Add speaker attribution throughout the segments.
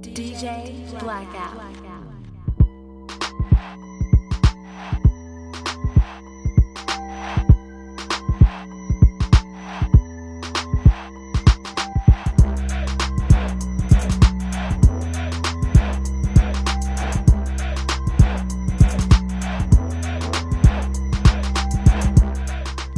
Speaker 1: DJ Blackout.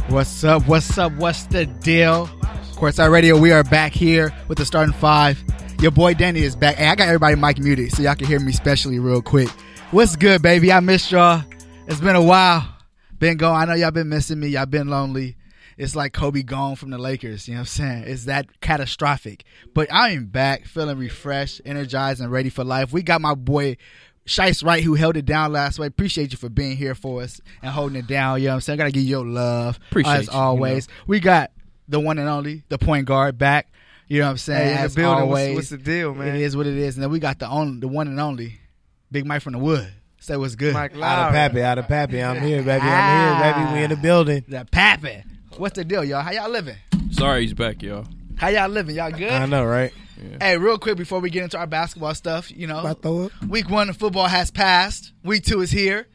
Speaker 2: What's up? What's up? What's the deal? Courtside Radio, we are back here with the starting five. Your boy Danny is back. Hey, I got everybody mic muted so y'all can hear me specially real quick. What's good, baby? I missed y'all. It's been a while. Been gone. I know y'all been missing me. Y'all been lonely. It's like Kobe gone from the Lakers. You know what I'm saying? It's that catastrophic. But I am back, feeling refreshed, energized, and ready for life. We got my boy Shice Wright, who held it down last week. Appreciate you for being here for us and holding it down. You know what I'm saying? I gotta give you your love.
Speaker 3: Appreciate
Speaker 2: as
Speaker 3: you, you
Speaker 2: always. We got the one and only, the point guard back. You know what I'm saying?
Speaker 3: Hey, in the
Speaker 2: As
Speaker 3: building, what's,
Speaker 2: always,
Speaker 3: what's the deal, man?
Speaker 2: It is what it is. And then we got the only, the one and only, Big Mike from the Wood. Say what's good.
Speaker 3: Mike
Speaker 4: Out of
Speaker 3: Lowry.
Speaker 4: Pappy, out of Pappy. I'm here, baby. I'm here, baby. We in the building.
Speaker 2: That pappin'. What's the deal, y'all? How y'all living?
Speaker 5: Sorry, he's back, y'all.
Speaker 2: How y'all living? Y'all good?
Speaker 4: I know, right?
Speaker 2: Hey, real quick before we get into our basketball stuff, you know,
Speaker 6: If I throw up.
Speaker 2: week one of football has passed. Week two is here.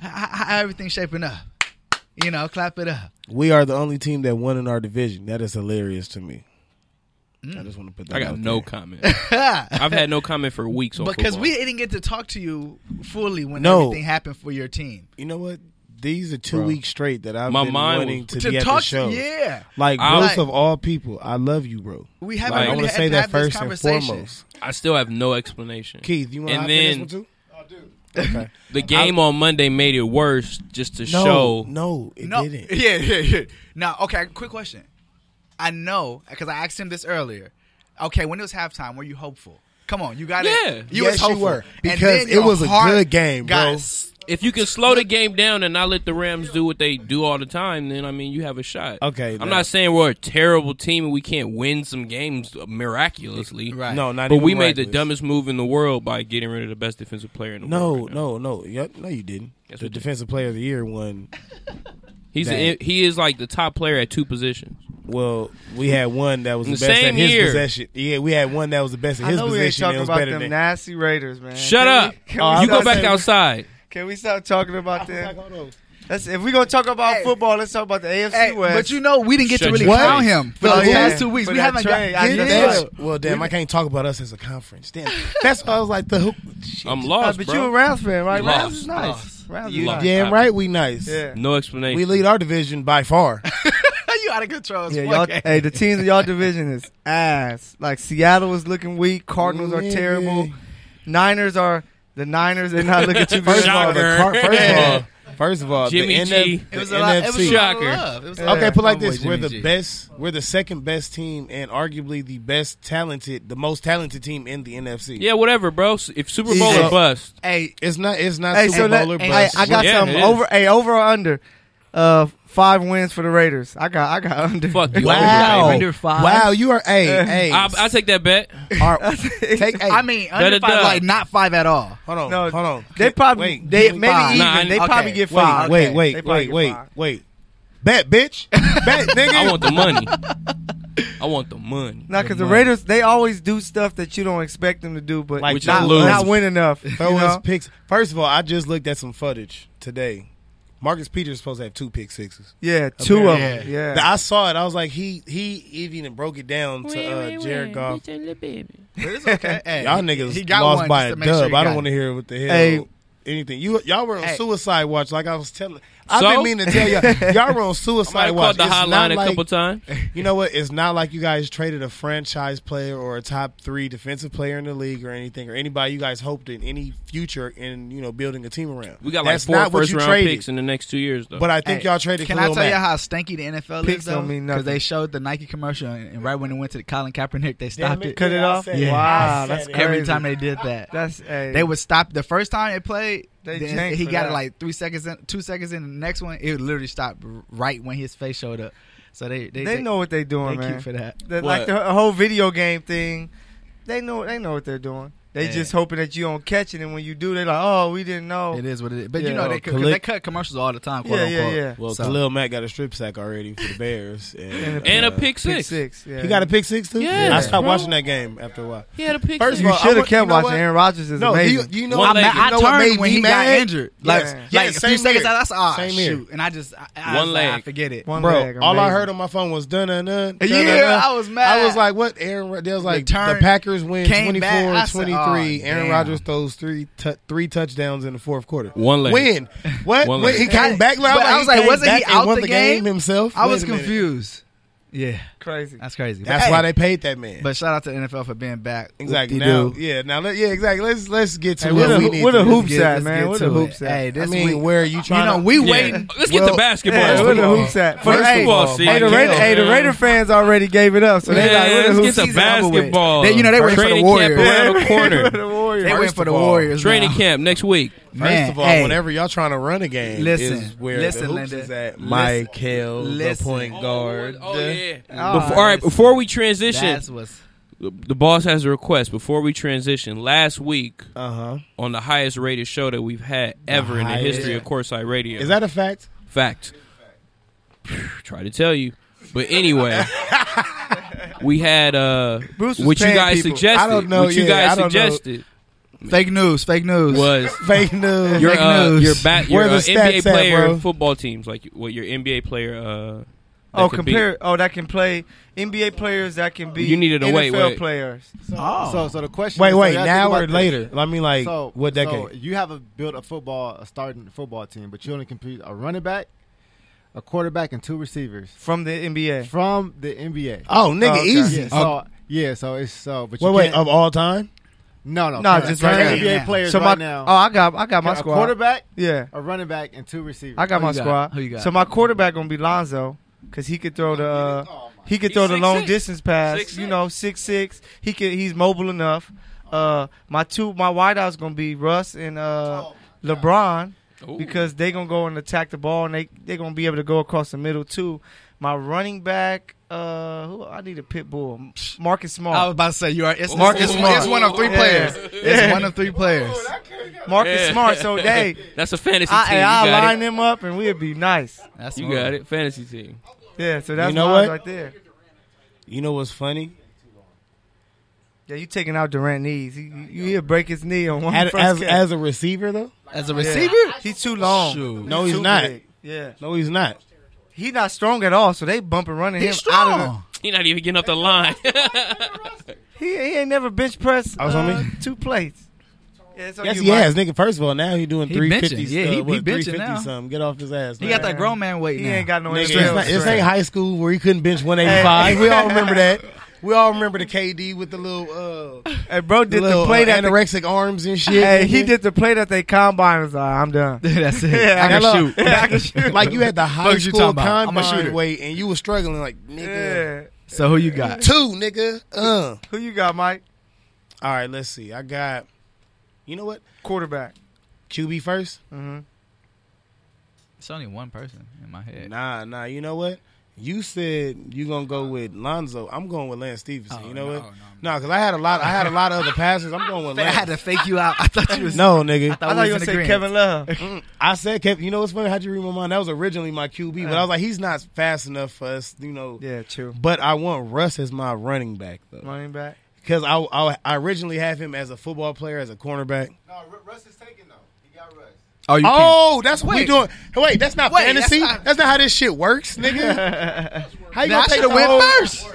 Speaker 2: How, how, how everything's shaping up? You know, clap it up.
Speaker 4: We are the only team that won in our division. That is hilarious to me. I just want to put that.
Speaker 5: I got
Speaker 4: out
Speaker 5: no
Speaker 4: there.
Speaker 5: comment. I've had no comment for weeks on
Speaker 2: because
Speaker 5: football.
Speaker 2: we didn't get to talk to you fully when
Speaker 4: No.
Speaker 2: everything happened for your team.
Speaker 4: You know what? These are two
Speaker 5: Bro.
Speaker 4: weeks straight that I've
Speaker 5: My
Speaker 4: been
Speaker 5: mind
Speaker 4: wanting
Speaker 5: was-
Speaker 4: to,
Speaker 2: To
Speaker 4: be at
Speaker 2: talk
Speaker 4: the
Speaker 2: to-
Speaker 4: show.
Speaker 2: yeah.
Speaker 4: like
Speaker 5: I-
Speaker 4: most of all people, I love you, bro.
Speaker 2: We haven't
Speaker 5: Like, I
Speaker 4: I
Speaker 2: really
Speaker 4: want to
Speaker 2: had
Speaker 4: say
Speaker 2: to
Speaker 4: that
Speaker 2: have this
Speaker 4: first and
Speaker 2: conversation.
Speaker 4: foremost.
Speaker 5: I still have no explanation.
Speaker 4: Keith, you want to
Speaker 5: And
Speaker 4: this
Speaker 5: then
Speaker 4: one too?
Speaker 5: the game on Monday made it worse just to
Speaker 4: No,
Speaker 5: show.
Speaker 4: no, it
Speaker 2: No,
Speaker 4: didn't.
Speaker 2: yeah, yeah, yeah. Now, okay, quick question. I know because I asked him this earlier. Okay, when it was halftime, were you hopeful? Come on, you got
Speaker 5: Yeah.
Speaker 2: it. You
Speaker 4: Yes,
Speaker 2: was
Speaker 4: you
Speaker 2: hopeful
Speaker 4: were,
Speaker 2: And
Speaker 4: because
Speaker 2: then
Speaker 4: it
Speaker 2: your
Speaker 4: was a
Speaker 2: heart
Speaker 4: good game,
Speaker 2: got
Speaker 4: bro.
Speaker 2: s-
Speaker 5: If you can slow the game down and not let the Rams do what they do all the time, then I mean you have a shot.
Speaker 4: Okay,
Speaker 5: I'm
Speaker 4: now-
Speaker 5: not saying we're a terrible team and we can't win some games miraculously.
Speaker 2: Right.
Speaker 4: No, not
Speaker 5: But
Speaker 4: even
Speaker 5: we made the
Speaker 4: miraculous.
Speaker 5: dumbest move in the world by getting rid of the best defensive player in the
Speaker 4: No,
Speaker 5: world. right now.
Speaker 4: no, no. Yep, no, you didn't.
Speaker 5: Yes, we did.
Speaker 4: the defensive player of the year won.
Speaker 5: He's
Speaker 4: Dang.
Speaker 5: he is like the top player at two positions.
Speaker 4: Well, we had one that was
Speaker 5: In
Speaker 4: the,
Speaker 5: the
Speaker 4: best
Speaker 5: same
Speaker 4: at his
Speaker 5: year.
Speaker 4: possession. Yeah, we had one that was the best at
Speaker 3: I
Speaker 4: his
Speaker 3: know we ain't
Speaker 4: possession. and
Speaker 3: talking
Speaker 4: It was
Speaker 3: about
Speaker 4: better
Speaker 3: them
Speaker 4: than
Speaker 3: nasty Raiders, man.
Speaker 5: Shut
Speaker 3: Can
Speaker 5: up.
Speaker 3: we- can we
Speaker 5: you go
Speaker 3: stop
Speaker 5: back
Speaker 3: saying-
Speaker 5: outside.
Speaker 3: Can we stop talking about them?
Speaker 4: that.
Speaker 3: Let's, if we're gonna talk about
Speaker 2: Hey.
Speaker 3: football, let's talk about the AFC
Speaker 2: Hey,
Speaker 3: West. Uh,
Speaker 2: but you know, we didn't get to
Speaker 5: Shut
Speaker 2: really
Speaker 5: your
Speaker 2: clown
Speaker 5: face.
Speaker 2: him for
Speaker 3: Oh,
Speaker 2: the
Speaker 3: yeah.
Speaker 2: past two weeks.
Speaker 3: For
Speaker 2: we
Speaker 3: that
Speaker 2: haven't
Speaker 3: trade,
Speaker 2: got
Speaker 3: I
Speaker 2: yeah.
Speaker 3: just
Speaker 4: That's-
Speaker 3: Yeah.
Speaker 4: Well, damn, I can't talk about us as a conference. Damn, that's why I was like the hoop. Shit.
Speaker 5: I'm
Speaker 3: Uh,
Speaker 5: lost,
Speaker 3: but
Speaker 5: bro.
Speaker 3: you a Rams fan, right?
Speaker 5: You
Speaker 3: Rams
Speaker 5: lost.
Speaker 3: is nice.
Speaker 2: Lost.
Speaker 3: Rams
Speaker 5: You
Speaker 3: is
Speaker 5: lost.
Speaker 3: nice.
Speaker 4: Damn right, we nice.
Speaker 3: Yeah.
Speaker 5: No explanation.
Speaker 4: We lead our division by far.
Speaker 2: you out of control. as
Speaker 3: Yeah,
Speaker 2: fuck.
Speaker 3: y'all, hey, the teams in y'all division is ass. Like Seattle is looking weak. Cardinals are
Speaker 4: Nigga.
Speaker 3: terrible. Niners are the Niners. They're not looking too
Speaker 4: First
Speaker 3: good.
Speaker 4: of all, the
Speaker 5: Shocker.
Speaker 4: car, first of
Speaker 3: Yeah.
Speaker 4: all, first of all,
Speaker 5: Jimmy
Speaker 4: the NF
Speaker 5: G.
Speaker 4: the
Speaker 2: it was a lot. It was
Speaker 4: NFC.
Speaker 2: a lot of
Speaker 5: Shocker.
Speaker 2: love. It was a lot of
Speaker 4: Okay,
Speaker 3: Yeah.
Speaker 4: put it like
Speaker 2: Homeboy
Speaker 4: this: we're
Speaker 2: Jimmy
Speaker 4: the
Speaker 2: G.
Speaker 4: best, we're the second best team, and arguably the best talented, the most talented team in the NFC.
Speaker 5: Yeah, whatever, bro. S- If Super Bowl
Speaker 4: Yeah.
Speaker 5: or bust,
Speaker 2: Hey,
Speaker 4: it's not, it's not
Speaker 3: Hey,
Speaker 4: Super
Speaker 3: so let,
Speaker 4: Bowl or
Speaker 3: hey,
Speaker 4: bust.
Speaker 3: I got
Speaker 5: Yeah,
Speaker 3: something
Speaker 5: it is.
Speaker 3: over. Hey, over or under? Uh, five wins for the Raiders. I got, I got under.
Speaker 5: fuck you.
Speaker 4: Wow.
Speaker 5: Over, baby.
Speaker 2: Under five?
Speaker 4: Wow, you are hey,
Speaker 3: Yeah.
Speaker 4: hey.
Speaker 5: I, I take that bet.
Speaker 4: are- take hey.
Speaker 2: I mean, under
Speaker 5: Better
Speaker 2: five,
Speaker 5: duh.
Speaker 2: like not five at all.
Speaker 4: hold on,
Speaker 3: No,
Speaker 4: hold on.
Speaker 3: They probably,
Speaker 4: wait,
Speaker 3: they
Speaker 4: wait,
Speaker 3: maybe
Speaker 2: five.
Speaker 3: even.
Speaker 5: Nah,
Speaker 3: they
Speaker 2: okay.
Speaker 3: probably get
Speaker 4: wait,
Speaker 3: five.
Speaker 4: wait,
Speaker 3: Okay. They
Speaker 4: wait,
Speaker 3: probably
Speaker 4: wait,
Speaker 3: get
Speaker 4: wait,
Speaker 3: five.
Speaker 4: wait. Bet, bitch. Bet, nigga.
Speaker 5: I want the money. I want the money.
Speaker 3: Nah, because the Raiders, they always do stuff that you don't expect them to do, but
Speaker 4: Like
Speaker 5: Which
Speaker 3: not,
Speaker 5: is lose.
Speaker 3: not win enough. you
Speaker 4: Throw
Speaker 3: know?
Speaker 4: us picks. First of all, I just looked at some footage today. Marcus Peters supposed to have two pick sixes.
Speaker 3: Yeah, two of
Speaker 2: Yeah.
Speaker 3: them. Yeah.
Speaker 4: I saw it. I was like, he he even broke it down to uh, Jared Goff.
Speaker 2: But it's okay. Hey,
Speaker 4: Y'all
Speaker 2: he-
Speaker 4: niggas
Speaker 2: he got
Speaker 4: lost
Speaker 2: one
Speaker 4: by
Speaker 2: just
Speaker 4: a
Speaker 2: to make sure
Speaker 4: dub.
Speaker 2: he
Speaker 4: I
Speaker 2: got
Speaker 4: don't want
Speaker 2: it.
Speaker 4: to hear what the hell
Speaker 3: Hey.
Speaker 4: anything. You y'all were on
Speaker 2: Hey.
Speaker 4: suicide watch, like I was telling. I've
Speaker 5: So?
Speaker 4: been meaning to tell y'all. Y'all were on
Speaker 5: I
Speaker 4: suicide
Speaker 5: called
Speaker 4: watch.
Speaker 5: the
Speaker 4: It's not
Speaker 5: hotline a
Speaker 4: like-
Speaker 5: couple times.
Speaker 4: You know what? It's not like you guys traded a franchise player or a top three defensive player in the league or anything, or anybody you guys hoped in any future in you know building a team around.
Speaker 5: We got like
Speaker 4: That's
Speaker 5: four
Speaker 4: not what
Speaker 5: first
Speaker 4: you
Speaker 5: round
Speaker 4: traded.
Speaker 5: picks in the next two years, though.
Speaker 4: But I think
Speaker 2: Hey,
Speaker 4: y'all traded.
Speaker 2: Can I
Speaker 4: Khalil
Speaker 2: tell you
Speaker 4: Mack.
Speaker 2: how stinky the NFL
Speaker 3: Picks
Speaker 2: is though?
Speaker 3: don't mean
Speaker 2: Because they
Speaker 3: nothing.
Speaker 2: showed the Nike commercial, and, and right when it went to the Colin Kaepernick, they
Speaker 4: Damn
Speaker 2: stopped it.
Speaker 3: Cut it
Speaker 4: yeah, I
Speaker 3: off?
Speaker 4: said
Speaker 2: Yeah.
Speaker 4: it.
Speaker 3: Wow,
Speaker 4: I
Speaker 3: that's
Speaker 4: said it.
Speaker 2: Every
Speaker 3: crazy.
Speaker 2: time they did that,
Speaker 3: That's hey,
Speaker 2: they would stop. The first time it played,
Speaker 3: They
Speaker 2: then
Speaker 3: janked
Speaker 2: he
Speaker 3: for
Speaker 2: got it
Speaker 3: that.
Speaker 2: like three seconds, in, two seconds in. The next one, it literally stopped r- right when his face showed up. So they they,
Speaker 3: they, know what they're
Speaker 2: they
Speaker 3: doing,
Speaker 2: cute
Speaker 3: man.
Speaker 2: for that.
Speaker 3: That- like
Speaker 5: What?
Speaker 3: the whole video game thing, they know they know what they're doing. They
Speaker 2: Yeah.
Speaker 3: just hoping that you don't catch it, and when you do, they like, oh, we didn't know.
Speaker 2: It is what it is. But
Speaker 3: Yeah.
Speaker 2: you know
Speaker 3: Oh,
Speaker 2: they, cut- 'cause
Speaker 4: Khalid-
Speaker 2: they cut commercials all the time. Quote
Speaker 3: Yeah, yeah,
Speaker 2: unquote.
Speaker 3: yeah.
Speaker 4: Well,
Speaker 2: So-
Speaker 4: Khalil Mack got a strip sack already for the Bears, and,
Speaker 5: And a
Speaker 4: uh,
Speaker 5: pick
Speaker 3: Pick
Speaker 5: six.
Speaker 3: six. Yeah.
Speaker 4: He got a pick six too.
Speaker 5: Yes,
Speaker 4: I stopped
Speaker 5: bro.
Speaker 4: watching that game after a while.
Speaker 5: He had a pick
Speaker 4: First
Speaker 5: six.
Speaker 4: of
Speaker 3: You
Speaker 4: all, I
Speaker 3: should
Speaker 4: would-
Speaker 3: have
Speaker 4: you
Speaker 3: kept
Speaker 4: know
Speaker 3: watching.
Speaker 4: what?
Speaker 3: Aaron Rodgers is
Speaker 4: No, you,
Speaker 3: amazing.
Speaker 4: you know,
Speaker 5: One
Speaker 4: what
Speaker 2: I,
Speaker 5: leg.
Speaker 4: made-
Speaker 2: I,
Speaker 4: you know what
Speaker 2: turned
Speaker 4: made
Speaker 2: when
Speaker 4: me
Speaker 2: he
Speaker 4: mad?
Speaker 2: got injured. Like,
Speaker 3: Yeah.
Speaker 2: like
Speaker 4: Yeah,
Speaker 2: a few
Speaker 4: same
Speaker 2: seconds
Speaker 4: here.
Speaker 2: out, I said, ah,
Speaker 4: Same here.
Speaker 2: shoot. And I just, I, I
Speaker 5: One
Speaker 2: was like, I
Speaker 5: leg.
Speaker 2: forget it.
Speaker 3: One
Speaker 4: Bro,
Speaker 3: leg,
Speaker 4: all I
Speaker 3: amazing.
Speaker 4: heard on my phone was dun dun dun.
Speaker 2: Yeah, I was mad.
Speaker 4: I was like, what? Aaron, Rod- they was like, the,
Speaker 2: turn
Speaker 4: Packers win
Speaker 2: came
Speaker 4: 24
Speaker 2: back. I said,
Speaker 4: 23.
Speaker 2: "Aw,
Speaker 4: Aaron
Speaker 2: damn."
Speaker 4: Rodgers throws three tu- three touchdowns in the fourth quarter.
Speaker 5: One leg.
Speaker 4: Win. What?
Speaker 5: One
Speaker 4: Wait,
Speaker 5: leg.
Speaker 4: he came back. Like,
Speaker 2: But I was like,
Speaker 4: came
Speaker 2: wasn't he
Speaker 4: back and
Speaker 2: out
Speaker 4: won
Speaker 2: the
Speaker 4: the game
Speaker 2: game?
Speaker 4: himself?
Speaker 2: I
Speaker 4: Wait
Speaker 2: was
Speaker 4: a minute.
Speaker 2: confused. Yeah,
Speaker 3: crazy.
Speaker 2: that's crazy. But
Speaker 4: That's
Speaker 2: hey,
Speaker 4: why they paid that man.
Speaker 2: But shout out to NFL for being back.
Speaker 4: exactly.
Speaker 2: Whoop-de-doo.
Speaker 4: Now, yeah. Now, let, yeah. Exactly. Let's let's get to
Speaker 3: Hey,
Speaker 4: what
Speaker 3: what
Speaker 4: we
Speaker 3: a-
Speaker 4: need.
Speaker 3: what
Speaker 4: to
Speaker 3: a
Speaker 4: do.
Speaker 3: hoops
Speaker 2: get-
Speaker 3: at,
Speaker 2: let's
Speaker 3: man?
Speaker 2: get
Speaker 3: What
Speaker 2: to
Speaker 3: the
Speaker 2: it.
Speaker 3: hoops at?
Speaker 2: Hey,
Speaker 4: I
Speaker 2: this
Speaker 4: mean,
Speaker 2: week,
Speaker 4: where are you
Speaker 2: you
Speaker 4: trying
Speaker 2: know,
Speaker 4: to?
Speaker 2: we
Speaker 5: Yeah.
Speaker 2: waiting.
Speaker 5: Let's get
Speaker 4: Well,
Speaker 5: to basketball.
Speaker 3: Yeah, what the
Speaker 4: all,
Speaker 3: hoops at?
Speaker 5: First
Speaker 3: hey,
Speaker 5: of all,
Speaker 4: hey,
Speaker 5: see,
Speaker 3: Hey, the
Speaker 4: Raiders-
Speaker 3: Raider, hey, the
Speaker 5: man.
Speaker 3: Raider fans already gave it up, so they
Speaker 5: Yeah,
Speaker 3: like, where the
Speaker 5: let's
Speaker 3: hoops
Speaker 5: get to
Speaker 2: season over with?
Speaker 5: basketball.
Speaker 2: They- you know, they waiting for the
Speaker 5: Training
Speaker 2: Warriors.
Speaker 5: Camp around the
Speaker 3: at?
Speaker 5: corner.
Speaker 3: the Warriors.
Speaker 2: They went for
Speaker 4: of
Speaker 2: the
Speaker 4: all,
Speaker 2: Warriors.
Speaker 5: Training
Speaker 2: now.
Speaker 5: camp next week.
Speaker 2: Man,
Speaker 4: First of all,
Speaker 2: hey.
Speaker 4: whenever y'all trying to run a game,
Speaker 2: Listen,
Speaker 4: is where
Speaker 2: listen,
Speaker 4: the hoops
Speaker 2: Linda.
Speaker 4: is at.
Speaker 2: Listen.
Speaker 4: Michael, the
Speaker 2: Listen.
Speaker 4: point guard.
Speaker 5: Oh, yeah.
Speaker 2: Oh,
Speaker 5: Before, all right,
Speaker 2: listen.
Speaker 5: before we transition,
Speaker 2: That's what's
Speaker 5: the boss has a request. Before we transition, last week
Speaker 4: Uh huh.
Speaker 5: on the highest rated show that we've had ever in the
Speaker 4: highest.
Speaker 5: history of Courtside Radio.
Speaker 4: Is that a fact?
Speaker 5: Fact. Try to tell you. But anyway, we had uh
Speaker 3: Bruce was
Speaker 5: what you
Speaker 3: paying
Speaker 5: guys
Speaker 3: people.
Speaker 5: suggested.
Speaker 4: I don't know,
Speaker 5: What you
Speaker 4: yeah,
Speaker 5: guys
Speaker 4: I don't know.
Speaker 5: suggested
Speaker 2: fake news. Fake news.
Speaker 5: was
Speaker 4: Fake news.
Speaker 5: your
Speaker 2: Fake
Speaker 5: uh,
Speaker 2: news.
Speaker 5: your bat your
Speaker 4: Where the
Speaker 5: uh,
Speaker 4: stats
Speaker 5: NBA
Speaker 4: at,
Speaker 5: player
Speaker 4: bro?
Speaker 5: football teams like what your NBA player uh that
Speaker 3: Oh,
Speaker 5: could
Speaker 3: compare. Oh, that can play NBA players. That can be
Speaker 5: You needed to
Speaker 3: NFL
Speaker 5: wait, wait.
Speaker 3: players.
Speaker 2: Oh.
Speaker 6: So, so the question.
Speaker 4: wait,
Speaker 6: is,
Speaker 4: wait.
Speaker 6: so you have to
Speaker 4: now
Speaker 6: think
Speaker 4: or
Speaker 6: about
Speaker 4: later?
Speaker 6: this.
Speaker 4: I mean, like,
Speaker 6: so,
Speaker 4: what
Speaker 6: So
Speaker 4: decade?
Speaker 6: you have a, built a football, a starting football team, but you only compete a running back, a quarterback, and two receivers
Speaker 3: from the NBA.
Speaker 6: from the NBA.
Speaker 4: oh, nigga,
Speaker 3: Oh, okay.
Speaker 4: easy.
Speaker 6: Yeah, so yeah, so it's so. But you
Speaker 4: Wait, wait. oh,
Speaker 6: can't-
Speaker 4: Of all time?
Speaker 6: no, no,
Speaker 3: No,
Speaker 6: current-
Speaker 3: just right
Speaker 6: current
Speaker 2: now.
Speaker 6: NBA players
Speaker 3: So my
Speaker 6: right now.
Speaker 3: oh, I got I got my
Speaker 6: a
Speaker 3: squad.
Speaker 6: quarterback,
Speaker 3: Yeah,
Speaker 6: a running back, and two receivers.
Speaker 3: I got
Speaker 2: Who
Speaker 3: my
Speaker 2: you got?
Speaker 3: squad.
Speaker 2: Who you got?
Speaker 3: So my quarterback gonna be Lonzo because he could throw the
Speaker 6: Oh,
Speaker 3: uh, he could
Speaker 5: He's
Speaker 3: throw the long
Speaker 5: 6'6".
Speaker 3: distance pass.
Speaker 5: 6'6".
Speaker 3: You know, six six. He could he's mobile enough. Uh, my two my wideouts gonna be Russ and
Speaker 6: Oh,
Speaker 3: uh, LeBron.
Speaker 5: Ooh.
Speaker 3: because they gonna go and attack the ball and they they gonna be able to go across the middle too. My running back, uh, who I need a pit bull, Marcus
Speaker 2: I was
Speaker 3: Smart.
Speaker 2: about to say you are. It's,
Speaker 5: Marcus
Speaker 2: it's,
Speaker 5: Smart.
Speaker 2: it's one of three
Speaker 3: Yeah.
Speaker 2: players. It's
Speaker 3: Yeah.
Speaker 2: one of three players.
Speaker 3: Marcus
Speaker 5: Oh, Yeah.
Speaker 3: Smart. So they,
Speaker 5: that's a fantasy team.
Speaker 3: I,
Speaker 5: You
Speaker 3: I
Speaker 5: got
Speaker 3: line
Speaker 5: it.
Speaker 3: them up and we'd be nice.
Speaker 2: That's
Speaker 5: You
Speaker 2: one.
Speaker 5: got it. Fantasy team.
Speaker 3: Yeah. So that's
Speaker 4: You know what?
Speaker 3: mine right there.
Speaker 4: You know what's funny?
Speaker 3: Yeah, you taking out Durant knees. He, you he'll break his knee on one
Speaker 4: As,
Speaker 3: first
Speaker 4: as,
Speaker 3: catch.
Speaker 4: as a receiver, though?
Speaker 2: As a
Speaker 3: Yeah.
Speaker 2: receiver,
Speaker 3: Oh, He's too long.
Speaker 2: Shoot.
Speaker 4: No, he's
Speaker 3: too
Speaker 4: not.
Speaker 3: big. Yeah,
Speaker 4: No, he's not.
Speaker 3: he's not strong at all. So they bumping running him
Speaker 2: he's
Speaker 3: out of
Speaker 2: strong.
Speaker 5: He not even getting up the line.
Speaker 3: the. He, he ain't never bench press.
Speaker 4: I was Oh, on
Speaker 3: uh,
Speaker 4: me?
Speaker 3: two plates. Yeah, so
Speaker 4: Yes,
Speaker 3: you
Speaker 4: he
Speaker 3: might-
Speaker 4: has, nigga. First of all, now he doing
Speaker 2: He
Speaker 4: three fifty.
Speaker 2: benching. Yeah, he- he benching
Speaker 4: three fifty
Speaker 2: now.
Speaker 4: something. Get off his ass.
Speaker 2: He
Speaker 4: man.
Speaker 2: got that grown man weight
Speaker 3: He
Speaker 2: now.
Speaker 3: ain't got no
Speaker 4: Nigga, it's,
Speaker 3: NFL
Speaker 4: not, this
Speaker 3: strength.
Speaker 4: ain't high school where he couldn't bench one eighty five. we all remember that. We all remember the KD with the little uh,
Speaker 3: Hey, bro
Speaker 4: the
Speaker 3: did
Speaker 4: little
Speaker 3: the play
Speaker 4: uh,
Speaker 3: that the,
Speaker 4: anorexic arms and shit.
Speaker 3: hey, he
Speaker 4: nigga.
Speaker 3: did the play that they combine. Was like, I'm done.
Speaker 2: That's it.
Speaker 3: Yeah,
Speaker 2: I
Speaker 3: I
Speaker 2: can
Speaker 4: love-
Speaker 2: shoot.
Speaker 3: I can shoot.
Speaker 4: like you had the high
Speaker 2: Fuck you
Speaker 4: school
Speaker 2: talking about? I'm a
Speaker 4: combine
Speaker 2: shooter.
Speaker 4: weight and you was struggling like nigga
Speaker 3: yeah.
Speaker 2: So who you got?
Speaker 4: two nigga. Uh.
Speaker 3: Who you got, Mike?
Speaker 4: All right, let's see. I got you know what
Speaker 3: Quarterback.
Speaker 4: QB first.
Speaker 3: Mm-hmm.
Speaker 2: It's only one person in my head.
Speaker 4: Nah, nah. You know what you said you gonna go with Lonzo. I'm going with Lance Stevenson.
Speaker 2: Oh,
Speaker 4: you know what? Oh, No, because I had a lot. I had a lot of other passes. I'm going with
Speaker 2: I
Speaker 4: Lance.
Speaker 2: had to fake you out. I thought you was.
Speaker 4: no, nigga.
Speaker 3: I thought you were
Speaker 2: in
Speaker 3: gonna say
Speaker 2: agreement.
Speaker 3: Kevin Love.
Speaker 4: Mm, I said, Kev, you know what's funny? How'd you read my mind? That was originally my QB, but I was like, he's not fast enough for us, you know.
Speaker 3: yeah, true.
Speaker 4: But I want Russ as my running back though,
Speaker 3: Running back.
Speaker 4: because I, I I originally have him as a football player, as a cornerback.
Speaker 6: No, Russ is taken though. He got Russ.
Speaker 2: Oh, you can't.
Speaker 4: Oh, that's what we
Speaker 2: Wait.
Speaker 4: doing. Wait, that's not
Speaker 2: Wait,
Speaker 4: fantasy.
Speaker 2: that's
Speaker 4: That's
Speaker 2: not-
Speaker 4: not, how this shit works, nigga. How you
Speaker 2: Now, I
Speaker 4: gonna take
Speaker 2: should
Speaker 4: the
Speaker 2: have went
Speaker 4: whole?
Speaker 2: first.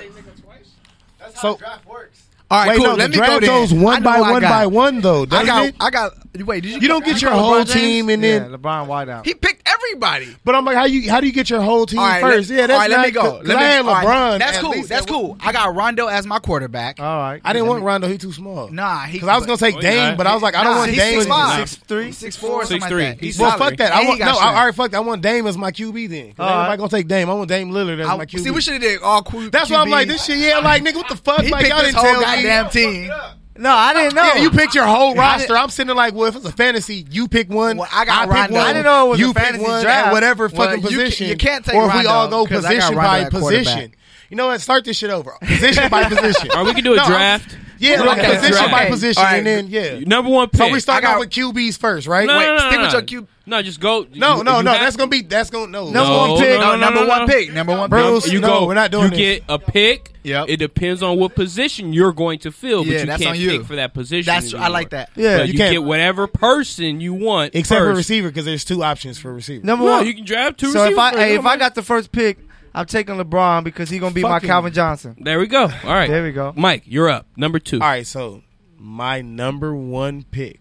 Speaker 6: That's
Speaker 4: So-
Speaker 6: how the draft works.
Speaker 2: All right,
Speaker 4: Wait,
Speaker 2: cool.
Speaker 4: no,
Speaker 2: Let
Speaker 4: the
Speaker 2: me go
Speaker 4: draft
Speaker 2: then.
Speaker 4: goes
Speaker 2: I
Speaker 4: one
Speaker 2: know
Speaker 4: by
Speaker 2: I
Speaker 4: one
Speaker 2: got.
Speaker 4: by one though.
Speaker 2: I
Speaker 4: Doesn't
Speaker 2: got.
Speaker 4: it?
Speaker 2: I got. Wait, did you?
Speaker 4: You don't get your
Speaker 2: call
Speaker 4: whole
Speaker 2: LeBron James?
Speaker 4: team and
Speaker 3: Yeah,
Speaker 4: then.
Speaker 3: LeBron Whiteout.
Speaker 2: He picked everybody.
Speaker 4: But I'm like, how you how do you get your whole team
Speaker 2: All right,
Speaker 4: first?
Speaker 2: let,
Speaker 4: yeah, that's
Speaker 2: all right,
Speaker 4: not,
Speaker 2: let me go.
Speaker 4: 'cause
Speaker 2: Let me,
Speaker 4: I had
Speaker 2: all right.
Speaker 4: LeBron.
Speaker 2: That's
Speaker 4: at
Speaker 2: cool.
Speaker 4: least
Speaker 2: That's
Speaker 4: at-
Speaker 2: cool. I got Rondo as my quarterback.
Speaker 3: All right.
Speaker 4: I didn't want Rondo. He too small.
Speaker 2: nah, he.
Speaker 4: Because I was gonna say
Speaker 5: Oh,
Speaker 4: Dame,
Speaker 5: yeah.
Speaker 4: but I was like, I don't
Speaker 2: Nah,
Speaker 4: want
Speaker 2: he's
Speaker 4: Dame.
Speaker 2: 6'5".
Speaker 4: Six-
Speaker 2: Six three, six four,
Speaker 5: Six
Speaker 2: something
Speaker 5: three.
Speaker 2: Like that. He's
Speaker 4: Well,
Speaker 2: solid.
Speaker 4: fuck that.
Speaker 2: And
Speaker 4: I
Speaker 2: he
Speaker 4: want no.
Speaker 2: got
Speaker 4: I,
Speaker 2: strength.
Speaker 4: all right, fuck. That. I want Dame as my QB then. 'Cause
Speaker 3: All right.
Speaker 4: Everybody gonna take Dame. I want Dame Lillard as
Speaker 2: I-
Speaker 4: my QB.
Speaker 2: see, we should have did all. Q-
Speaker 4: That's why I'm like
Speaker 2: QBs.
Speaker 4: this shit. Yeah, like nigga, what the fuck?
Speaker 2: He
Speaker 4: like
Speaker 2: picked
Speaker 4: y'all
Speaker 2: his
Speaker 4: didn't
Speaker 2: whole
Speaker 4: tell
Speaker 2: goddamn
Speaker 4: me.
Speaker 2: team.
Speaker 3: No, I didn't know.
Speaker 4: Yeah, you picked your whole
Speaker 3: Yeah, I
Speaker 4: roster. I'm sitting there like, well, if it's a fantasy, you pick one.
Speaker 2: Well, I got
Speaker 4: pick
Speaker 2: Rondo.
Speaker 4: one.
Speaker 2: I didn't
Speaker 3: know it was
Speaker 4: you
Speaker 3: a
Speaker 4: pick
Speaker 3: fantasy
Speaker 4: one
Speaker 3: draft.
Speaker 4: At whatever
Speaker 2: Well,
Speaker 4: fucking
Speaker 2: you can-
Speaker 4: position.
Speaker 2: you can't take
Speaker 4: Or if we all
Speaker 2: Rondo,
Speaker 4: go
Speaker 2: 'cause I got
Speaker 4: position
Speaker 2: Rondo
Speaker 4: by
Speaker 2: at quarterback.
Speaker 4: position. You know what? Start this shit over. Position by position.
Speaker 5: or we can do a
Speaker 4: No, I'm-
Speaker 5: draft.
Speaker 4: Yeah, like
Speaker 5: Okay,
Speaker 4: position
Speaker 5: right.
Speaker 4: by position,
Speaker 2: All right.
Speaker 4: and then yeah.
Speaker 5: Number one pick.
Speaker 4: So we start
Speaker 2: I got-
Speaker 4: off with QBs first, right?
Speaker 5: No,
Speaker 4: Wait,
Speaker 5: no, no,
Speaker 2: stick
Speaker 5: no,
Speaker 2: with
Speaker 5: no.
Speaker 2: your cube.
Speaker 5: No, just go.
Speaker 4: no,
Speaker 5: you-
Speaker 4: no,
Speaker 5: you
Speaker 4: no.
Speaker 5: have-
Speaker 4: That's gonna be that's gonna no.
Speaker 2: Number
Speaker 5: No,
Speaker 2: one pick.
Speaker 5: no, no, no,
Speaker 2: number
Speaker 5: no,
Speaker 2: one
Speaker 5: no.
Speaker 2: pick. Number one
Speaker 4: Bro,
Speaker 2: pick.
Speaker 5: You
Speaker 4: No,
Speaker 5: go.
Speaker 4: we're not doing
Speaker 5: you
Speaker 4: this.
Speaker 5: get a pick.
Speaker 2: Yep.
Speaker 5: It depends on what position you're going to fill, but
Speaker 2: Yeah,
Speaker 5: you
Speaker 2: that's
Speaker 5: can't
Speaker 2: on you.
Speaker 5: pick for that position.
Speaker 2: That's I
Speaker 5: anymore.
Speaker 2: like that.
Speaker 4: Yeah,
Speaker 5: But
Speaker 4: you
Speaker 5: you,
Speaker 4: can't-
Speaker 5: get whatever person you want,
Speaker 4: except for
Speaker 5: first.
Speaker 4: receiver because there's two options for receiver.
Speaker 3: Number
Speaker 5: No,
Speaker 3: one.
Speaker 5: you can draft two.
Speaker 3: so if
Speaker 5: receivers
Speaker 3: I
Speaker 5: first.
Speaker 3: hey,
Speaker 5: It don't
Speaker 3: if I
Speaker 5: matter.
Speaker 3: got the first pick, I'm taking LeBron because he's gonna be my
Speaker 4: Fucking-
Speaker 3: Calvin Johnson.
Speaker 5: there we go. All right,
Speaker 3: There we go.
Speaker 5: Mike, you're up. Number two.
Speaker 4: All right, so my number one pick.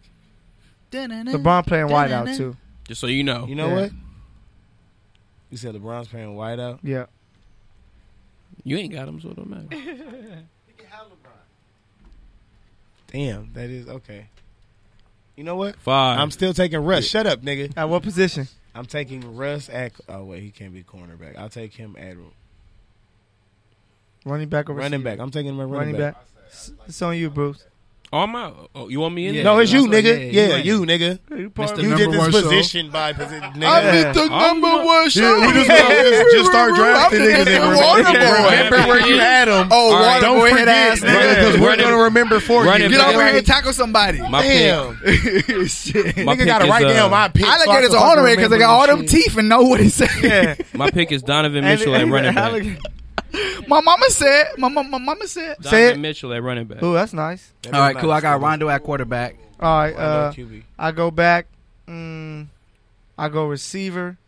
Speaker 3: LeBron playing wideout too.
Speaker 5: Just so you know,
Speaker 4: You know
Speaker 3: Yeah.
Speaker 4: what? You said LeBron's playing wideout.
Speaker 3: Yeah.
Speaker 5: you ain't got them, so it don't matter.
Speaker 4: Damn, that is okay. You know what?
Speaker 5: Five.
Speaker 4: I'm still taking Russ. Shut up, nigga.
Speaker 3: At what position?
Speaker 4: I'm taking Russ at. Oh wait, he can't be cornerback. I'll take him at
Speaker 3: Running back or
Speaker 4: running
Speaker 3: receiver?
Speaker 4: back. I'm taking my
Speaker 3: Running back. S- It's on you, Bruce.
Speaker 5: oh, I'm out. Oh, you want me in?
Speaker 2: Yeah.
Speaker 5: there?
Speaker 4: No, it's you,
Speaker 2: Yeah,
Speaker 4: nigga.
Speaker 2: yeah,
Speaker 4: Yeah,
Speaker 2: yeah.
Speaker 4: you, nigga.
Speaker 3: You
Speaker 2: Mr.
Speaker 4: You
Speaker 2: Number
Speaker 4: did this
Speaker 2: one show.
Speaker 4: position by position,
Speaker 2: I
Speaker 4: nigga.
Speaker 3: mean-
Speaker 2: need the
Speaker 5: I'm
Speaker 2: number
Speaker 5: not-
Speaker 2: one show.
Speaker 4: we just gonna- just- just start drafting
Speaker 2: I'm
Speaker 4: niggas and
Speaker 2: the
Speaker 4: remember-
Speaker 2: Waterboy.
Speaker 5: remember where you
Speaker 2: had him. Oh,
Speaker 5: All right,
Speaker 2: Waterboy head ass
Speaker 5: Running-
Speaker 4: nigga,
Speaker 2: nigga.
Speaker 4: because we're
Speaker 5: running-
Speaker 4: gonna remember for you.
Speaker 5: running
Speaker 2: Get
Speaker 5: back.
Speaker 2: over here and tackle somebody.
Speaker 5: My pick.
Speaker 4: Damn,
Speaker 2: Shit.
Speaker 5: My
Speaker 4: nigga got to
Speaker 5: pick
Speaker 4: write
Speaker 5: is, uh,
Speaker 4: down my pick. so I
Speaker 2: Alligators
Speaker 4: can
Speaker 2: are
Speaker 4: fucking
Speaker 2: on because they
Speaker 4: remember
Speaker 2: got all
Speaker 4: this
Speaker 2: them
Speaker 4: shit.
Speaker 2: teeth and know what it said.
Speaker 3: Yeah.
Speaker 5: My pick is Donovan Mitchell at running back.
Speaker 3: Alleg-
Speaker 2: My mama said. My, my, my mama said.
Speaker 3: Say it.
Speaker 5: Donovan Mitchell at running back.
Speaker 3: Ooh, that's nice.
Speaker 4: That
Speaker 2: All
Speaker 4: is
Speaker 2: right,
Speaker 4: not
Speaker 2: cool. I got
Speaker 4: stupid.
Speaker 2: Rondo at quarterback.
Speaker 3: All right.
Speaker 4: Rondo
Speaker 3: Uh,
Speaker 4: QB.
Speaker 3: I go back. Mm, I go receiver.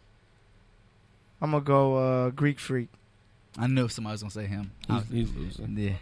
Speaker 3: I'm gonna go uh, Greek freak.
Speaker 2: I knew somebody was gonna say him.
Speaker 5: He's, he's losing.
Speaker 2: Yeah.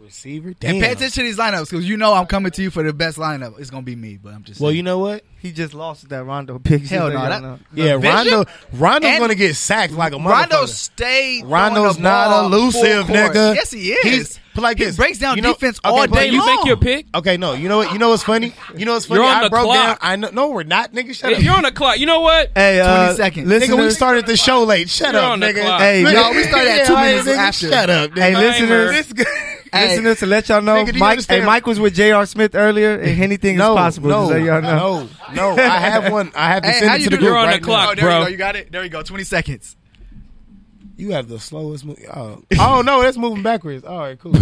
Speaker 4: Receiver.
Speaker 2: And pay
Speaker 4: Damn.
Speaker 2: attention to these lineups because you know I'm coming to you for the best lineup. It's gonna be me, but I'm just
Speaker 4: Well,
Speaker 2: saying.
Speaker 4: you know what?
Speaker 3: He just lost that Rondo pick.
Speaker 2: Hell
Speaker 3: Just so
Speaker 2: no,
Speaker 3: y'all
Speaker 2: that-
Speaker 3: know.
Speaker 4: Yeah,
Speaker 2: vision?
Speaker 4: Rondo. Rondo's
Speaker 2: And-
Speaker 4: gonna get sacked like a motherfucker.
Speaker 2: Rondo stayed.
Speaker 4: Rondo's not elusive, nigga.
Speaker 2: Yes, he is.
Speaker 4: He's but like
Speaker 2: He
Speaker 4: this.
Speaker 2: breaks down
Speaker 4: you know,
Speaker 2: defense
Speaker 4: okay,
Speaker 2: all
Speaker 4: but
Speaker 2: day
Speaker 5: You
Speaker 2: long.
Speaker 5: make your pick.
Speaker 4: Okay, no. You know what? You know what's funny? You know what's funny?
Speaker 5: You're on
Speaker 4: I
Speaker 5: the
Speaker 4: broke down.
Speaker 5: clock.
Speaker 4: I know. No, we're not, nigga. Shut up.
Speaker 5: You're on the clock. You know what?
Speaker 3: Hey, uh,
Speaker 2: 20 seconds.
Speaker 3: Listeners,
Speaker 4: Nigga, we started the show late. Shut
Speaker 5: You're
Speaker 4: up,
Speaker 5: on the
Speaker 4: nigga.
Speaker 5: clock.
Speaker 3: Hey,
Speaker 4: Nigga,
Speaker 2: no, we started at two
Speaker 4: yeah,
Speaker 2: minutes
Speaker 4: nigga,
Speaker 2: after.
Speaker 4: Shut up, nigga.
Speaker 3: hey,
Speaker 5: Timer.
Speaker 3: listeners,
Speaker 4: This guy-
Speaker 2: Hey,
Speaker 3: listeners, to let y'all know,
Speaker 4: Nigga, do you
Speaker 3: Mike. Hey,
Speaker 4: understand?
Speaker 3: Mike was with J.R. Smith earlier, and anything
Speaker 4: no,
Speaker 3: is possible.
Speaker 4: No,
Speaker 3: just so y'all know.
Speaker 4: no, no. I have one. I have to
Speaker 2: Hey,
Speaker 4: send
Speaker 2: how
Speaker 4: it
Speaker 2: you
Speaker 4: to the
Speaker 2: do- you're
Speaker 4: group
Speaker 5: on
Speaker 4: right
Speaker 5: the clock.
Speaker 2: Oh, there
Speaker 5: Bro.
Speaker 2: you go. You got it. There you go. 20 seconds.
Speaker 4: now. You have the slowest. Mo- oh. oh no, that's moving backwards. All right, cool.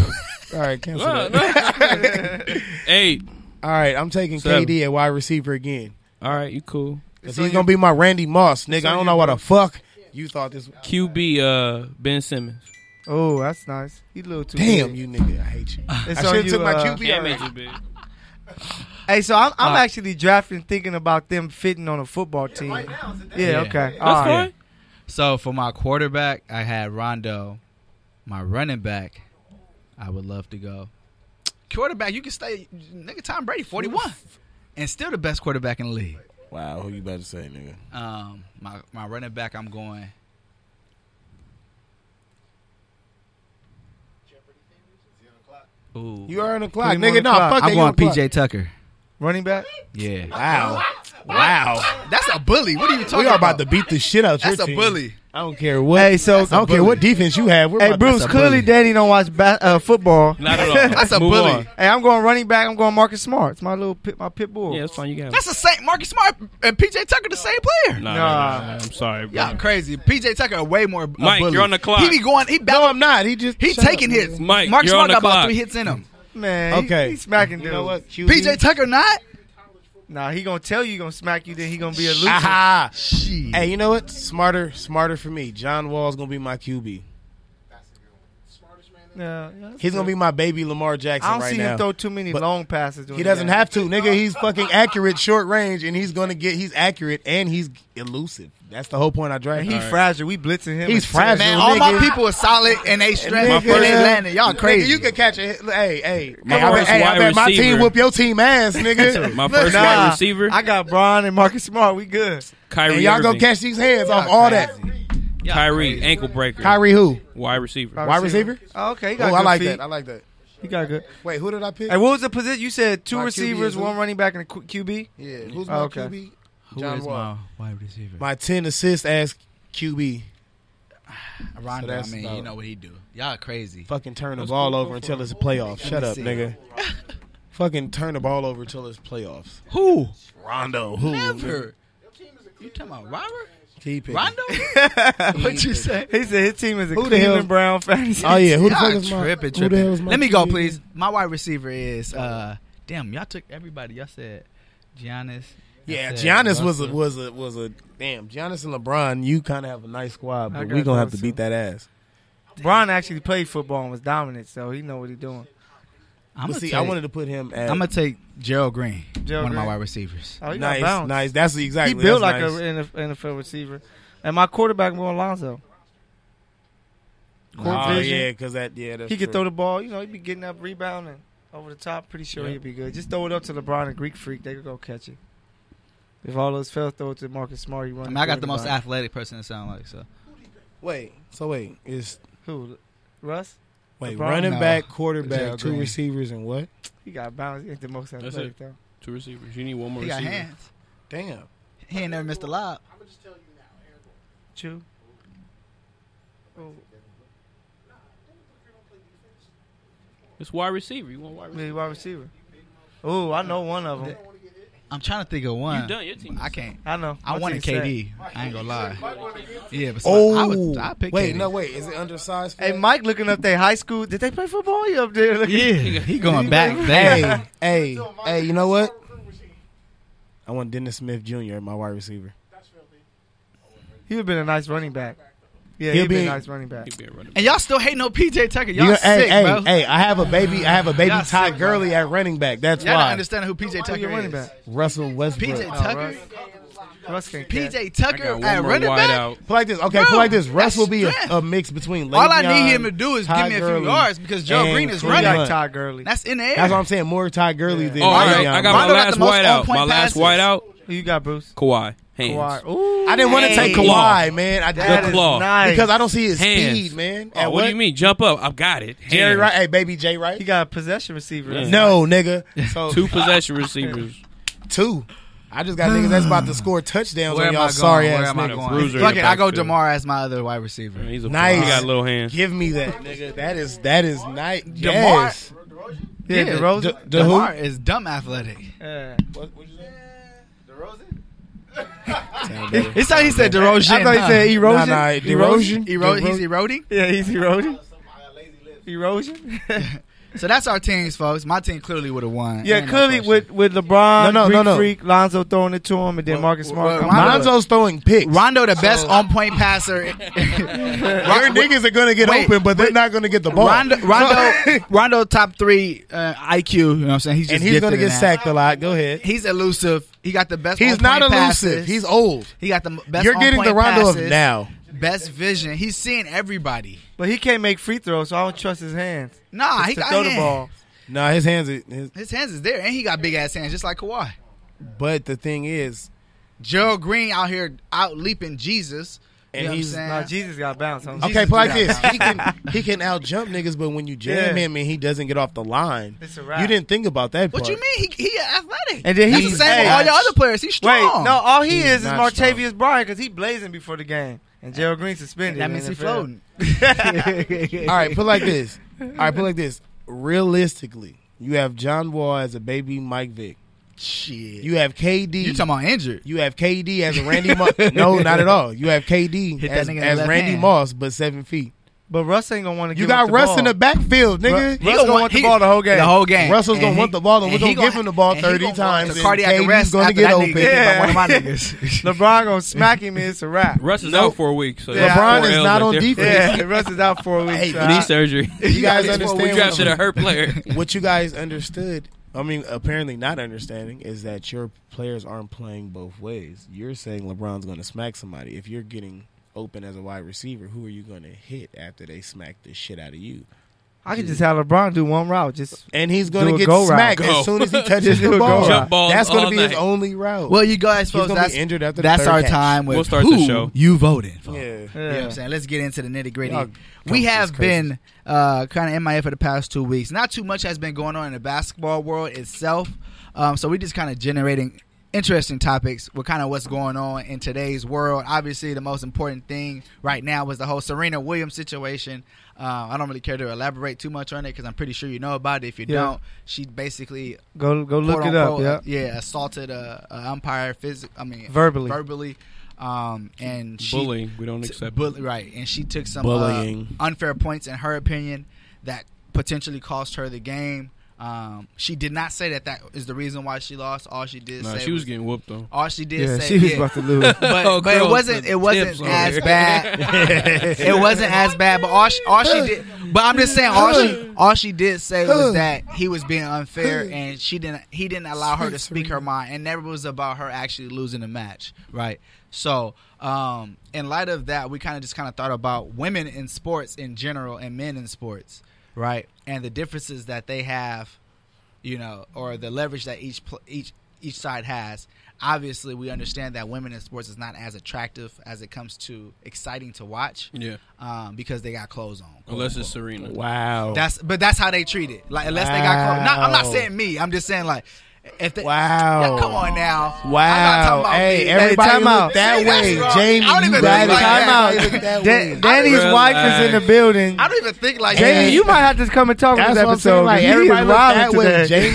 Speaker 4: All right, cancel
Speaker 5: Uh,
Speaker 4: that.
Speaker 5: no. hey,
Speaker 4: All right, I'm taking
Speaker 5: Seven.
Speaker 4: KD at wide receiver again.
Speaker 5: all right, you cool.
Speaker 4: Cause he's gonna be my Randy Moss, nigga. I don't know what the fuck you thought this.
Speaker 5: QB uh, Ben Simmons.
Speaker 3: Oh, that's nice. He a little too
Speaker 4: Damn
Speaker 3: big.
Speaker 4: you, nigga. I hate you.
Speaker 3: It's
Speaker 4: I
Speaker 3: on
Speaker 4: should have
Speaker 3: you,
Speaker 4: took my
Speaker 3: uh,
Speaker 4: QB.
Speaker 5: Can't make
Speaker 4: already.
Speaker 5: you big.
Speaker 3: Hey, so I'm, I'm
Speaker 5: Uh,
Speaker 3: actually drafting, thinking about them fitting on a football team. Yeah,
Speaker 2: Yeah.
Speaker 3: okay,
Speaker 5: That's
Speaker 3: All right.
Speaker 5: fine.
Speaker 2: So for my quarterback, I had Rondo. My running back, I would love to go. Quarterback, you can stay. Nigga, Tom Brady, 41. And still the best quarterback in the league.
Speaker 4: Wow, who you about to say, nigga?
Speaker 2: Um, my, my running back, I'm going. Ooh.
Speaker 4: You are on the clock,
Speaker 3: him on the
Speaker 4: nigga. No,
Speaker 3: clock.
Speaker 4: fuck that.
Speaker 2: I'm
Speaker 4: you
Speaker 2: going
Speaker 4: on the clock.
Speaker 2: PJ Tucker.
Speaker 3: Running back.
Speaker 2: Yeah.
Speaker 4: Wow, wow.
Speaker 2: That's a bully. What are you talking
Speaker 4: We are about to beat the shit out. your
Speaker 2: That's a
Speaker 4: team.
Speaker 2: bully.
Speaker 4: I don't care what.
Speaker 3: Hey, so-
Speaker 4: I don't care what defense you have. We're
Speaker 3: Hey,
Speaker 4: about to-
Speaker 3: Bruce.
Speaker 2: that's a
Speaker 3: Clearly,
Speaker 2: bully.
Speaker 3: Danny don't watch ba- uh, football.
Speaker 5: Not at all. That's
Speaker 2: a bully.
Speaker 5: On.
Speaker 3: Hey, I'm going running back. I'm going Marcus Smart. It's my little pit, my pit bull.
Speaker 5: Yeah, that's fine. You got
Speaker 2: That's the same. Marcus Smart and PJ Tucker, the same player.
Speaker 5: Nah,
Speaker 3: Nah.
Speaker 5: nah, nah, I'm sorry, bro.
Speaker 2: Y'all crazy. PJ Tucker, way more. a
Speaker 5: Mike,
Speaker 2: bully.
Speaker 5: you're on the clock.
Speaker 2: He be going. He
Speaker 4: No,
Speaker 2: battle,
Speaker 4: I'm not. He just
Speaker 2: He
Speaker 4: shut up,
Speaker 2: taking
Speaker 4: nigga.
Speaker 2: hits.
Speaker 5: Mike,
Speaker 2: Mark
Speaker 5: you're
Speaker 2: Smart
Speaker 5: on the
Speaker 2: got about
Speaker 5: clock.
Speaker 2: three hits in him.
Speaker 3: man.
Speaker 4: Okay.
Speaker 3: Okay, he's smacking dudes.
Speaker 4: You know what? QB?
Speaker 2: PJ Tucker not.
Speaker 3: Nah, he gonna tell you he gonna smack you. Then he gonna be a loser.
Speaker 4: Aha.
Speaker 2: Shit.
Speaker 4: Hey, you know what? Smarter, smarter for me. John Wall's gonna be my QB.
Speaker 3: Yeah, yeah, that's
Speaker 4: He's gonna
Speaker 3: good.
Speaker 4: be my baby Lamar Jackson.
Speaker 3: I don't
Speaker 4: right
Speaker 3: see
Speaker 4: now.
Speaker 3: him throw too many
Speaker 4: But
Speaker 3: long passes.
Speaker 4: He doesn't have to, nigga. He's fucking accurate, short range, and he's gonna get. He's accurate and he's elusive. That's the whole point I
Speaker 3: And
Speaker 4: drafted.
Speaker 3: he's fragile. We blitzing him.
Speaker 4: He's
Speaker 3: and shit.
Speaker 4: fragile.
Speaker 2: Man, all my
Speaker 4: nigga.
Speaker 2: people are solid and they straight
Speaker 4: Nigga.
Speaker 2: and they landing. Y'all
Speaker 4: Nigga,
Speaker 2: crazy.
Speaker 4: you can catch a hit. Hey, hey,
Speaker 5: My
Speaker 4: hey, I bet,
Speaker 5: first
Speaker 4: hey, I
Speaker 5: wide
Speaker 4: bet my
Speaker 5: receiver.
Speaker 4: team whoop your team ass, nigga.
Speaker 5: My first
Speaker 3: Nah,
Speaker 5: wide receiver,
Speaker 3: I got Bron and Marcus Smart. We good.
Speaker 5: Kyrie.
Speaker 4: and y'all
Speaker 5: Irving.
Speaker 4: go catch these hands off all that.
Speaker 5: Kyrie, ankle breaker.
Speaker 4: Kyrie, who?
Speaker 5: wide receiver.
Speaker 3: Wide
Speaker 4: Wide receiver?
Speaker 3: Oh, okay, he got
Speaker 4: Oh,
Speaker 3: good
Speaker 4: I like
Speaker 3: feet.
Speaker 4: that. I like that.
Speaker 3: He got good.
Speaker 4: Wait, who did I pick?
Speaker 3: Hey, what was the position? You said two
Speaker 4: My QB
Speaker 3: receivers,
Speaker 4: is
Speaker 3: one
Speaker 4: who?
Speaker 3: running back, and a qu- QB.
Speaker 4: Yeah, who's
Speaker 3: my Okay.
Speaker 4: QB?
Speaker 2: Who
Speaker 4: John
Speaker 2: is
Speaker 4: Wall.
Speaker 2: my wide receiver?
Speaker 4: Oh, My ten assist ass QB.
Speaker 2: Rondo.
Speaker 4: So
Speaker 2: I
Speaker 4: that's
Speaker 2: mean,
Speaker 4: about-
Speaker 2: you know what he do. Y'all crazy.
Speaker 4: Fucking turn the ball over until it's playoffs. Shut up, nigga. Fucking turn the ball over until it's playoffs.
Speaker 2: Who?
Speaker 4: Rondo, who?
Speaker 2: Never. You talking about Robert?
Speaker 4: Key pick.
Speaker 2: Rondo? what you say?
Speaker 3: He said his team is a
Speaker 4: Who the hell-
Speaker 3: Cleveland Brown fantasy.
Speaker 4: Oh yeah, who the
Speaker 2: Y'all
Speaker 4: fuck is my?
Speaker 2: tripping,
Speaker 4: Who the
Speaker 2: tripping.
Speaker 4: hell is my
Speaker 2: Let me go,
Speaker 4: key pick?
Speaker 2: please. My wide receiver is uh damn, y'all took everybody. Y'all said Giannis. y'all
Speaker 4: Yeah,
Speaker 2: said
Speaker 4: Giannis was a
Speaker 2: Russell.
Speaker 4: was a was a damn. Giannis and LeBron, you kind of have a nice squad,
Speaker 3: I
Speaker 4: but
Speaker 3: got
Speaker 4: we gonna have to
Speaker 3: those
Speaker 4: beat
Speaker 3: two.
Speaker 4: that ass.
Speaker 3: Brown actually played football and was dominant, so he know what he doing.
Speaker 2: I'm
Speaker 4: But
Speaker 2: gonna
Speaker 4: see,
Speaker 2: take,
Speaker 4: I wanted to put him at
Speaker 2: I'm gonna take Gerald Green,
Speaker 3: Gerald
Speaker 2: one of my
Speaker 3: Green.
Speaker 2: wide receivers.
Speaker 3: Oh, he got
Speaker 4: nice,
Speaker 3: bounce.
Speaker 4: nice. That's
Speaker 3: He
Speaker 4: exactly.
Speaker 3: built like
Speaker 4: that's nice.
Speaker 3: an NFL receiver, and my quarterback more Alonzo. court
Speaker 4: Oh
Speaker 3: vision.
Speaker 4: yeah, because that yeah, that's
Speaker 3: He could
Speaker 4: true.
Speaker 3: throw the ball. You know, he'd be getting up, rebounding over the top. Pretty sure
Speaker 4: Yeah.
Speaker 3: he'd be good. Just throw it up to LeBron and Greek Freak. They could go catch it. If all those fell, throw it to Marcus Smart. You
Speaker 2: I
Speaker 3: run.
Speaker 2: mean, I got the most
Speaker 3: quarterback.
Speaker 2: athletic person it sound like. So
Speaker 4: Wait, so wait, it's
Speaker 3: Who? Russ.
Speaker 4: wait,
Speaker 3: LeBron?
Speaker 4: running
Speaker 2: No.
Speaker 4: back, quarterback,
Speaker 2: Gerald
Speaker 4: two
Speaker 2: Green.
Speaker 4: receivers, and what?
Speaker 3: He got bounce. He ain't the most
Speaker 5: That's
Speaker 3: athletic though.
Speaker 5: Two receivers. You need one more
Speaker 2: he got
Speaker 5: receiver.
Speaker 2: hands.
Speaker 4: Damn,
Speaker 2: He ain't never missed a lob.
Speaker 3: Chew. Oh,
Speaker 5: It's wide receiver. You want wide receiver?
Speaker 3: really wide receiver. Oh, I know one of them.
Speaker 2: I'm trying to think of one.
Speaker 5: You done your team?
Speaker 2: I can't.
Speaker 3: I know.
Speaker 2: I
Speaker 3: What's
Speaker 2: wanted
Speaker 3: he say?
Speaker 2: KD. I ain't gonna lie. Yeah, but
Speaker 4: Oh,
Speaker 2: I would. I pick
Speaker 4: wait,
Speaker 2: KD.
Speaker 4: no, wait. Is it undersized? for
Speaker 3: Hey,
Speaker 4: that?
Speaker 3: Mike, looking up their high school. Did they play football? You up there? Looking
Speaker 2: Yeah, he going back
Speaker 4: hey,
Speaker 2: there.
Speaker 4: hey, hey. You know what? I want Dennis Smith Jr. my wide receiver.
Speaker 3: He would have been a nice running back. Yeah,
Speaker 4: He'll
Speaker 3: he'd been
Speaker 4: be-
Speaker 3: a nice running back.
Speaker 5: He'd be a running back.
Speaker 2: And y'all still hating on PJ Tucker. Y'all
Speaker 4: You know-
Speaker 2: sick,
Speaker 4: hey,
Speaker 2: bro.
Speaker 4: hey, hey. I have a baby. I have a baby
Speaker 2: Y'all
Speaker 4: Ty
Speaker 2: sick, bro.
Speaker 4: Gurley at running back. That's
Speaker 2: Y'all not
Speaker 4: why
Speaker 2: understanding who PJ
Speaker 3: Who
Speaker 2: Tucker
Speaker 3: your
Speaker 2: is.
Speaker 3: running back? Oh,
Speaker 4: Russell Westbrook.
Speaker 2: PJ Tucker,
Speaker 3: Russ can't catch.
Speaker 2: PJ
Speaker 5: I
Speaker 2: Tucker
Speaker 5: got
Speaker 2: at
Speaker 5: one more
Speaker 2: running
Speaker 5: wide
Speaker 2: back.
Speaker 5: out.
Speaker 4: Put like this, okay?
Speaker 2: Bro,
Speaker 4: put like this.
Speaker 2: that's
Speaker 4: Russ will be a,
Speaker 2: strength.
Speaker 4: a mix between. Le'Veon,
Speaker 2: All I need him to do is give
Speaker 4: Ty
Speaker 2: me a few
Speaker 4: Gurley,
Speaker 2: yards because Joe
Speaker 4: and
Speaker 2: Green is
Speaker 4: Kareem
Speaker 3: He
Speaker 2: running.
Speaker 4: Hunt.
Speaker 3: like Ty Gurley.
Speaker 2: That's in the air.
Speaker 4: That's what I'm saying. More Ty Gurley than
Speaker 5: Oh, all right.
Speaker 4: Le'Veon.
Speaker 5: I got
Speaker 2: Rondo got
Speaker 5: my last
Speaker 2: the most
Speaker 5: wide out.
Speaker 2: on-point
Speaker 5: My last
Speaker 2: passes.
Speaker 5: wide out.
Speaker 3: Who you got, Bruce?
Speaker 5: Kawhi. Hands.
Speaker 3: Kawhi. Ooh,
Speaker 4: I didn't want to take
Speaker 5: The claw.
Speaker 4: Kawhi, man. I
Speaker 5: The
Speaker 3: that is
Speaker 4: did
Speaker 5: claw.
Speaker 3: Nice.
Speaker 4: because I don't see his
Speaker 5: Hands.
Speaker 4: speed, man.
Speaker 5: Oh,
Speaker 4: At
Speaker 5: what? do you mean? Jump up. I've got it.
Speaker 4: Jerry
Speaker 5: Hands.
Speaker 4: Rice? Hey, baby Jay Rice.
Speaker 3: he got a possession receiver.
Speaker 5: Yeah.
Speaker 4: No, nigga. So
Speaker 5: Two possession receivers.
Speaker 4: two. I just got niggas that's about to score touchdowns
Speaker 2: Where
Speaker 4: on
Speaker 2: am
Speaker 4: y'all
Speaker 2: I
Speaker 4: sorry
Speaker 2: going? Where
Speaker 4: ass
Speaker 2: am I
Speaker 4: niggas.
Speaker 2: going?
Speaker 5: Bruiser in
Speaker 2: Fuck
Speaker 5: the
Speaker 2: it, I go
Speaker 5: backfield.
Speaker 2: Demar as my other wide receiver.
Speaker 5: He's a
Speaker 4: Nice.
Speaker 5: He got little hands.
Speaker 4: Give me that, nigga. That is that is nice.
Speaker 2: DeMar-
Speaker 4: Yes.
Speaker 3: Yeah, DeRozan.
Speaker 4: D- the who?
Speaker 2: Demar is dumb athletic.
Speaker 3: Yeah.
Speaker 2: It's how he said DeRozan.
Speaker 3: I thought he
Speaker 2: huh?
Speaker 3: said erosion.
Speaker 4: Nah, nah, DeRozan.
Speaker 2: Ero- he's eroding.
Speaker 3: Yeah, he's eroding. Erosion.
Speaker 2: So that's our teams, folks. My team clearly would have won.
Speaker 3: yeah,
Speaker 2: Ain't no
Speaker 3: clearly
Speaker 2: question.
Speaker 3: with with LeBron,
Speaker 4: No, no,
Speaker 3: Greek
Speaker 4: no, no.
Speaker 3: Freak, Lonzo throwing it to him, and then Marcus Smart.
Speaker 2: well,
Speaker 3: coming up.
Speaker 4: Lonzo's throwing picks.
Speaker 2: Rondo, the best on-point passer.
Speaker 4: Your niggas are gonna get
Speaker 2: wait,
Speaker 4: open, but they're not gonna get the ball.
Speaker 2: Rondo,
Speaker 4: So-
Speaker 2: Rondo, Rondo, top three uh, IQ. You know what I'm saying? He's
Speaker 4: and
Speaker 2: just
Speaker 4: he's gonna
Speaker 2: gifted in that.
Speaker 4: get sacked a lot. Go ahead.
Speaker 2: He's elusive. He got the best.
Speaker 4: He's
Speaker 2: on-point
Speaker 4: not elusive.
Speaker 2: passes.
Speaker 4: He's old.
Speaker 2: he got the m- best.
Speaker 4: You're getting the
Speaker 2: on-point
Speaker 4: Rondo of
Speaker 2: passes,
Speaker 4: now.
Speaker 2: Best vision. He's seeing everybody.
Speaker 3: But he can't make free throws, so I don't trust his hands
Speaker 4: Ah,
Speaker 2: Nah, he
Speaker 3: to
Speaker 2: got
Speaker 3: throw the
Speaker 2: hands.
Speaker 3: ball.
Speaker 4: Nah, his hands. Are, his,
Speaker 2: His hands is there, and he got big ass hands, just like Kawhi.
Speaker 4: but the thing is,
Speaker 2: Gerald Green out here out leaping Jesus.
Speaker 4: And
Speaker 2: you know
Speaker 4: he's
Speaker 2: what I'm
Speaker 3: No,
Speaker 2: saying?
Speaker 3: Jesus got bounced. Huh?
Speaker 4: okay,
Speaker 2: Jesus
Speaker 4: play like
Speaker 2: do
Speaker 4: this.
Speaker 2: that.
Speaker 4: He can he can out jump niggas, but when you jam
Speaker 3: Yeah.
Speaker 4: him and he doesn't get off the line,
Speaker 3: It's a wrap.
Speaker 4: you didn't think about that.
Speaker 2: what
Speaker 4: part.
Speaker 2: you mean? He he athletic.
Speaker 3: And then
Speaker 2: That's
Speaker 3: he's-
Speaker 2: the same with
Speaker 3: hey,
Speaker 2: all your other players. He's
Speaker 3: Wait,
Speaker 2: strong.
Speaker 3: no, all he
Speaker 4: He's
Speaker 3: is is
Speaker 4: not strong.
Speaker 3: Martavius Bryant because he blazing before the game, and Gerald Green suspended.
Speaker 2: that
Speaker 3: in
Speaker 2: means
Speaker 3: the
Speaker 2: he's
Speaker 3: NFL.
Speaker 2: floating.
Speaker 4: All right, put like this. All right, put like this. Realistically, you have John Wall as a baby Mike Vick.
Speaker 2: Shit. You,
Speaker 4: You have KD.
Speaker 2: talking about injured?
Speaker 4: You have KD as a Randy Moss. no, not at all. You have KD
Speaker 2: Hit that
Speaker 4: as,
Speaker 2: nigga in the
Speaker 4: as
Speaker 2: left
Speaker 4: Randy
Speaker 2: hand.
Speaker 4: Moss, but seven feet.
Speaker 3: But Russ ain't gonna want to.
Speaker 4: You got Russ in the backfield, nigga.
Speaker 3: Ru- Russ gonna want the ball the whole game.
Speaker 2: The whole game.
Speaker 4: Russell's gonna want the ball, and
Speaker 2: and
Speaker 4: we're
Speaker 2: he
Speaker 4: gonna give him the ball
Speaker 2: and he
Speaker 4: 30
Speaker 2: gonna want
Speaker 4: times,
Speaker 2: The
Speaker 4: and
Speaker 2: cardiac
Speaker 4: KD's
Speaker 2: arrest
Speaker 4: gonna
Speaker 2: after
Speaker 4: get
Speaker 2: that
Speaker 4: open.
Speaker 2: nigga get
Speaker 3: Yeah.
Speaker 2: by one of my niggas.
Speaker 3: LeBron gonna smack him. It's a wrap.
Speaker 5: Russ is
Speaker 4: Nope.
Speaker 5: out for a week. So
Speaker 3: Yeah.
Speaker 4: LeBron
Speaker 5: four
Speaker 4: is
Speaker 5: L's
Speaker 4: not
Speaker 5: right
Speaker 4: on
Speaker 5: there for
Speaker 4: defense.
Speaker 3: Yeah, Russ is out for a week.
Speaker 4: Hey,
Speaker 5: his
Speaker 3: so I-
Speaker 5: Knee surgery.
Speaker 4: You guys
Speaker 2: That's what we
Speaker 5: we
Speaker 4: understand
Speaker 5: drafted a
Speaker 4: what,
Speaker 5: hurt player.
Speaker 4: what you guys understood. I mean, apparently not understanding is that your players aren't playing both ways. You're saying LeBron's going to smack somebody. If you're getting open as a wide receiver, who are you going to hit after they smack the shit out of you?
Speaker 3: I could just have LeBron do one route. Just
Speaker 4: And he's going
Speaker 3: Do
Speaker 4: to
Speaker 3: a
Speaker 4: get
Speaker 3: go route.
Speaker 4: smacked
Speaker 5: Go.
Speaker 4: as soon as he touches
Speaker 3: Do a
Speaker 4: the
Speaker 3: go
Speaker 4: ball.
Speaker 3: route. Jump
Speaker 5: balls
Speaker 4: That's going
Speaker 5: all
Speaker 4: to be his
Speaker 5: night.
Speaker 4: only route.
Speaker 2: Well, you guys,
Speaker 4: He's
Speaker 2: folks,
Speaker 4: gonna be
Speaker 2: that's,
Speaker 4: injured after the
Speaker 2: that's
Speaker 4: third
Speaker 2: our
Speaker 4: catch.
Speaker 2: time with
Speaker 5: We'll start the
Speaker 2: who
Speaker 5: show.
Speaker 2: you voting for.
Speaker 4: yeah.
Speaker 2: You know what
Speaker 3: yeah.
Speaker 2: I'm saying? Let's get into the nitty
Speaker 4: Y'all
Speaker 2: gritty.
Speaker 4: coaches
Speaker 2: We have
Speaker 4: crazy.
Speaker 2: been uh, kind of MIA for the past two weeks. Not too much has been going on in the basketball world itself. Um, so we're just kind of generating interesting topics with kind of what's going on in today's world. Obviously, the most important thing right now was the whole Serena Williams situation. Uh, I don't really care to elaborate too much on it because I'm pretty sure you know about it. If you
Speaker 3: Yeah.
Speaker 2: don't, she basically
Speaker 3: go go look
Speaker 2: quote,
Speaker 3: it up.
Speaker 2: unquote,
Speaker 3: Yeah.
Speaker 2: uh, yeah, assaulted a, a umpire. Phys- I mean,
Speaker 3: Verbally.
Speaker 2: verbally. Um, and she,
Speaker 5: Bullying, we don't
Speaker 2: t-
Speaker 5: accept.
Speaker 2: bull- right, and she took some uh,
Speaker 4: Bullying.
Speaker 2: unfair points in her opinion that potentially cost her the game. Um, she did not say that that is the reason why she lost. All she did
Speaker 5: Nah,
Speaker 2: say
Speaker 5: she was getting whooped though.
Speaker 2: all she did
Speaker 3: Yeah,
Speaker 2: say
Speaker 3: she was
Speaker 2: yeah,
Speaker 3: about to lose.
Speaker 2: but,
Speaker 5: Oh,
Speaker 2: but it
Speaker 5: girl,
Speaker 2: wasn't
Speaker 5: the
Speaker 2: it wasn't
Speaker 5: tips on
Speaker 2: as
Speaker 5: there.
Speaker 2: bad. it wasn't as bad. But all she, all she did. But I'm just saying all she all she did say was that he was being unfair and she didn't he didn't allow her to speak her mind and never was about her actually losing the match. Right. So um, in light of that, we kind of just kind of thought about women in sports in general and men in sports. Right. And the differences that they have you know, or the leverage that each pl- each each side has. Obviously, we understand that women in sports is not as attractive as it comes to exciting to watch
Speaker 5: Yeah,
Speaker 2: um, because they got clothes on. quote
Speaker 5: unless it's
Speaker 2: unquote.
Speaker 5: Serena.
Speaker 4: Wow.
Speaker 2: that's but that's how they treat it. Like unless they got clothes. Not, I'm not
Speaker 4: Wow.
Speaker 2: saying me. I'm just saying like if they.
Speaker 4: wow.
Speaker 2: Yeah, come on now.
Speaker 4: Wow. Hey, everybody
Speaker 3: time
Speaker 4: look
Speaker 3: out.
Speaker 4: that
Speaker 2: See,
Speaker 4: way.
Speaker 2: that's wrong.
Speaker 4: Jamie,
Speaker 2: I don't
Speaker 4: you
Speaker 2: even
Speaker 4: got
Speaker 2: look
Speaker 4: it.
Speaker 2: like
Speaker 4: Time
Speaker 2: that.
Speaker 4: out. Look that
Speaker 3: Da-
Speaker 4: way.
Speaker 3: Danny's
Speaker 5: Relax.
Speaker 3: wife is in the building.
Speaker 2: I don't even think like
Speaker 3: Jamie,
Speaker 2: that.
Speaker 3: you might have to come and talk
Speaker 4: That's
Speaker 3: on this
Speaker 4: what I'm
Speaker 3: episode.
Speaker 4: saying. Like,
Speaker 3: He is
Speaker 4: everybody look
Speaker 3: wilding
Speaker 4: that way.
Speaker 3: today.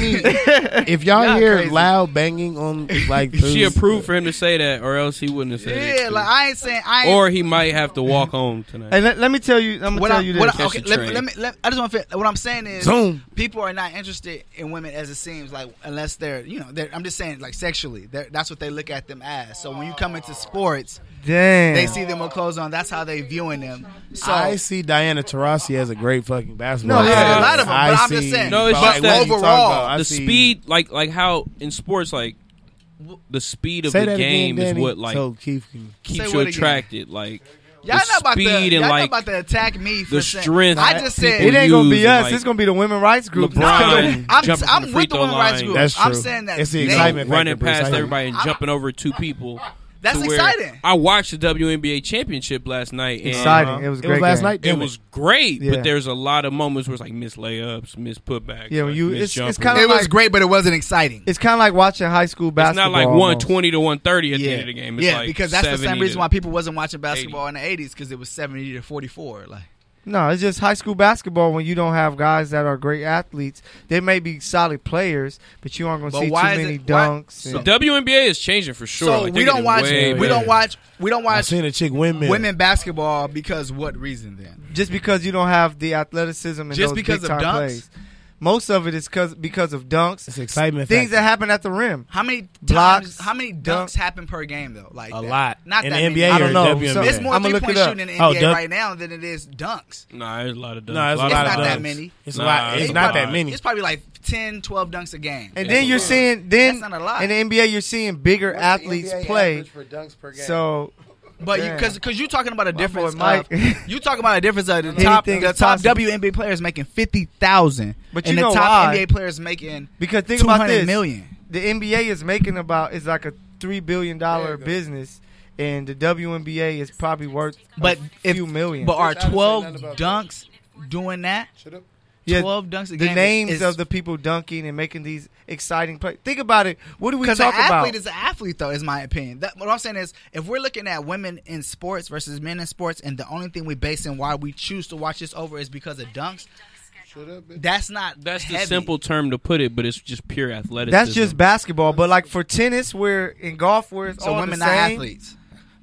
Speaker 4: Jamie, if y'all
Speaker 2: Y'all
Speaker 4: hear
Speaker 2: crazy.
Speaker 4: loud banging on like
Speaker 5: She
Speaker 4: those-
Speaker 5: approved for him to say that, or else he wouldn't have said it.
Speaker 2: Yeah, like I ain't saying I. Ain't,
Speaker 5: or he might have to walk home tonight.
Speaker 3: Hey, let, let me tell you. I'm gonna
Speaker 2: what
Speaker 3: tell
Speaker 2: I,
Speaker 3: you
Speaker 2: what
Speaker 3: this.
Speaker 2: I, okay,
Speaker 5: Catch a
Speaker 2: let, me-
Speaker 5: train.
Speaker 2: let me. Let, I just want to. What I'm saying is,
Speaker 4: Zoom.
Speaker 2: people are not interested in women as it seems like unless they're you know they're, i'm just saying like sexually They're- that's what they look at them as so when you come into sports
Speaker 3: Damn.
Speaker 2: they see them with clothes on that's how they viewing them so
Speaker 4: I see Diana Taurasi as a great fucking basketball.
Speaker 2: no
Speaker 5: yeah,
Speaker 4: player.
Speaker 2: there's a lot of them
Speaker 4: I
Speaker 2: but i'm
Speaker 4: see-
Speaker 2: just saying
Speaker 5: No, it's
Speaker 2: but
Speaker 5: just that-
Speaker 4: what you talking about,
Speaker 2: overall
Speaker 4: I
Speaker 5: the
Speaker 4: see-
Speaker 5: speed, like like how in sports, like the speed of
Speaker 4: Say
Speaker 5: the
Speaker 4: that
Speaker 5: game
Speaker 4: again,
Speaker 5: is
Speaker 4: Danny,
Speaker 5: what like
Speaker 4: so Keith can
Speaker 2: Say
Speaker 5: keeps you
Speaker 2: what again?
Speaker 5: attracted. Like
Speaker 2: y'all
Speaker 5: the
Speaker 2: not about to
Speaker 5: speed and
Speaker 2: y'all not
Speaker 5: like
Speaker 2: about to attack me for
Speaker 5: the
Speaker 2: saying-
Speaker 5: strength
Speaker 2: i just
Speaker 5: that
Speaker 2: said
Speaker 5: people
Speaker 3: it ain't gonna be
Speaker 5: use,
Speaker 3: us.
Speaker 5: like,
Speaker 3: it's gonna be the women rights group.
Speaker 5: LeBron
Speaker 2: I'm-
Speaker 5: jumping
Speaker 2: I'm with the
Speaker 5: from free throw
Speaker 2: women rights
Speaker 5: line,
Speaker 2: group.
Speaker 4: That's true.
Speaker 2: I'm saying that
Speaker 4: it's the
Speaker 2: they-
Speaker 4: excitement
Speaker 5: running
Speaker 4: factor, Bruce.
Speaker 5: past
Speaker 4: I-
Speaker 5: everybody and
Speaker 2: I'm-
Speaker 5: jumping over two people.
Speaker 2: that's
Speaker 5: to where-
Speaker 2: exciting
Speaker 5: I watched the WNBA championship last night. And
Speaker 3: Exciting. It was
Speaker 4: It was
Speaker 3: great.
Speaker 4: last
Speaker 3: game.
Speaker 4: night.
Speaker 5: It
Speaker 4: damn
Speaker 5: was great,
Speaker 3: Yeah.
Speaker 5: but there's a lot of moments where it's like missed layups, missed putbacks.
Speaker 3: Yeah, when
Speaker 5: like
Speaker 3: you-
Speaker 5: missed
Speaker 3: it's-
Speaker 5: jumpers.
Speaker 3: it's kinda
Speaker 2: it was
Speaker 3: like-
Speaker 2: great but it wasn't exciting
Speaker 3: It's kind of like watching high school
Speaker 5: It's not
Speaker 3: basketball.
Speaker 5: like one
Speaker 3: almost.
Speaker 5: twenty to one thirty at the
Speaker 2: yeah,
Speaker 5: end of the game. It's
Speaker 2: yeah,
Speaker 5: like
Speaker 2: because that's the
Speaker 5: 70
Speaker 2: same
Speaker 5: to-
Speaker 2: reason why people wasn't watching basketball in the '80s because it was 70 to 44. Like,
Speaker 3: No, it's just high school basketball when you don't have guys that are great athletes. They may be solid players, but you aren't going to
Speaker 2: But
Speaker 3: see too
Speaker 2: why is
Speaker 3: many
Speaker 2: it- why-
Speaker 3: dunks.
Speaker 2: so-
Speaker 3: and-
Speaker 5: The WNBA is changing for sure.
Speaker 2: so
Speaker 5: Like,
Speaker 2: we
Speaker 5: they're
Speaker 2: don't
Speaker 5: getting
Speaker 2: watch,
Speaker 5: way
Speaker 2: we don't
Speaker 5: better.
Speaker 2: watch, we don't
Speaker 4: I
Speaker 2: watch
Speaker 4: seen a chick windmill.
Speaker 2: women basketball because what reason then?
Speaker 3: just because you don't have the athleticism and
Speaker 2: Just
Speaker 3: those
Speaker 2: because
Speaker 3: big
Speaker 2: of
Speaker 3: time
Speaker 2: dunks?
Speaker 3: plays. Most of it is cause, because of dunks.
Speaker 4: It's excitement
Speaker 3: Things
Speaker 4: factor.
Speaker 3: that happen at the rim.
Speaker 2: How many
Speaker 3: Blocks,
Speaker 2: times? How many
Speaker 3: dunk-
Speaker 2: dunks happen per game though? Like
Speaker 4: a
Speaker 2: that?
Speaker 4: lot.
Speaker 2: Not
Speaker 4: in
Speaker 2: that
Speaker 4: the
Speaker 2: many.
Speaker 4: NBA
Speaker 3: I
Speaker 4: or
Speaker 3: don't know.
Speaker 4: WNBA?
Speaker 3: So-
Speaker 2: It's more
Speaker 4: I'ma
Speaker 2: three
Speaker 4: look
Speaker 2: point
Speaker 4: it up.
Speaker 2: shooting in the
Speaker 4: Oh,
Speaker 2: NBA
Speaker 4: dunk-
Speaker 2: right now than it is dunks.
Speaker 5: Nah, there's a lot of dunks.
Speaker 4: No, it's
Speaker 5: a lot
Speaker 4: a lot
Speaker 5: of
Speaker 4: of
Speaker 2: not that
Speaker 4: dunks.
Speaker 2: many.
Speaker 4: It's a lot.
Speaker 5: Nah,
Speaker 4: It's
Speaker 5: it's
Speaker 4: not
Speaker 5: probably-
Speaker 4: that many.
Speaker 2: It's probably like 10, 12 dunks a game.
Speaker 3: And
Speaker 5: Yeah,
Speaker 3: then
Speaker 5: it's
Speaker 3: you're
Speaker 5: a lot.
Speaker 3: seeing then
Speaker 2: That's not a lot.
Speaker 3: in the NBA you're seeing bigger athletes play.
Speaker 6: for dunks per game?
Speaker 3: So
Speaker 2: But you
Speaker 3: Yeah.
Speaker 2: because because you're talking about a difference.
Speaker 3: boy Mike.
Speaker 2: of- you talking about a difference of the top the
Speaker 3: Anything is
Speaker 2: top
Speaker 3: possible.
Speaker 2: WNBA players making fifty thousand,
Speaker 3: But
Speaker 2: and
Speaker 3: you
Speaker 2: the
Speaker 3: know
Speaker 2: top
Speaker 3: why.
Speaker 2: NBA players making
Speaker 3: because think
Speaker 2: two
Speaker 3: about
Speaker 2: hundred
Speaker 3: this.
Speaker 2: million.
Speaker 3: the NBA is making about is like a three billion dollar business, and the WNBA is probably worth
Speaker 2: But
Speaker 3: a
Speaker 2: if
Speaker 3: few million.
Speaker 2: but are
Speaker 6: Chris, I haven't
Speaker 2: twelve
Speaker 6: said nothing about
Speaker 2: dunks doing that?
Speaker 3: Yeah,
Speaker 2: Twelve dunks a
Speaker 3: the
Speaker 2: game. is-
Speaker 3: names
Speaker 2: is-
Speaker 3: of the people dunking and making these exciting plays. Think about it. What do we
Speaker 2: Because an
Speaker 3: talk
Speaker 2: athlete
Speaker 3: about?
Speaker 2: is an athlete, though, is my opinion. That, what I'm saying is, if we're looking at women in sports versus men in sports, and the only thing we base in why we choose to watch this over is because of dunks, that's not
Speaker 5: That's the
Speaker 2: heavy.
Speaker 5: simple term to put it, but it's just pure athleticism.
Speaker 3: That's just basketball. But like for tennis, where in golf, where it's
Speaker 2: So
Speaker 3: all
Speaker 2: women
Speaker 3: the
Speaker 2: not
Speaker 3: same.
Speaker 2: athletes.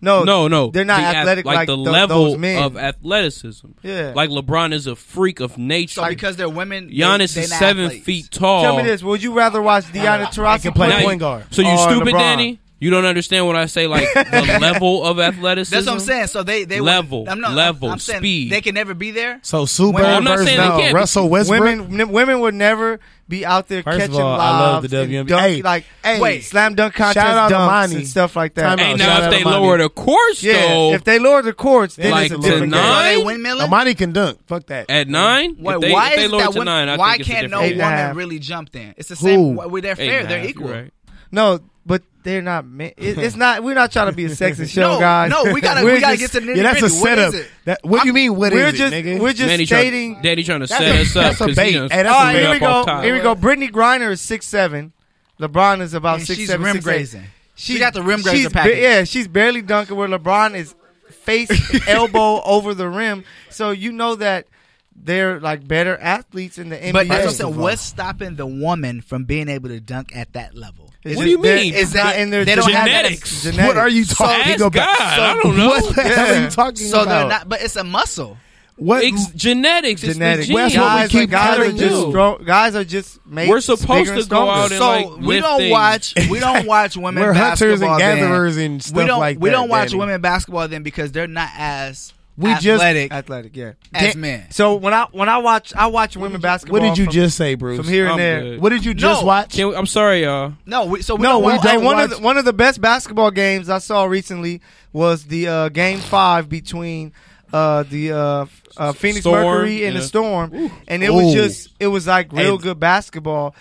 Speaker 3: No,
Speaker 5: no, no.
Speaker 3: they're not
Speaker 5: The ath-
Speaker 3: athletic like,
Speaker 5: the
Speaker 3: tho-
Speaker 5: level
Speaker 3: those men.
Speaker 5: of athleticism.
Speaker 3: Yeah.
Speaker 5: like LeBron is a freak of nature.
Speaker 2: So because they're women, they-
Speaker 5: Giannis
Speaker 2: they're
Speaker 5: is
Speaker 2: not
Speaker 5: seven
Speaker 2: athletes.
Speaker 5: feet tall.
Speaker 3: Tell me this: Would you rather watch Deanna Taurasi
Speaker 4: can play
Speaker 5: Now you-
Speaker 4: point guard.
Speaker 5: So you
Speaker 3: or
Speaker 5: stupid,
Speaker 3: LeBron?
Speaker 5: Danny. You don't understand what I say. Like the level of athleticism.
Speaker 2: That's what I'm saying. So they they
Speaker 5: Level,
Speaker 2: I'm not- I'm-
Speaker 5: level,
Speaker 2: I'm saying
Speaker 5: speed.
Speaker 2: They can never be there.
Speaker 4: So Sue
Speaker 2: Well,
Speaker 4: Bird
Speaker 2: I'm
Speaker 5: not
Speaker 4: versus
Speaker 5: saying they
Speaker 4: no,
Speaker 5: can't.
Speaker 4: Russell Westbrook.
Speaker 3: Women, n- women would never be out there
Speaker 4: First of
Speaker 3: catching
Speaker 4: all,
Speaker 3: lobs.
Speaker 4: I love the
Speaker 3: and
Speaker 4: WNBA.
Speaker 3: dunk-
Speaker 4: Hey,
Speaker 3: like
Speaker 4: hey,
Speaker 3: hey, slam dunk contest
Speaker 4: shout out to
Speaker 3: dunks
Speaker 4: Monty.
Speaker 3: and stuff like that.
Speaker 4: Time
Speaker 5: Hey,
Speaker 4: out.
Speaker 5: now
Speaker 4: Shout
Speaker 5: if
Speaker 4: out
Speaker 5: they
Speaker 4: to Monty.
Speaker 5: lower the course
Speaker 3: yeah,
Speaker 5: though
Speaker 3: if they lower the courts, then
Speaker 5: Like
Speaker 3: it's a different
Speaker 5: tonight?
Speaker 3: game.
Speaker 2: Are they
Speaker 5: Nine?
Speaker 2: windmilling?
Speaker 4: Amani can dunk. Fuck that.
Speaker 5: at nine,
Speaker 2: Wait,
Speaker 5: if they,
Speaker 2: why
Speaker 5: if they
Speaker 2: is
Speaker 5: lower
Speaker 2: that
Speaker 5: to
Speaker 2: women,
Speaker 5: nine, I
Speaker 2: Why
Speaker 5: think it's a
Speaker 2: can't no
Speaker 5: different
Speaker 3: Eight
Speaker 2: woman
Speaker 3: and
Speaker 5: game.
Speaker 3: a half.
Speaker 2: really jump then? It's the
Speaker 4: Who?
Speaker 2: same. why- We're they're
Speaker 5: Eight
Speaker 2: fair.
Speaker 5: and a
Speaker 2: They're
Speaker 5: half,
Speaker 2: equal.
Speaker 5: you're right.
Speaker 3: No, but they're not. Men. It, it's not. We're not trying to be a sexist show,
Speaker 2: No,
Speaker 3: guys.
Speaker 2: no, we gotta-
Speaker 3: We're
Speaker 2: we gotta
Speaker 3: just-
Speaker 2: get to the
Speaker 4: yeah, that's a
Speaker 2: nitty-gritty. What
Speaker 4: setup.
Speaker 2: is it?
Speaker 4: That, what do you mean? What is
Speaker 3: we're
Speaker 4: it,
Speaker 3: just
Speaker 4: nigga?
Speaker 3: we're just
Speaker 5: Danny
Speaker 3: stating.
Speaker 5: Try, Danny trying to
Speaker 4: That's
Speaker 5: set
Speaker 4: a-
Speaker 5: us
Speaker 4: that's
Speaker 5: up.
Speaker 4: a
Speaker 5: 'cause
Speaker 4: bait.
Speaker 5: He done,
Speaker 4: Hey, that's
Speaker 3: All
Speaker 4: a
Speaker 3: right, here we
Speaker 5: Up
Speaker 3: go.
Speaker 5: off top.
Speaker 3: Here we go. Brittany Griner is six seven. LeBron is
Speaker 4: Oh,
Speaker 3: about
Speaker 2: And
Speaker 3: six
Speaker 2: she's
Speaker 3: seven,
Speaker 2: rim
Speaker 3: six, eight.
Speaker 2: grazing. She got the rim grazer
Speaker 3: she's
Speaker 2: package.
Speaker 3: yeah, she's barely dunking where LeBron is face elbow over the rim. So you know that they're like better athletes in the NBA.
Speaker 2: But that's what I'm
Speaker 4: First of
Speaker 2: saying.
Speaker 4: all-
Speaker 2: What's stopping the woman from being able to dunk at that level?
Speaker 3: It's
Speaker 5: What do you
Speaker 3: just- they're-
Speaker 5: mean?
Speaker 3: It's not in their
Speaker 2: They don't have
Speaker 5: Genetics.
Speaker 3: Genetics.
Speaker 4: What are you
Speaker 2: So-
Speaker 4: talking
Speaker 5: Ask
Speaker 4: about?
Speaker 5: God. I don't know.
Speaker 4: What the hell are
Speaker 3: Yeah.
Speaker 4: you talking
Speaker 2: so they're
Speaker 4: about?
Speaker 2: not, but it's a muscle.
Speaker 4: what
Speaker 5: It's genetics. It's
Speaker 3: Genetics.
Speaker 5: The
Speaker 4: That's
Speaker 5: gene.
Speaker 4: what we
Speaker 3: guys,
Speaker 4: keep
Speaker 3: guys are
Speaker 4: telling
Speaker 3: just
Speaker 4: you.
Speaker 3: strong. Guys are just made.
Speaker 5: We're supposed
Speaker 3: bigger and
Speaker 5: to go
Speaker 3: stronger.
Speaker 5: out and-
Speaker 2: So
Speaker 5: like,
Speaker 2: we
Speaker 5: lift
Speaker 2: don't
Speaker 5: things.
Speaker 2: watch. We don't watch women.
Speaker 4: We're hunters and
Speaker 2: basketball then.
Speaker 4: gatherers and stuff
Speaker 2: we don't.
Speaker 4: like
Speaker 2: we
Speaker 4: that,
Speaker 2: don't watch
Speaker 4: Danny.
Speaker 2: women basketball then because they're not as
Speaker 4: We just-
Speaker 2: athletic
Speaker 3: athletic, yeah.
Speaker 2: as
Speaker 4: Dan-
Speaker 2: men.
Speaker 3: So when I when I watch I watch women basketball.
Speaker 4: What did you
Speaker 3: from-
Speaker 4: just say, Bruce?
Speaker 3: from here and
Speaker 5: I'm
Speaker 3: there?
Speaker 5: good.
Speaker 4: What did you just
Speaker 2: No.
Speaker 4: watch?
Speaker 5: Can we- I'm sorry, y'all.
Speaker 2: No, we, so we
Speaker 3: no,
Speaker 2: don't.
Speaker 3: we
Speaker 2: watch-
Speaker 3: don't one
Speaker 2: watch-
Speaker 3: of the, one of the best basketball games I saw recently was the uh, game five between uh, the uh, f- uh, Phoenix
Speaker 5: Storm,
Speaker 3: Mercury and
Speaker 5: yeah.
Speaker 3: the Storm, and it was
Speaker 4: Ooh.
Speaker 3: just it was like real
Speaker 4: And-
Speaker 3: good basketball.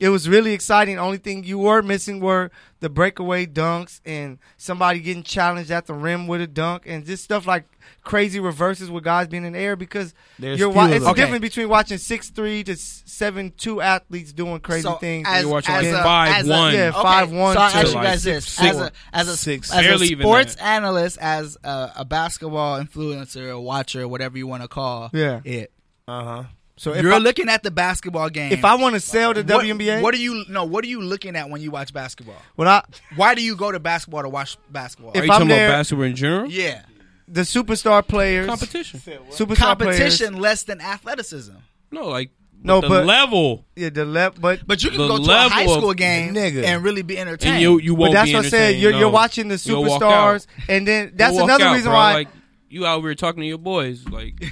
Speaker 3: It was really exciting. Only thing you were missing were the breakaway dunks and somebody getting challenged at the rim with a dunk and just stuff like crazy reverses with guys being in the air because
Speaker 4: There's
Speaker 3: you're
Speaker 4: few
Speaker 3: wa-
Speaker 4: of
Speaker 3: it's
Speaker 4: them.
Speaker 3: different between watching six three to seven two athletes doing crazy
Speaker 2: so
Speaker 3: things.
Speaker 5: You're watching like five,
Speaker 2: as a-
Speaker 5: one.
Speaker 3: Yeah,
Speaker 2: okay,
Speaker 3: five, one
Speaker 2: So I
Speaker 3: to
Speaker 2: ask you
Speaker 5: like
Speaker 2: guys this:
Speaker 5: six, six,
Speaker 2: as a as a
Speaker 4: six.
Speaker 2: as a
Speaker 5: Barely even
Speaker 2: sports
Speaker 5: that.
Speaker 2: analyst, as a, a basketball influencer, or watcher, whatever you want to call
Speaker 3: Yeah.
Speaker 2: it,
Speaker 4: Uh huh.
Speaker 3: So if
Speaker 2: you're
Speaker 3: I,
Speaker 2: looking at the basketball game.
Speaker 3: if I want to sell the
Speaker 2: what,
Speaker 3: WNBA,
Speaker 2: what are you? No, what are you looking at when you watch basketball?
Speaker 3: when I
Speaker 2: Why do you go to basketball to watch basketball?
Speaker 5: Are
Speaker 3: If
Speaker 5: you
Speaker 3: I'm
Speaker 5: talking
Speaker 3: there-
Speaker 5: about basketball in general?
Speaker 2: yeah,
Speaker 3: the superstar players,
Speaker 5: Competition.
Speaker 3: superstar
Speaker 2: competition
Speaker 3: players,
Speaker 2: less than athleticism.
Speaker 5: No, like
Speaker 3: No,
Speaker 5: the
Speaker 3: but-
Speaker 5: level.
Speaker 3: yeah, the left, but
Speaker 2: But you can
Speaker 5: The
Speaker 2: go to a high
Speaker 5: level of-
Speaker 2: school game
Speaker 4: Nigga.
Speaker 2: and really be entertained.
Speaker 5: And you you
Speaker 3: but
Speaker 5: won't
Speaker 3: that's
Speaker 5: be
Speaker 3: what I said.
Speaker 5: entertained,
Speaker 3: You're
Speaker 5: no.
Speaker 3: you're watching the
Speaker 5: You'll walk
Speaker 3: superstars,
Speaker 5: out.
Speaker 3: and then that's
Speaker 5: You'll walk
Speaker 3: another
Speaker 5: out,
Speaker 3: reason
Speaker 5: bro.
Speaker 3: why.
Speaker 5: Like, you out here talking to your boys, like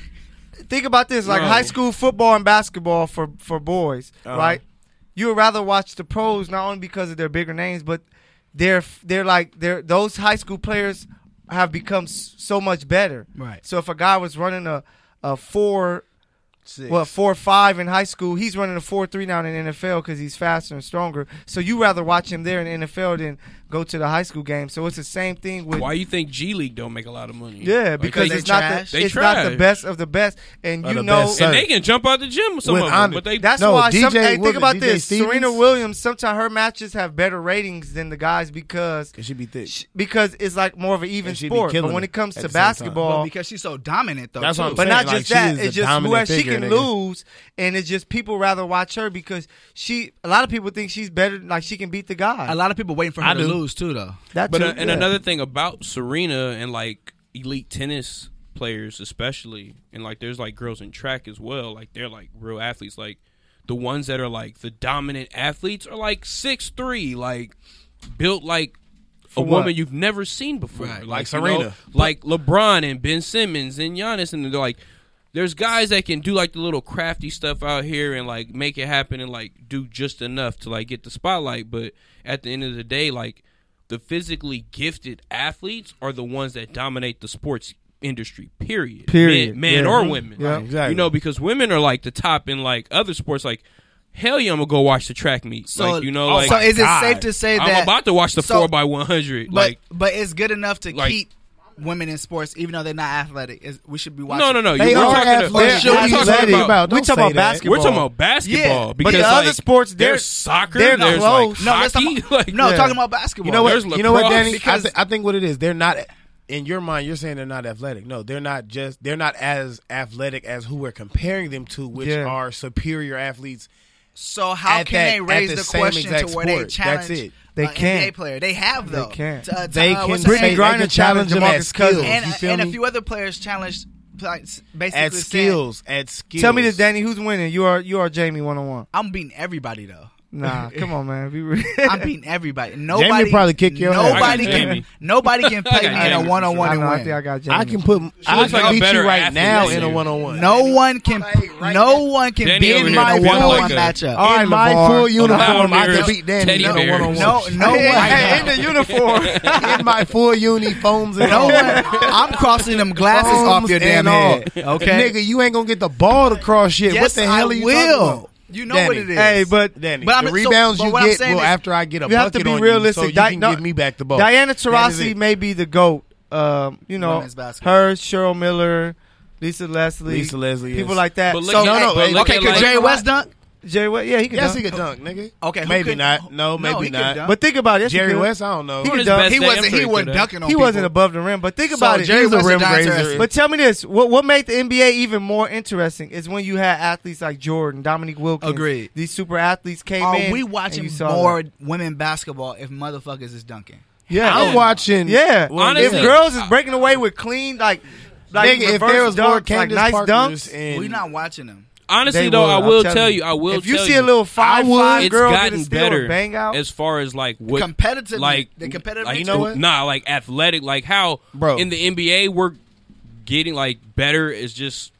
Speaker 3: think about this: like
Speaker 5: Bro.
Speaker 3: high school football and basketball for for boys,
Speaker 4: Uh-huh.
Speaker 3: right? You would rather watch the pros not only because of their bigger names, but they're they're like they're those high school players have become s- so much better.
Speaker 2: Right.
Speaker 3: So if a guy was running a a four Well, four five in high school. He's running a four three now in the NFL because he's faster and stronger. So you rather watch him there in the NFL than go to the high school game. So it's the same thing with
Speaker 5: why you think G League don't make a lot of money?
Speaker 3: yeah,
Speaker 5: Like,
Speaker 3: because
Speaker 5: they-
Speaker 3: it's not
Speaker 2: trash.
Speaker 3: the,
Speaker 5: They
Speaker 3: it's not the
Speaker 5: trash.
Speaker 3: best of the best, and
Speaker 4: Or
Speaker 3: you
Speaker 4: the
Speaker 3: know
Speaker 4: best
Speaker 5: and they can jump out the gym with some
Speaker 4: With
Speaker 5: of them,
Speaker 4: honor.
Speaker 5: but they
Speaker 3: that's
Speaker 4: No,
Speaker 3: why. some,
Speaker 4: DJ
Speaker 3: hey, think
Speaker 4: Williams,
Speaker 3: about
Speaker 4: DJ
Speaker 3: this: Serena
Speaker 4: Stevens?
Speaker 3: Williams. Sometimes her matches have better ratings than the guys because
Speaker 4: It should be thick.
Speaker 3: sh- because it's like more of an even
Speaker 4: And she be
Speaker 3: sport. But
Speaker 4: killing
Speaker 3: when
Speaker 4: it
Speaker 3: it comes
Speaker 4: at
Speaker 3: to
Speaker 4: the same time.
Speaker 2: Well,
Speaker 3: basketball,
Speaker 2: because she's so dominant, though.
Speaker 4: That's
Speaker 2: too.
Speaker 4: what I'm
Speaker 3: But
Speaker 4: saying.
Speaker 3: not
Speaker 4: Like,
Speaker 3: just
Speaker 4: she
Speaker 3: that.
Speaker 4: is the
Speaker 3: It's just
Speaker 4: dominant
Speaker 3: whoever she
Speaker 4: figure,
Speaker 3: can
Speaker 4: nigga.
Speaker 3: lose, and it's just people rather watch her because she. A lot of people think she's better. Like she can beat the guy.
Speaker 2: A lot of people waiting for her
Speaker 4: I
Speaker 2: to
Speaker 4: do.
Speaker 2: lose too, though.
Speaker 3: That
Speaker 5: But
Speaker 3: too,
Speaker 5: uh, and
Speaker 3: yeah.
Speaker 5: another thing about Serena and like elite tennis players, especially, and like there's like girls in track as well. Like they're like real athletes. Like the ones that are like the dominant athletes are like six three, like built like a
Speaker 3: what?
Speaker 5: woman you've never seen before,
Speaker 2: Right.
Speaker 5: like
Speaker 4: Like
Speaker 5: you know,
Speaker 4: Serena.
Speaker 5: like LeBron and Ben Simmons and Giannis, and they're like. There's guys that can do like the little crafty stuff out here and like make it happen and like do just enough to like get the spotlight, but at the end of the day, like the physically gifted athletes are the ones that dominate the sports industry. Period.
Speaker 3: Period.
Speaker 5: Men, men
Speaker 3: Yeah.
Speaker 5: or women.
Speaker 3: Yeah,
Speaker 4: exactly.
Speaker 5: You know, because women are like the top in like other sports. Like, hell yeah, I'm gonna go watch the track meet.
Speaker 2: So oh,
Speaker 5: like, you know, like
Speaker 2: so is it
Speaker 4: God.
Speaker 2: safe to say
Speaker 5: I'm
Speaker 2: that
Speaker 5: about to watch the
Speaker 2: so-
Speaker 5: four by one hundred.
Speaker 2: But
Speaker 5: Like,
Speaker 2: but it's good enough to
Speaker 5: like-
Speaker 2: keep women in sports, even though they're not athletic. Is we should be watching.
Speaker 5: no, no, no.
Speaker 4: They
Speaker 5: you- we're
Speaker 4: are
Speaker 5: talking
Speaker 4: athletes.
Speaker 5: about-
Speaker 2: They're
Speaker 5: we're
Speaker 2: athletic.
Speaker 5: talking about.
Speaker 4: Don't
Speaker 3: we talking
Speaker 4: say
Speaker 5: We're
Speaker 4: that.
Speaker 3: about basketball.
Speaker 5: talking about basketball
Speaker 2: Yeah,
Speaker 5: because
Speaker 3: the
Speaker 5: like,
Speaker 3: other sports, they're-
Speaker 5: there's soccer,
Speaker 3: they're
Speaker 5: there's
Speaker 3: close.
Speaker 5: like
Speaker 2: No, let's talk
Speaker 5: hockey,
Speaker 2: about-
Speaker 5: like
Speaker 2: no.
Speaker 3: Yeah.
Speaker 2: Talking about basketball.
Speaker 4: You know what?
Speaker 5: There's
Speaker 4: You know what,
Speaker 5: lacrosse.
Speaker 4: Danny? I,
Speaker 5: Because-
Speaker 4: th- I think what it is, they're not in your mind. You're saying they're not athletic. No, they're not just. They're not as athletic as who we're comparing them to, which
Speaker 3: Yeah.
Speaker 4: are superior athletes.
Speaker 2: So how
Speaker 4: At
Speaker 2: can
Speaker 4: that-
Speaker 2: they
Speaker 4: at
Speaker 2: raise
Speaker 4: the
Speaker 2: the,
Speaker 4: same
Speaker 2: question to
Speaker 4: exact
Speaker 2: where they
Speaker 4: sport.
Speaker 2: challenge?
Speaker 4: That's it.
Speaker 3: They
Speaker 2: a
Speaker 3: can't.
Speaker 2: NBA player. They have though.
Speaker 3: can't.
Speaker 2: To, uh, to,
Speaker 4: They
Speaker 2: uh,
Speaker 4: can
Speaker 2: what's
Speaker 4: say
Speaker 2: her
Speaker 4: they
Speaker 2: name?
Speaker 4: can
Speaker 3: Griner challenged
Speaker 4: challenge them
Speaker 3: Marcus
Speaker 4: at skills.
Speaker 3: Cousins.
Speaker 2: and,
Speaker 4: you
Speaker 2: uh,
Speaker 4: feel
Speaker 2: and
Speaker 4: me?
Speaker 2: a few other players challenged like, s- basically
Speaker 4: at
Speaker 2: saying,
Speaker 4: skills, at skills.
Speaker 3: Tell me this, Danny. Who's winning? You are you are Jamie one on one.
Speaker 2: I'm beating everybody though.
Speaker 3: Nah, come on, man. Be real.
Speaker 2: I'm beating everybody. Nobody
Speaker 4: probably kick your ass.
Speaker 2: Nobody
Speaker 5: I got
Speaker 2: can.
Speaker 5: Jamie.
Speaker 2: Nobody can
Speaker 5: I
Speaker 2: play
Speaker 5: got
Speaker 2: me in a
Speaker 5: Jamie.
Speaker 2: one on one
Speaker 3: I
Speaker 2: and
Speaker 3: know. I think I
Speaker 2: win.
Speaker 3: got Jamie.
Speaker 4: I can put. I
Speaker 5: looks
Speaker 4: can
Speaker 5: like a
Speaker 4: beat
Speaker 5: better
Speaker 4: you right
Speaker 5: athlete
Speaker 4: now
Speaker 5: than
Speaker 4: in a
Speaker 5: you.
Speaker 4: one on one.
Speaker 2: No one can.
Speaker 4: Like, right
Speaker 2: no one can
Speaker 5: Danny
Speaker 2: be
Speaker 5: over
Speaker 2: in
Speaker 5: here
Speaker 2: my
Speaker 5: built
Speaker 2: one on one
Speaker 5: like a-
Speaker 2: matchup.
Speaker 3: All right,
Speaker 4: in my
Speaker 3: LeVar.
Speaker 4: full uniform,
Speaker 5: Down
Speaker 4: I can
Speaker 5: there's
Speaker 4: beat Danny
Speaker 5: teddy
Speaker 4: in a
Speaker 5: bears.
Speaker 4: one on
Speaker 2: No,
Speaker 4: one.
Speaker 2: no one.
Speaker 3: Hey, in the uniform.
Speaker 4: in my full uniforms and
Speaker 2: No
Speaker 4: all.
Speaker 2: one. I'm crossing them glasses off your
Speaker 4: and
Speaker 2: damn
Speaker 4: all.
Speaker 2: head. Okay,
Speaker 4: Nigga, you ain't gonna get the ball to cross yet.
Speaker 2: Yes,
Speaker 4: what the hell
Speaker 2: I
Speaker 4: are you
Speaker 2: will.
Speaker 4: talking about?
Speaker 2: You know
Speaker 4: Danny.
Speaker 2: what it is.
Speaker 3: hey, but
Speaker 4: Danny,
Speaker 2: But I'm-
Speaker 4: the
Speaker 2: so-
Speaker 4: rebounds
Speaker 2: but
Speaker 4: you
Speaker 2: what I'm
Speaker 4: get
Speaker 2: saying
Speaker 4: will
Speaker 2: is-
Speaker 4: after I get a
Speaker 3: you have
Speaker 4: bucket
Speaker 3: to be
Speaker 4: on
Speaker 3: realistic.
Speaker 4: you, so you
Speaker 3: Di-
Speaker 4: can
Speaker 3: no,
Speaker 4: give me back the ball.
Speaker 3: Diana
Speaker 4: That is
Speaker 3: Taurasi
Speaker 4: it.
Speaker 3: may be the goat. Um, you know,
Speaker 2: Women's basketball.
Speaker 3: her, Cheryl Miller, Lisa Leslie,
Speaker 4: Lisa Leslie,
Speaker 3: people
Speaker 4: yes.
Speaker 3: like that.
Speaker 5: But look
Speaker 3: So-
Speaker 5: at-
Speaker 4: no, no,
Speaker 5: but
Speaker 4: hey,
Speaker 5: look
Speaker 2: okay.
Speaker 5: at,
Speaker 2: Could
Speaker 5: like-
Speaker 2: Jerry West dunk?
Speaker 3: Jerry West, yeah, he could.
Speaker 4: Yes,
Speaker 3: dunk.
Speaker 4: he could dunk, nigga.
Speaker 2: Okay, who
Speaker 4: maybe
Speaker 2: could-
Speaker 4: not. No,
Speaker 2: No,
Speaker 4: maybe
Speaker 2: Oh, he could
Speaker 4: not.
Speaker 2: dunk.
Speaker 4: But
Speaker 3: But think about it. yes, he
Speaker 4: Jerry
Speaker 3: could.
Speaker 4: West, I don't know.
Speaker 3: He
Speaker 5: On
Speaker 3: could
Speaker 5: his
Speaker 3: dunk.
Speaker 5: best
Speaker 2: He
Speaker 5: day, I'm
Speaker 2: wasn't.
Speaker 5: sure
Speaker 2: He
Speaker 5: could
Speaker 2: wasn't
Speaker 5: have.
Speaker 2: dunking on.
Speaker 3: He wasn't
Speaker 2: people.
Speaker 3: above the rim, but think
Speaker 2: So
Speaker 3: about it.
Speaker 2: Jerry
Speaker 4: He was a
Speaker 2: West
Speaker 4: rim
Speaker 2: is not
Speaker 4: raiser.
Speaker 2: interested.
Speaker 3: But tell me this: what what made the NBA even more interesting is when you had athletes like Jordan, Dominique Wilkins.
Speaker 2: Agreed.
Speaker 3: These super athletes came
Speaker 4: Oh,
Speaker 3: in.
Speaker 2: Are we
Speaker 3: and
Speaker 2: watching
Speaker 3: you saw
Speaker 2: more
Speaker 3: them.
Speaker 2: women basketball if motherfuckers is dunking?
Speaker 3: Yeah,
Speaker 4: I'm watching.
Speaker 3: Yeah,
Speaker 5: Honestly-
Speaker 3: if girls is breaking away with clean like like
Speaker 4: Nigga, if
Speaker 3: reverse
Speaker 4: there was more
Speaker 3: dunks, like
Speaker 4: Candace
Speaker 3: nice
Speaker 4: Parkers
Speaker 3: dunks.
Speaker 4: and
Speaker 2: We're not watching them.
Speaker 5: Honestly,
Speaker 3: They
Speaker 5: though,
Speaker 3: would,
Speaker 5: I
Speaker 3: I'm
Speaker 5: will
Speaker 3: telling
Speaker 5: tell
Speaker 3: you.
Speaker 5: you, I will.
Speaker 3: If you
Speaker 5: tell
Speaker 3: see a little five five
Speaker 5: it's
Speaker 3: girl get a
Speaker 5: gotten
Speaker 3: steal and
Speaker 5: better
Speaker 3: bang out,
Speaker 5: as far as like what
Speaker 2: Competitive,
Speaker 5: like
Speaker 2: the competitive.
Speaker 5: like,
Speaker 2: nature.
Speaker 5: you know what? Nah, like athletic, like how
Speaker 4: Bro.
Speaker 5: in the NBA we're getting like better is just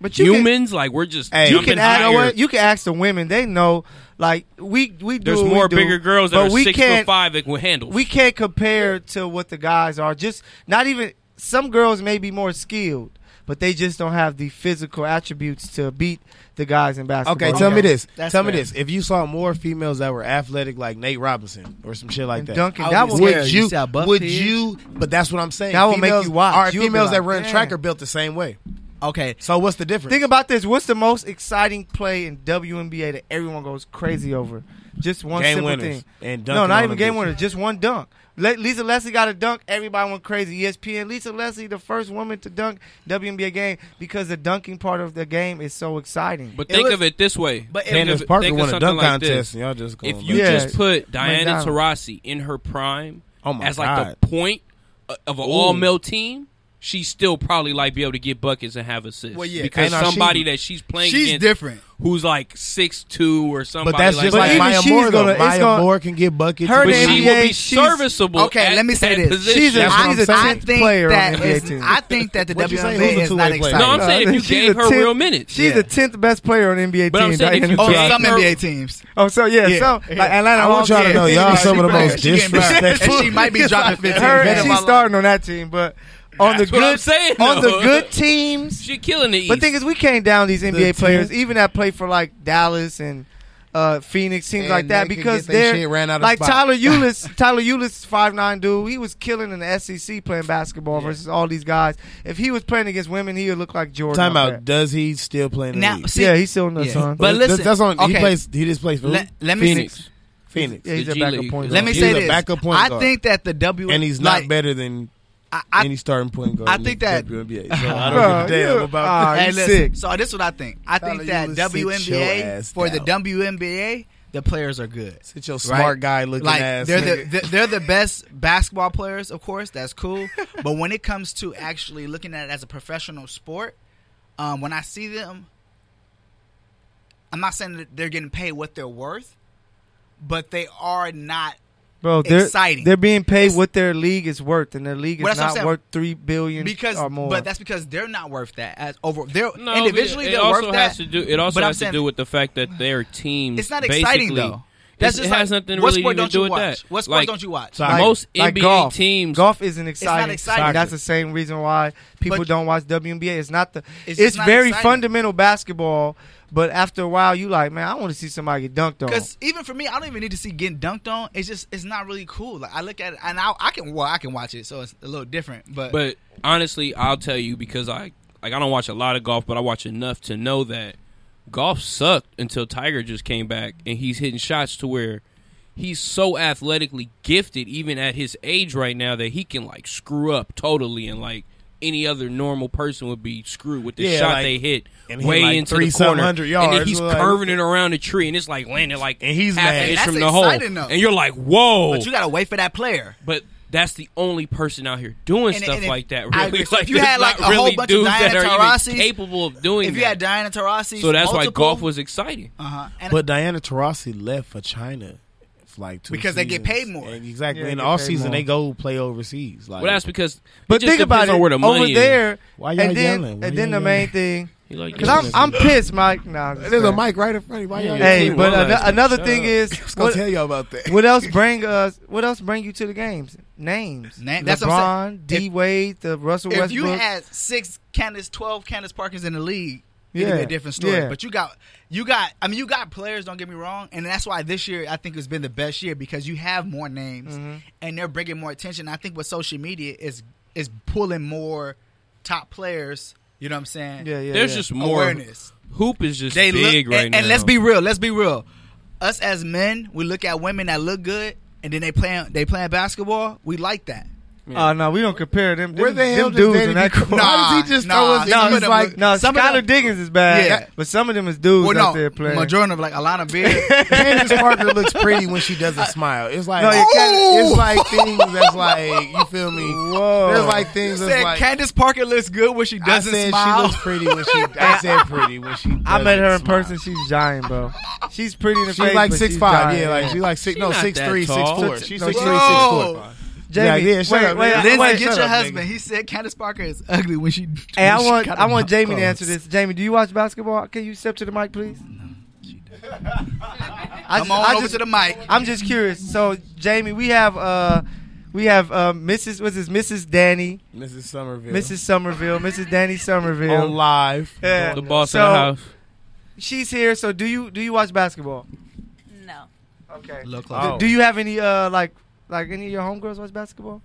Speaker 3: but you can-
Speaker 5: humans. like we're just
Speaker 4: Hey,
Speaker 3: you
Speaker 5: jumping
Speaker 3: can ask, you, know
Speaker 5: higher.
Speaker 3: what? you can ask the women. They know. Like we we do.
Speaker 5: There's
Speaker 3: what we
Speaker 5: more
Speaker 3: do,
Speaker 5: bigger girls that
Speaker 3: but
Speaker 5: are
Speaker 3: we
Speaker 5: six
Speaker 3: can't,
Speaker 5: foot five that can handle.
Speaker 3: We can't compare to what the guys are. Just not even some girls may be more skilled, but they just don't have the physical attributes to beat the guys in basketball.
Speaker 4: Okay, tell me this.
Speaker 2: That's
Speaker 4: tell me
Speaker 2: fair.
Speaker 4: this. If you saw more females that were athletic, like Nate Robinson or some shit like
Speaker 3: And
Speaker 4: that,
Speaker 3: Duncan,
Speaker 2: I
Speaker 3: that
Speaker 2: was
Speaker 3: would
Speaker 2: scared.
Speaker 3: make
Speaker 4: would
Speaker 2: You
Speaker 4: you?
Speaker 2: see how buff
Speaker 4: Would
Speaker 2: he is?
Speaker 4: you? But that's what I'm saying.
Speaker 3: That will make you watch.
Speaker 4: All right,
Speaker 3: You'll be
Speaker 4: females that
Speaker 3: like,
Speaker 4: run
Speaker 3: "Damn."
Speaker 4: track are built the same way.
Speaker 2: Okay,
Speaker 4: So what's the difference?
Speaker 3: Think about this. What's the most exciting play in WNBA that everyone goes crazy over? Just one
Speaker 4: game
Speaker 3: simple
Speaker 4: winners
Speaker 3: thing.
Speaker 4: and
Speaker 3: no,
Speaker 4: dunking
Speaker 3: not
Speaker 4: on
Speaker 3: even
Speaker 4: them
Speaker 3: game
Speaker 4: bitches.
Speaker 3: winner. Just one dunk. Le- Lisa Leslie got a dunk. Everybody went crazy. E ESPN. Lisa Leslie, the first woman to dunk WNBA game because the dunking part of the game is so exciting.
Speaker 5: but
Speaker 2: It
Speaker 5: think
Speaker 2: was-
Speaker 5: of it this way:
Speaker 2: but it-
Speaker 5: think
Speaker 4: Candace
Speaker 5: of,
Speaker 4: Parker
Speaker 5: think of
Speaker 4: won a
Speaker 5: something
Speaker 4: dunk
Speaker 5: like
Speaker 4: contest,
Speaker 5: This.
Speaker 4: and y'all just going
Speaker 5: If you
Speaker 3: Yeah.
Speaker 5: just put Diana
Speaker 3: McDonald.
Speaker 5: Taurasi in her prime
Speaker 4: Oh my
Speaker 5: as like the point o- of an all male team, she still probably like be able to get buckets and have assists.
Speaker 2: Well, yeah.
Speaker 5: because
Speaker 4: And now she-
Speaker 5: somebody that she's playing
Speaker 2: she's
Speaker 5: against
Speaker 2: different.
Speaker 5: who's like six two or somebody.
Speaker 4: but that's just
Speaker 3: But
Speaker 4: like
Speaker 5: that.
Speaker 3: even
Speaker 4: Maya
Speaker 3: she's
Speaker 4: Moore.
Speaker 3: gonna-
Speaker 4: Though
Speaker 3: it's
Speaker 4: Maya
Speaker 3: gonna-
Speaker 4: Moore can get buckets.
Speaker 3: Her
Speaker 5: but
Speaker 4: but
Speaker 3: name-
Speaker 5: she
Speaker 4: she-
Speaker 5: will be
Speaker 3: NBA, she's-
Speaker 5: serviceable.
Speaker 2: Okay,
Speaker 5: at
Speaker 2: let me say
Speaker 5: that
Speaker 2: this.
Speaker 5: position.
Speaker 3: She's a-
Speaker 2: I,
Speaker 4: what I'm
Speaker 2: I
Speaker 4: saying.
Speaker 2: think
Speaker 3: Player on
Speaker 2: that
Speaker 3: the NBA
Speaker 2: is,
Speaker 3: team.
Speaker 2: I think that the
Speaker 4: What you say? Who's
Speaker 2: WNBA
Speaker 4: a
Speaker 2: is not
Speaker 4: two-way player?
Speaker 2: exciting.
Speaker 5: No, I'm
Speaker 3: No,
Speaker 5: saying if you
Speaker 3: she's
Speaker 5: gave
Speaker 3: a
Speaker 5: her
Speaker 3: tenth-
Speaker 5: real minutes.
Speaker 3: She's
Speaker 2: Yeah.
Speaker 3: the tenth best player on NBA
Speaker 5: But I'm
Speaker 3: team.
Speaker 5: saying if
Speaker 3: Diana
Speaker 5: you
Speaker 2: oh,
Speaker 5: Yeah.
Speaker 3: Taurasi.
Speaker 2: some NBA teams.
Speaker 3: oh, so yeah,
Speaker 4: Yeah.
Speaker 3: so like Atlanta.
Speaker 4: I want
Speaker 3: Hawks,
Speaker 4: y'all to
Speaker 3: yeah.
Speaker 4: know y'all some of the
Speaker 2: Right.
Speaker 4: most
Speaker 2: She getting embarrassed.
Speaker 4: disrespectful.
Speaker 2: And she might be dropping 15
Speaker 3: Her,
Speaker 2: minutes.
Speaker 3: she's starting on that team, but on
Speaker 5: That's
Speaker 3: the
Speaker 5: what I'm
Speaker 3: good,
Speaker 5: saying,
Speaker 3: on the
Speaker 5: though.
Speaker 3: good teams,
Speaker 5: She's killing the East.
Speaker 3: But thing is, we can't down these NBA
Speaker 4: tenth.
Speaker 3: players, even that play for like Dallas and uh, Phoenix, teams
Speaker 4: And
Speaker 3: like that,
Speaker 4: they could
Speaker 3: because
Speaker 4: get they
Speaker 3: they're
Speaker 4: shit ran out of
Speaker 3: like
Speaker 4: spot.
Speaker 3: Tyler Eulis. Tyler Eulis, five nine dude, he was killing in the SEC playing basketball versus all these guys. If he was playing against women, he would look like Jordan.
Speaker 4: Time
Speaker 3: out
Speaker 4: out. Does he still play in the
Speaker 2: Now,
Speaker 4: league?
Speaker 3: there.
Speaker 2: see,
Speaker 3: Yeah, he's still in the
Speaker 2: Yeah.
Speaker 3: sun.
Speaker 2: But
Speaker 4: That's-
Speaker 2: listen,
Speaker 4: that's on. He
Speaker 2: okay.
Speaker 4: plays. He just plays for who?
Speaker 2: let, let me
Speaker 5: Phoenix.
Speaker 4: Phoenix.
Speaker 3: yeah, he's
Speaker 5: the
Speaker 3: a
Speaker 5: G
Speaker 3: backup
Speaker 5: League.
Speaker 3: point
Speaker 2: let
Speaker 3: guard.
Speaker 2: me
Speaker 4: He's
Speaker 2: say
Speaker 4: a
Speaker 2: this.
Speaker 4: backup point
Speaker 2: I
Speaker 4: guard.
Speaker 2: think that the W
Speaker 4: and he's not
Speaker 2: like,
Speaker 4: better than
Speaker 2: I, I
Speaker 4: any starting point guard.
Speaker 2: I
Speaker 4: in
Speaker 2: think
Speaker 4: the
Speaker 2: that-
Speaker 4: WNBA. So I
Speaker 3: Bro,
Speaker 4: don't give a damn
Speaker 3: you-
Speaker 4: about.
Speaker 3: ah,
Speaker 2: Hey,
Speaker 3: you
Speaker 2: listen,
Speaker 3: sick.
Speaker 2: So this is what I think. I think
Speaker 4: Tyler,
Speaker 2: that
Speaker 4: you sit your
Speaker 2: WNBA
Speaker 4: ass
Speaker 2: for the
Speaker 4: down.
Speaker 2: WNBA, the players are good.
Speaker 4: Sit your
Speaker 2: right?
Speaker 4: smart guy looking
Speaker 2: like
Speaker 4: ass.
Speaker 2: they're the,
Speaker 4: nigga.
Speaker 2: the they're the best basketball players, of course. That's cool. but when it comes to actually looking at it as a professional sport, um, when I see them, I'm not saying that they're getting paid what they're worth, but they are not.
Speaker 3: Bro, they're
Speaker 2: exciting.
Speaker 3: they're being paid what their league is worth, and their league is
Speaker 2: Well, that's what I'm
Speaker 3: not
Speaker 2: saying.
Speaker 3: worth three billion
Speaker 2: Because,
Speaker 3: or more.
Speaker 2: but that's because they're not worth that. As over, they're
Speaker 5: No,
Speaker 2: individually
Speaker 5: it, it
Speaker 2: they're
Speaker 5: also
Speaker 2: worth
Speaker 5: has
Speaker 2: that.
Speaker 5: to do. It also
Speaker 2: but I'm
Speaker 5: has to
Speaker 2: saying-
Speaker 5: do with the fact that their team.
Speaker 2: It's not exciting though. That's just
Speaker 5: it has
Speaker 2: like,
Speaker 5: nothing
Speaker 2: what
Speaker 5: really
Speaker 2: sport
Speaker 5: even
Speaker 2: don't
Speaker 5: to do
Speaker 2: you
Speaker 5: with
Speaker 2: watch?
Speaker 5: that.
Speaker 2: What sports
Speaker 5: Like,
Speaker 2: don't you watch?
Speaker 4: Like-
Speaker 5: most
Speaker 3: like
Speaker 5: NBA
Speaker 3: golf.
Speaker 5: teams.
Speaker 3: Golf isn't exciting.
Speaker 2: exciting.
Speaker 3: And That's the same reason why people
Speaker 2: But-
Speaker 3: don't watch WNBA. It's not the.
Speaker 2: It's
Speaker 3: It's,
Speaker 2: just not
Speaker 3: very
Speaker 2: exciting.
Speaker 3: fundamental basketball, but after a while, you like, man, I want to see somebody get dunked on.
Speaker 2: Because even for me, I don't even need to see getting dunked on. It's just it's not really cool. Like I look at it and I, I can well I can watch it, so it's a little different. But,
Speaker 5: But honestly, I'll tell you because I like I don't watch a lot of golf, but I watch enough to know that golf sucked until Tiger just came back and he's hitting shots to where he's so athletically gifted even at his age right now that he can like screw up totally and like any other normal person would be screwed with the
Speaker 4: Yeah,
Speaker 5: shot
Speaker 4: like-
Speaker 5: they hit
Speaker 4: and he
Speaker 5: way
Speaker 4: like
Speaker 5: into
Speaker 4: three
Speaker 5: the
Speaker 4: something
Speaker 5: corner,
Speaker 4: hundred
Speaker 5: and then
Speaker 4: yards,
Speaker 5: he's
Speaker 4: like-
Speaker 5: curving it around a tree, and it's like landing like
Speaker 4: And he's
Speaker 5: half
Speaker 4: mad.
Speaker 5: an inch
Speaker 2: That's
Speaker 5: from the hole,
Speaker 2: exciting, though.
Speaker 5: and you're like, whoa!
Speaker 2: but you gotta wait for that player.
Speaker 5: But that's the only person out here doing
Speaker 2: And-
Speaker 5: stuff
Speaker 2: and if-
Speaker 5: like that.
Speaker 2: I
Speaker 5: Really,
Speaker 2: agree. So
Speaker 5: like
Speaker 2: if you
Speaker 5: there's
Speaker 2: had, like,
Speaker 5: not
Speaker 2: a whole
Speaker 5: really
Speaker 2: bunch of
Speaker 5: dudes that
Speaker 2: Diana
Speaker 5: are
Speaker 2: Taurasi,
Speaker 5: even capable of doing
Speaker 2: If
Speaker 5: that.
Speaker 2: you had Diana Taurasi,
Speaker 5: so that's why
Speaker 2: multiple-
Speaker 5: golf was exciting.
Speaker 2: Uh-huh. And
Speaker 4: But Diana Taurasi left for China for like two
Speaker 2: Because they get
Speaker 4: seasons.
Speaker 2: paid more.
Speaker 4: And exactly.
Speaker 3: Yeah, they
Speaker 4: in the
Speaker 3: get
Speaker 4: off
Speaker 3: paid
Speaker 4: season,
Speaker 3: more.
Speaker 4: they go play overseas. Like,
Speaker 5: Well, that's because.
Speaker 3: but
Speaker 5: it just
Speaker 3: think about
Speaker 5: depends
Speaker 3: it.
Speaker 5: on where the money
Speaker 3: over
Speaker 5: is.
Speaker 3: there,
Speaker 4: Why y'all
Speaker 3: and then
Speaker 4: yelling? Why
Speaker 3: and
Speaker 4: y'all
Speaker 3: then the main thing.
Speaker 5: He like,
Speaker 3: Because I'm I'm pissed, Mike. Nah, I'm just
Speaker 4: there's a
Speaker 3: saying.
Speaker 4: mic right in front of you. Why y'all
Speaker 3: Hey,
Speaker 5: Yeah,
Speaker 3: but
Speaker 5: well,
Speaker 3: ano-
Speaker 5: that's-
Speaker 3: another
Speaker 5: shut
Speaker 3: thing
Speaker 5: up.
Speaker 3: is,
Speaker 4: I was gonna
Speaker 3: what,
Speaker 4: tell y'all about that.
Speaker 3: what else bring us? What else bring you to the games? Names.
Speaker 2: Na- that's what I'm
Speaker 3: LeBron,
Speaker 2: saying.
Speaker 3: D Wade, the Russell
Speaker 2: if you
Speaker 3: Westbrook.
Speaker 2: had six Candace, twelve Candace Parkers in the league, it'd be
Speaker 3: Yeah.
Speaker 2: a different story.
Speaker 3: Yeah.
Speaker 2: But you got you got I mean you got players. Don't get me wrong, and that's why this year I think has been the best year because you have more names
Speaker 3: Mm-hmm.
Speaker 2: and they're bringing more attention. I think with social media is is pulling more top players You know what I'm saying?
Speaker 3: Yeah, yeah.
Speaker 5: There's
Speaker 3: yeah.
Speaker 5: just more
Speaker 2: Awareness.
Speaker 5: hoop is just
Speaker 2: They
Speaker 5: big
Speaker 2: look,
Speaker 5: right
Speaker 2: and,
Speaker 5: now.
Speaker 2: and let's be real. Let's be real. Us as men, we look at women that look good, and then they play they playing basketball. We like that.
Speaker 3: Oh no, we don't compare them.
Speaker 4: Where
Speaker 3: them-
Speaker 4: the hell
Speaker 3: them
Speaker 4: does
Speaker 3: dudes
Speaker 4: Danny
Speaker 3: in that
Speaker 4: Green-
Speaker 3: court?
Speaker 4: Why does he just
Speaker 2: Nah,
Speaker 4: throw
Speaker 2: nah,
Speaker 4: us?
Speaker 2: some
Speaker 3: No,
Speaker 2: of
Speaker 3: it's
Speaker 2: them
Speaker 3: like
Speaker 2: look-
Speaker 3: no.
Speaker 2: some of
Speaker 3: Skylar
Speaker 2: them-
Speaker 3: Diggins is bad,
Speaker 2: Yeah.
Speaker 3: but some of them is dudes
Speaker 2: Well,
Speaker 3: out
Speaker 2: no,
Speaker 3: there playing.
Speaker 2: majority of like Alana Beard.
Speaker 4: Candace Parker looks pretty when she doesn't smile. It's like
Speaker 3: No, you
Speaker 2: can't-
Speaker 4: it's like things that's like you feel me.
Speaker 3: Whoa.
Speaker 4: There's like
Speaker 2: You
Speaker 4: things that's
Speaker 2: said
Speaker 4: like
Speaker 2: Candace Parker looks good when she
Speaker 4: I
Speaker 2: doesn't
Speaker 4: said she
Speaker 2: smile.
Speaker 4: looks pretty when she. I said pretty when she.
Speaker 3: I met
Speaker 4: doesn't
Speaker 3: her in
Speaker 4: smile.
Speaker 3: person. She's giant, bro. She's pretty in the
Speaker 4: She's
Speaker 3: face.
Speaker 4: like
Speaker 3: but
Speaker 4: six
Speaker 3: she's
Speaker 4: five,
Speaker 3: giant.
Speaker 4: yeah, like she's like six, no
Speaker 5: not that
Speaker 4: six three, six
Speaker 5: tall.
Speaker 4: four.
Speaker 5: So-
Speaker 4: She's
Speaker 3: no,
Speaker 4: six
Speaker 3: she's-
Speaker 4: three, six four.
Speaker 2: Whoa.
Speaker 3: Jamie,
Speaker 4: Yeah, yeah, shut
Speaker 3: wait,
Speaker 4: up,
Speaker 3: wait,
Speaker 4: nigga.
Speaker 3: wait,
Speaker 2: Lindsay,
Speaker 3: wait,
Speaker 2: get
Speaker 3: shut
Speaker 2: your
Speaker 3: up,
Speaker 2: husband. He said Candace Parker is ugly when she. when
Speaker 3: Hey, I
Speaker 2: she
Speaker 3: want
Speaker 2: cut
Speaker 3: I
Speaker 2: him
Speaker 3: want
Speaker 2: up
Speaker 3: Jamie to
Speaker 2: close.
Speaker 3: answer this. Jamie, do you watch basketball? Can you step to the mic, please? I
Speaker 2: Come on
Speaker 3: just, I
Speaker 2: over
Speaker 3: just,
Speaker 2: to the mic.
Speaker 3: I'm just curious. So, Jamie, we have uh, we have uh, Mrs. What's this? Mrs. Danny,
Speaker 4: Mrs. Somerville,
Speaker 3: Mrs. Somerville, Mrs. Danny
Speaker 4: on
Speaker 3: Somerville.
Speaker 4: live.
Speaker 3: Yeah.
Speaker 5: the boss
Speaker 3: So-
Speaker 5: of the house.
Speaker 3: She's here. So, do you do you watch basketball?
Speaker 7: No.
Speaker 3: Okay.
Speaker 2: Look
Speaker 3: Do-
Speaker 4: Oh.
Speaker 3: Do you have any uh like like any of your homegirls watch basketball?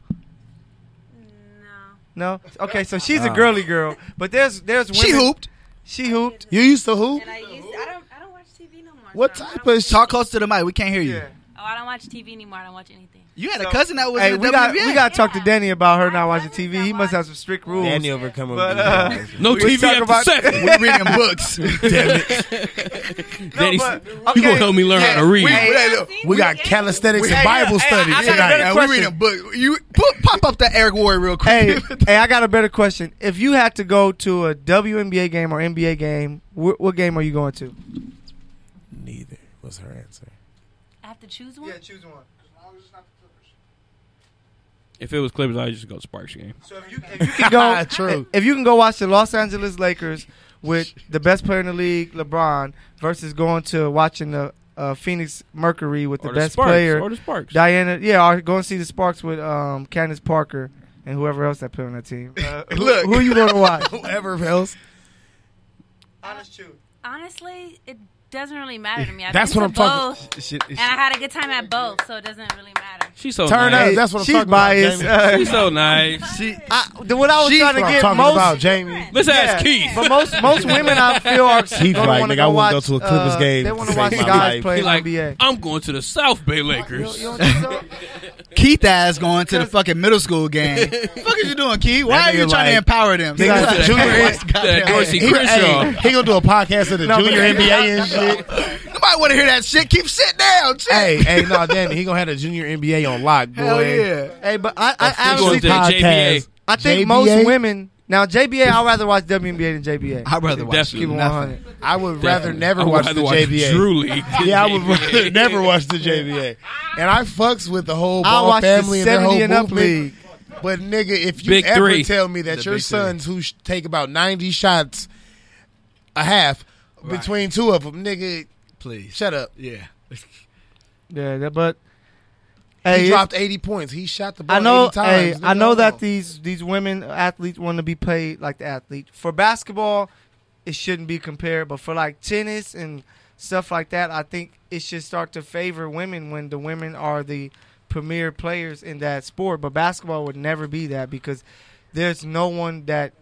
Speaker 7: No.
Speaker 3: No. Okay, so she's a
Speaker 5: Ah.
Speaker 4: Oh.
Speaker 3: girly girl, but there's there's women.
Speaker 2: She hooped.
Speaker 3: She hooped.
Speaker 4: You used to hoop.
Speaker 7: And I used to, I don't I don't watch TV no more.
Speaker 4: What
Speaker 7: so I
Speaker 4: type
Speaker 7: don't-
Speaker 4: of sh-
Speaker 2: Talk close to the mic. We can't hear you.
Speaker 3: Yeah.
Speaker 7: Oh, I don't watch TV anymore. I don't watch anything.
Speaker 2: You had a
Speaker 3: So-
Speaker 2: cousin that was
Speaker 3: Hey,
Speaker 2: in
Speaker 3: we
Speaker 2: the
Speaker 3: got
Speaker 2: WNBA.
Speaker 3: we got to talk to Danny about her not
Speaker 7: My
Speaker 3: watching
Speaker 7: cousin's
Speaker 3: TV. He
Speaker 7: not
Speaker 3: must have
Speaker 7: watching.
Speaker 3: some strict rules.
Speaker 4: Danny overcoming.
Speaker 3: But, uh,
Speaker 5: No
Speaker 3: we
Speaker 5: TV
Speaker 3: talk
Speaker 5: after
Speaker 3: about-
Speaker 5: seven.
Speaker 2: We're reading books. Damn it.
Speaker 5: Daddy,
Speaker 3: but-
Speaker 5: you gonna
Speaker 3: okay.
Speaker 5: help me learn how to read?
Speaker 2: We,
Speaker 3: Hey,
Speaker 2: hey, look,
Speaker 4: we got calisthenics and Bible
Speaker 3: hey, I- I
Speaker 4: study
Speaker 3: got a
Speaker 4: tonight.
Speaker 3: better
Speaker 2: hey, we
Speaker 3: question.
Speaker 2: reading books. You put, pop up that Eric Ward real
Speaker 3: hey,
Speaker 2: quick.
Speaker 3: hey, I got a better question. If you had to go to a WNBA game or NBA game, wh- what game are you going to?
Speaker 4: Neither was her answer.
Speaker 7: I have to choose one.
Speaker 3: choose one.
Speaker 5: If it was Clippers, I'd just go to Sparks game.
Speaker 3: So if you, if you can go,
Speaker 4: True.
Speaker 3: if you can go watch the Los Angeles Lakers with the best player in the league, LeBron, versus going to watching the uh, Phoenix Mercury with the,
Speaker 5: or the
Speaker 3: best
Speaker 5: Sparks,
Speaker 3: player,
Speaker 5: Or the Sparks.
Speaker 3: Diana, yeah, or go and see the Sparks with um, Candace Parker and whoever else that put on that team. Uh, who-
Speaker 2: Look.
Speaker 3: who, are you going to watch?
Speaker 4: Whoever else.
Speaker 3: Honest truth.
Speaker 7: Honestly, it doesn't really matter to me. I've
Speaker 4: That's
Speaker 7: been
Speaker 4: what I'm
Speaker 7: to
Speaker 4: talking-
Speaker 7: both, and I had a good time at both, so it doesn't really matter.
Speaker 5: She's so
Speaker 4: Turn
Speaker 5: nice.
Speaker 4: up. That's what I'm
Speaker 3: She's
Speaker 4: talking
Speaker 3: biased.
Speaker 4: about. Jamie.
Speaker 3: Uh,
Speaker 5: She's so nice.
Speaker 2: She,
Speaker 3: I, the, what I
Speaker 4: Oh,
Speaker 3: was
Speaker 2: She's
Speaker 3: trying to
Speaker 4: That's what I'm
Speaker 3: get
Speaker 4: talking
Speaker 3: most,
Speaker 4: about, Jamie.
Speaker 5: Let's ask
Speaker 7: Yeah.
Speaker 5: Keith.
Speaker 3: but most most women I feel are
Speaker 4: He
Speaker 3: gonna
Speaker 4: like,
Speaker 3: wanna
Speaker 4: nigga, I wouldn't go
Speaker 3: watch,
Speaker 4: to a Clippers
Speaker 3: uh,
Speaker 4: game
Speaker 3: They
Speaker 4: to
Speaker 3: want
Speaker 4: save
Speaker 3: to watch
Speaker 4: my
Speaker 3: guys
Speaker 4: life.
Speaker 3: play
Speaker 5: He
Speaker 3: in
Speaker 5: like,
Speaker 3: NBA.
Speaker 5: I'm going to the South Bay
Speaker 3: You don't-
Speaker 5: Lakers.
Speaker 3: "Uh, you don't think so?
Speaker 2: Keith ass going to the fucking middle school game. fuck is you doing, Keith? Why
Speaker 4: That
Speaker 2: are you
Speaker 4: nigga
Speaker 2: trying to
Speaker 4: like-
Speaker 2: empower them?
Speaker 4: Nigga,
Speaker 2: Like,
Speaker 4: the junior
Speaker 2: hey,
Speaker 4: is-
Speaker 5: that Dorsey
Speaker 4: He, hey,
Speaker 5: Crenshaw.
Speaker 4: he gonna do a podcast of the uh,
Speaker 3: No, but-
Speaker 4: junior NBA and shit.
Speaker 2: Nobody want to hear that shit. Keep sitting down. Shit.
Speaker 4: hey, hey, no, Danny, he gonna have the junior NBA on lock, boy.
Speaker 2: Hell yeah.
Speaker 3: Hey, but I, I
Speaker 5: He
Speaker 3: honestly,
Speaker 5: going to the JBA.
Speaker 3: I think
Speaker 4: JBA?
Speaker 3: most women now JBA. I'd rather watch WNBA than JBA.
Speaker 2: I'd rather watch
Speaker 5: Definitely.
Speaker 3: Keep it
Speaker 2: you.
Speaker 3: 100.
Speaker 4: I would rather
Speaker 5: Definitely.
Speaker 4: never
Speaker 5: I'd
Speaker 4: watch
Speaker 5: rather
Speaker 4: the JBA.
Speaker 5: Drew League. than
Speaker 4: yeah, I would
Speaker 5: JBA.
Speaker 4: rather never watch the JBA. And I fucks with the whole
Speaker 3: I
Speaker 4: ball
Speaker 3: watch
Speaker 4: family
Speaker 3: the
Speaker 4: and their
Speaker 3: 70
Speaker 4: whole
Speaker 3: and up
Speaker 4: movement.
Speaker 3: league.
Speaker 4: But nigga, if you
Speaker 5: Big
Speaker 4: ever
Speaker 5: three.
Speaker 4: tell me that
Speaker 2: The
Speaker 4: your
Speaker 2: big
Speaker 4: sons who sh- take about ninety shots a half between two of them, nigga,
Speaker 2: Please.
Speaker 4: shut up.
Speaker 2: Yeah.
Speaker 3: Yeah, that- but
Speaker 4: he
Speaker 3: hey, it's-
Speaker 4: dropped eighty points. He shot the ball.
Speaker 3: I know.
Speaker 4: 80 times.
Speaker 3: Hey, I
Speaker 4: Nigga,
Speaker 3: know
Speaker 4: come
Speaker 3: that
Speaker 4: on.
Speaker 3: these these women athletes want to be paid like the athlete for basketball. It shouldn't be compared, but for like tennis and stuff like that, I think it should start to favor women when the women are the premier players in that sport. But basketball would never be that because there's no one that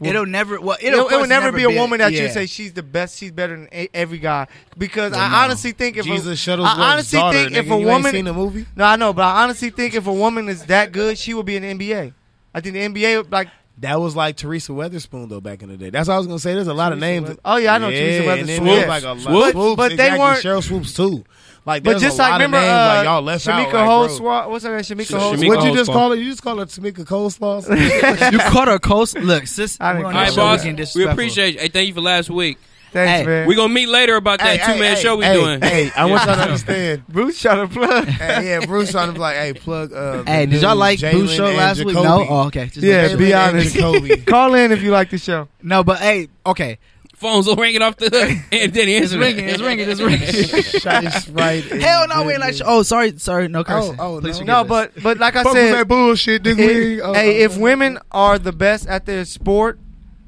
Speaker 3: will
Speaker 2: It'll never. Well, it'll,
Speaker 3: it'll,
Speaker 2: of
Speaker 3: it'll
Speaker 2: course
Speaker 3: never, be a woman that you
Speaker 2: yeah.
Speaker 3: say she's the best, she's better than a- every guy. Because I
Speaker 4: no.
Speaker 3: honestly think if
Speaker 4: Jesus
Speaker 3: a,
Speaker 4: Shuttlesworth's
Speaker 3: I honestly
Speaker 4: daughter,
Speaker 3: think
Speaker 4: nigga,
Speaker 3: if a
Speaker 4: you
Speaker 3: woman
Speaker 4: ain't seen the movie,
Speaker 3: no, I know, but I honestly think if a woman is that good, she will be in the NBA. I think the NBA like
Speaker 4: that was like Teresa Weatherspoon though back in the day. That's what I was gonna say. There's a lot of
Speaker 3: Teresa
Speaker 4: names.
Speaker 3: Weath- Oh, yeah, I know Teresa Weatherspoon.
Speaker 4: and then there was Like
Speaker 3: Swoops.
Speaker 4: a lot.
Speaker 5: Swoops.
Speaker 4: Swoops,
Speaker 3: But they
Speaker 4: exactly.
Speaker 3: weren't-
Speaker 4: Cheryl Swoops too. Like,
Speaker 3: but
Speaker 4: there's
Speaker 3: just
Speaker 4: a
Speaker 3: like
Speaker 4: lot of
Speaker 3: remember
Speaker 4: names,
Speaker 3: uh,
Speaker 4: like y'all left
Speaker 3: Shamika
Speaker 4: out. like, bro.
Speaker 3: Holtzwa- what's her name? Shamika
Speaker 5: Shamika
Speaker 3: Holtzwa.
Speaker 5: Holtzwa.
Speaker 4: What'd you just
Speaker 5: Coleslaw.
Speaker 4: call it? You just call it Tamika coleslaw?
Speaker 2: you caught her coast. Look, sis.
Speaker 3: I
Speaker 2: we're
Speaker 3: didn't
Speaker 2: on
Speaker 5: All
Speaker 2: this
Speaker 5: right,
Speaker 2: show,
Speaker 5: boss.
Speaker 2: getting
Speaker 5: We
Speaker 2: disrespectful.
Speaker 5: appreciate you. Hey, thank you for last week.
Speaker 3: Thanks,
Speaker 2: Hey,
Speaker 3: man.
Speaker 5: We're going to meet later about that two man show we
Speaker 4: hey,
Speaker 5: doing.
Speaker 4: Hey, I want y'all to understand.
Speaker 3: Bruce trying to plug.
Speaker 4: Hey, yeah, Bruce trying to be like, hey, plug. Uh, the
Speaker 2: Hey, did y'all
Speaker 4: new
Speaker 2: like
Speaker 4: Jalen
Speaker 2: Boo's show
Speaker 4: and
Speaker 2: last week?
Speaker 4: Jacoby.
Speaker 2: No. Oh, okay. Just
Speaker 3: Yeah,
Speaker 2: making sure.
Speaker 4: Jalen
Speaker 3: be
Speaker 4: and
Speaker 3: honest.
Speaker 4: Jacoby.
Speaker 3: Call in if you like the show.
Speaker 2: No, but hey, okay.
Speaker 5: Phones will ringing off the and then
Speaker 2: It's
Speaker 5: answer.
Speaker 2: ringing. It's ringing. It's ringing.
Speaker 4: Shots right. in
Speaker 2: Hell no, we ain't
Speaker 4: the-
Speaker 2: like. Oh, sorry, sorry, no cursing.
Speaker 4: Oh, oh,
Speaker 2: Please
Speaker 4: no.
Speaker 2: forgive
Speaker 3: No,
Speaker 2: us.
Speaker 3: but but like I
Speaker 4: Fuck with
Speaker 3: said,
Speaker 4: that bullshit, nigga. We
Speaker 3: If-
Speaker 4: ain't- oh,
Speaker 3: hey,
Speaker 4: oh,
Speaker 3: if women are the best at their sport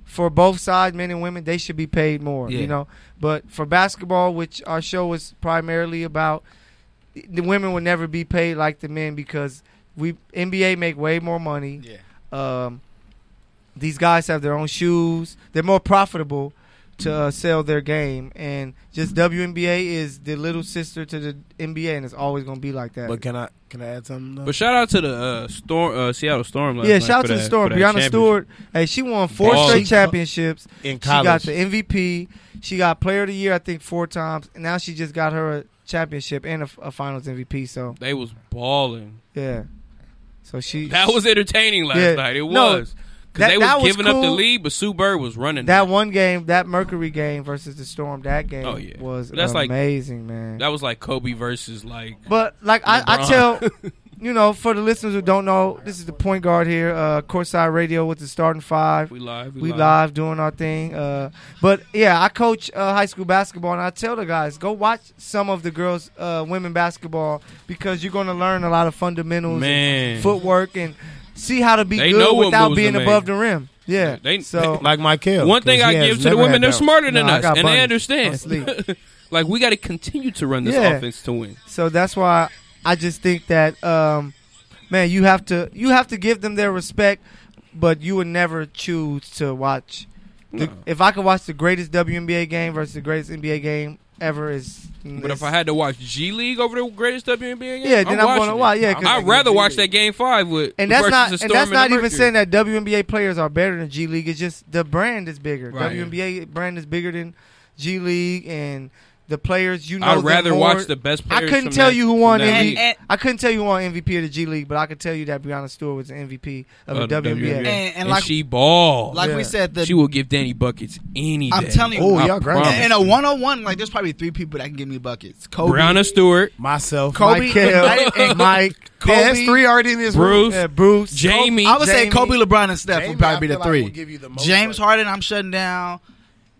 Speaker 3: for both sides, men and women, they should be paid more.
Speaker 2: Yeah.
Speaker 3: You know, but for basketball, which our show was primarily about, the women will never be paid like the men because we NBA make way more money.
Speaker 2: Yeah.
Speaker 3: Um, these guys have their own shoes. They're more profitable to uh, sell their game, and just WNBA is the little sister to the NBA, and it's always gonna be like that.
Speaker 4: But can I can I add something? Though?
Speaker 5: But shout out to the uh, storm, uh, Seattle Storm. Last
Speaker 3: yeah,
Speaker 5: night
Speaker 3: shout out
Speaker 5: for
Speaker 3: to the
Speaker 5: that-
Speaker 3: Storm.
Speaker 5: for that
Speaker 3: Brianna
Speaker 5: championship.
Speaker 3: Stewart. Hey, she won four
Speaker 5: Ball.
Speaker 3: straight championships.
Speaker 4: in
Speaker 3: She got
Speaker 4: college,
Speaker 3: the MVP. She got Player of the Year, I think, four times. And now she just got her a championship and a, a Finals MVP. So
Speaker 5: They was balling.
Speaker 3: yeah, so she
Speaker 5: That was entertaining last
Speaker 3: Yeah.
Speaker 5: night. It
Speaker 3: No,
Speaker 5: was because
Speaker 3: that-
Speaker 5: they
Speaker 3: that
Speaker 5: was
Speaker 3: was
Speaker 5: giving up the
Speaker 3: cool.
Speaker 5: lead, but Sue Bird was running.
Speaker 3: that one game, that Mercury game versus the Storm. That game
Speaker 5: Oh, yeah.
Speaker 3: was
Speaker 5: That's like-
Speaker 3: amazing, man.
Speaker 5: That was like Kobe versus like.
Speaker 3: But like I, I
Speaker 5: LeBron.
Speaker 3: tell you know, for the listeners who don't know, this is the point guard here, uh Courtside Radio with the starting five.
Speaker 5: We live.
Speaker 3: We live doing our thing. Uh but yeah, I coach uh, high school basketball and I tell the guys, go watch some of the girls uh women basketball because you're gonna learn a lot of fundamentals
Speaker 5: Man.
Speaker 3: and footwork and see how to be
Speaker 5: They know
Speaker 3: good
Speaker 5: what
Speaker 3: without
Speaker 5: moves to
Speaker 3: being
Speaker 5: make.
Speaker 3: above the rim. Yeah.
Speaker 5: They-
Speaker 3: so
Speaker 4: like Michael.
Speaker 5: One thing
Speaker 4: 'cause
Speaker 5: I
Speaker 4: he has
Speaker 5: give to the
Speaker 4: never
Speaker 5: women,
Speaker 4: had
Speaker 5: they're
Speaker 4: that-
Speaker 5: smarter than
Speaker 3: No, I
Speaker 5: us,
Speaker 3: got
Speaker 5: and they
Speaker 3: bunnies.
Speaker 5: understand.
Speaker 3: I'm asleep.
Speaker 5: like we got to continue to run this
Speaker 3: Yeah.
Speaker 5: offense to win.
Speaker 3: So that's why I just think that um, man, you have to you have to give them their respect, but you would never choose to watch. The,
Speaker 5: No.
Speaker 3: If I could watch the greatest WNBA game versus the greatest NBA game ever, is
Speaker 5: But if I had to watch G League over the greatest WNBA game,
Speaker 3: Yeah, then I'm gonna
Speaker 5: watching it.
Speaker 3: watch- yeah, 'cause-
Speaker 5: I'd rather watch that game five with
Speaker 3: and that's
Speaker 5: versus
Speaker 3: not
Speaker 5: the
Speaker 3: and
Speaker 5: Storm
Speaker 3: that's
Speaker 5: the
Speaker 3: not even
Speaker 5: Mercury.
Speaker 3: saying that WNBA players are better than G League. It's just the brand is bigger.
Speaker 5: Right.
Speaker 3: WNBA brand is bigger than G League and. The players you know.
Speaker 5: I'd
Speaker 3: them
Speaker 5: rather
Speaker 3: more.
Speaker 5: watch the best.
Speaker 3: I
Speaker 5: Players
Speaker 3: couldn't
Speaker 5: from
Speaker 3: tell
Speaker 5: that-
Speaker 3: you who
Speaker 5: from
Speaker 3: won
Speaker 5: that
Speaker 3: MVP.
Speaker 5: league.
Speaker 8: And-
Speaker 3: I couldn't tell you who won MVP of the G League, but I could tell you that Brianna Stewart was the MVP of
Speaker 5: Of
Speaker 3: the
Speaker 5: the
Speaker 3: WNBA.
Speaker 5: WNBA.
Speaker 2: And, and
Speaker 5: And
Speaker 2: like
Speaker 5: she ball.
Speaker 2: like
Speaker 3: Yeah.
Speaker 2: we said, the
Speaker 5: she will give Danny buckets any day.
Speaker 2: I'm telling you,
Speaker 4: Oh,
Speaker 5: I
Speaker 4: y'all great.
Speaker 5: promise.
Speaker 2: in a one on one, like there's probably three people that can give me buckets. Kobe,
Speaker 5: Brianna Stewart,
Speaker 4: myself,
Speaker 2: Kobe,
Speaker 4: Michael,
Speaker 2: and
Speaker 4: Mike,
Speaker 2: Kobe,
Speaker 4: Yeah, that's three already in this room.
Speaker 5: Bruce,
Speaker 3: Yeah, Bruce.
Speaker 5: Jamie.
Speaker 2: I would say
Speaker 3: Jamie-
Speaker 2: Kobe, LeBron, and Steph
Speaker 4: Jamie,
Speaker 2: would
Speaker 4: I
Speaker 2: probably be
Speaker 4: feel
Speaker 2: the
Speaker 4: like
Speaker 2: three.
Speaker 4: will give you the most
Speaker 2: James
Speaker 4: buckets.
Speaker 2: Harden, I'm shutting down.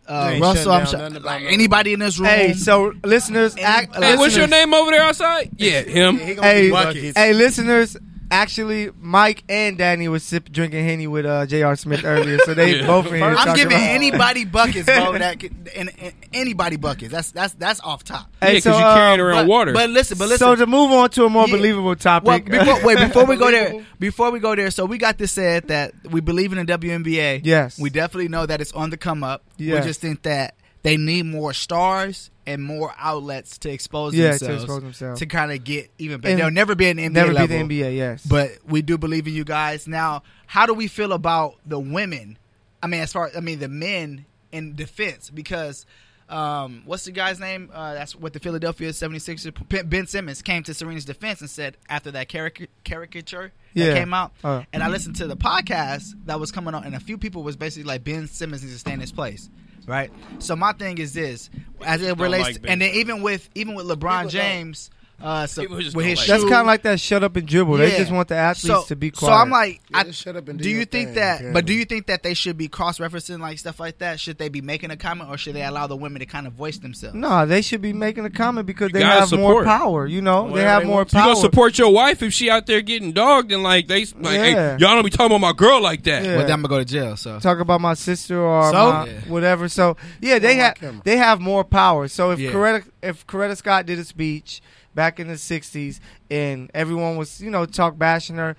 Speaker 4: You
Speaker 2: Uh,
Speaker 4: ain't
Speaker 2: Russell, I'm
Speaker 4: shutting down nothing
Speaker 2: shutting
Speaker 4: about
Speaker 2: like
Speaker 4: no
Speaker 2: anybody in this room.
Speaker 3: Hey, so listeners, act,
Speaker 2: Hey,
Speaker 5: Hey, what's your
Speaker 3: listeners-
Speaker 5: name over there outside? Yeah, him.
Speaker 4: He gonna
Speaker 3: Hey,
Speaker 4: be buckets.
Speaker 3: hey, listeners. Actually, Mike and Danny was sip drinking henny with uh, J.R. Smith earlier, so they
Speaker 5: Yeah.
Speaker 3: both in here.
Speaker 2: I'm
Speaker 3: talking
Speaker 2: giving
Speaker 3: about-
Speaker 2: anybody buckets, bro. That could, and, and anybody buckets. That's that's that's off top.
Speaker 5: Yeah,
Speaker 3: Hey,
Speaker 5: because
Speaker 3: so,
Speaker 5: you carrying
Speaker 3: um,
Speaker 5: around
Speaker 2: But,
Speaker 5: water.
Speaker 2: but listen, but listen.
Speaker 3: So to move on to a more
Speaker 2: Yeah.
Speaker 3: believable topic.
Speaker 2: well, before, wait, before we go there, before we go there, so we got this said that we believe in the WNBA.
Speaker 3: Yes.
Speaker 2: we definitely know that it's on the come up.
Speaker 3: Yes.
Speaker 2: We just think that they need more stars and more outlets to expose
Speaker 3: yeah,
Speaker 2: themselves
Speaker 3: to expose themselves.
Speaker 2: to kind of get even better.
Speaker 3: And
Speaker 2: They'll never be an NBA
Speaker 3: Never
Speaker 2: level,
Speaker 3: be the NBA, yes.
Speaker 2: but we do believe in you guys. Now, how do we feel about the women? I mean, as far I mean the men in defense because. Um, what's the guy's name? Uh, that's what the Philadelphia 76ers, Ben- Ben Simmons, came to Serena's defense and said after that caric- caricature that
Speaker 3: Yeah.
Speaker 2: came out.
Speaker 3: Uh.
Speaker 2: and I listened to the podcast that was coming on, and a few people was basically like, Ben Simmons needs to stay in his place, right? So my thing is this, as it relates,
Speaker 5: like Ben
Speaker 2: and then even with even with LeBron
Speaker 4: People don't.
Speaker 2: James, uh, so,
Speaker 5: People just
Speaker 2: with
Speaker 5: don't
Speaker 2: his
Speaker 5: like
Speaker 3: That's
Speaker 2: shoe-
Speaker 3: kind of like that shut up and dribble. They
Speaker 2: yeah.
Speaker 3: just want the athletes
Speaker 2: So-
Speaker 3: to be
Speaker 2: So
Speaker 3: quiet.
Speaker 2: I'm like,
Speaker 4: Yeah,
Speaker 2: I,
Speaker 4: just shut up and
Speaker 2: do,
Speaker 4: do
Speaker 2: you
Speaker 4: your
Speaker 2: think
Speaker 4: thing,
Speaker 2: that?
Speaker 4: okay?
Speaker 2: But do you think that they should be cross referencing like stuff like that? Should they be making a comment, or should they allow the women to kind of voice themselves?
Speaker 3: No, they should be making a comment because they
Speaker 5: gotta
Speaker 3: have more
Speaker 5: support.
Speaker 3: power. You know, they
Speaker 4: Whatever
Speaker 3: have
Speaker 4: they
Speaker 3: more
Speaker 4: want.
Speaker 5: you
Speaker 3: power.
Speaker 5: gonna support your wife if she out there getting dogged and like they like hey,
Speaker 3: Yeah.
Speaker 5: y'all don't be talking about my girl like that.
Speaker 3: Yeah.
Speaker 2: Well, then I'm gonna go to jail. So
Speaker 3: Talk about my sister or
Speaker 2: So?
Speaker 3: my
Speaker 2: Yeah.
Speaker 3: whatever. So yeah, they
Speaker 4: on my
Speaker 3: have
Speaker 4: camera.
Speaker 3: they have more power. So if
Speaker 2: Yeah.
Speaker 3: Coretta if Coretta Scott did a speech back in the '60s and everyone was you know talk bashing her.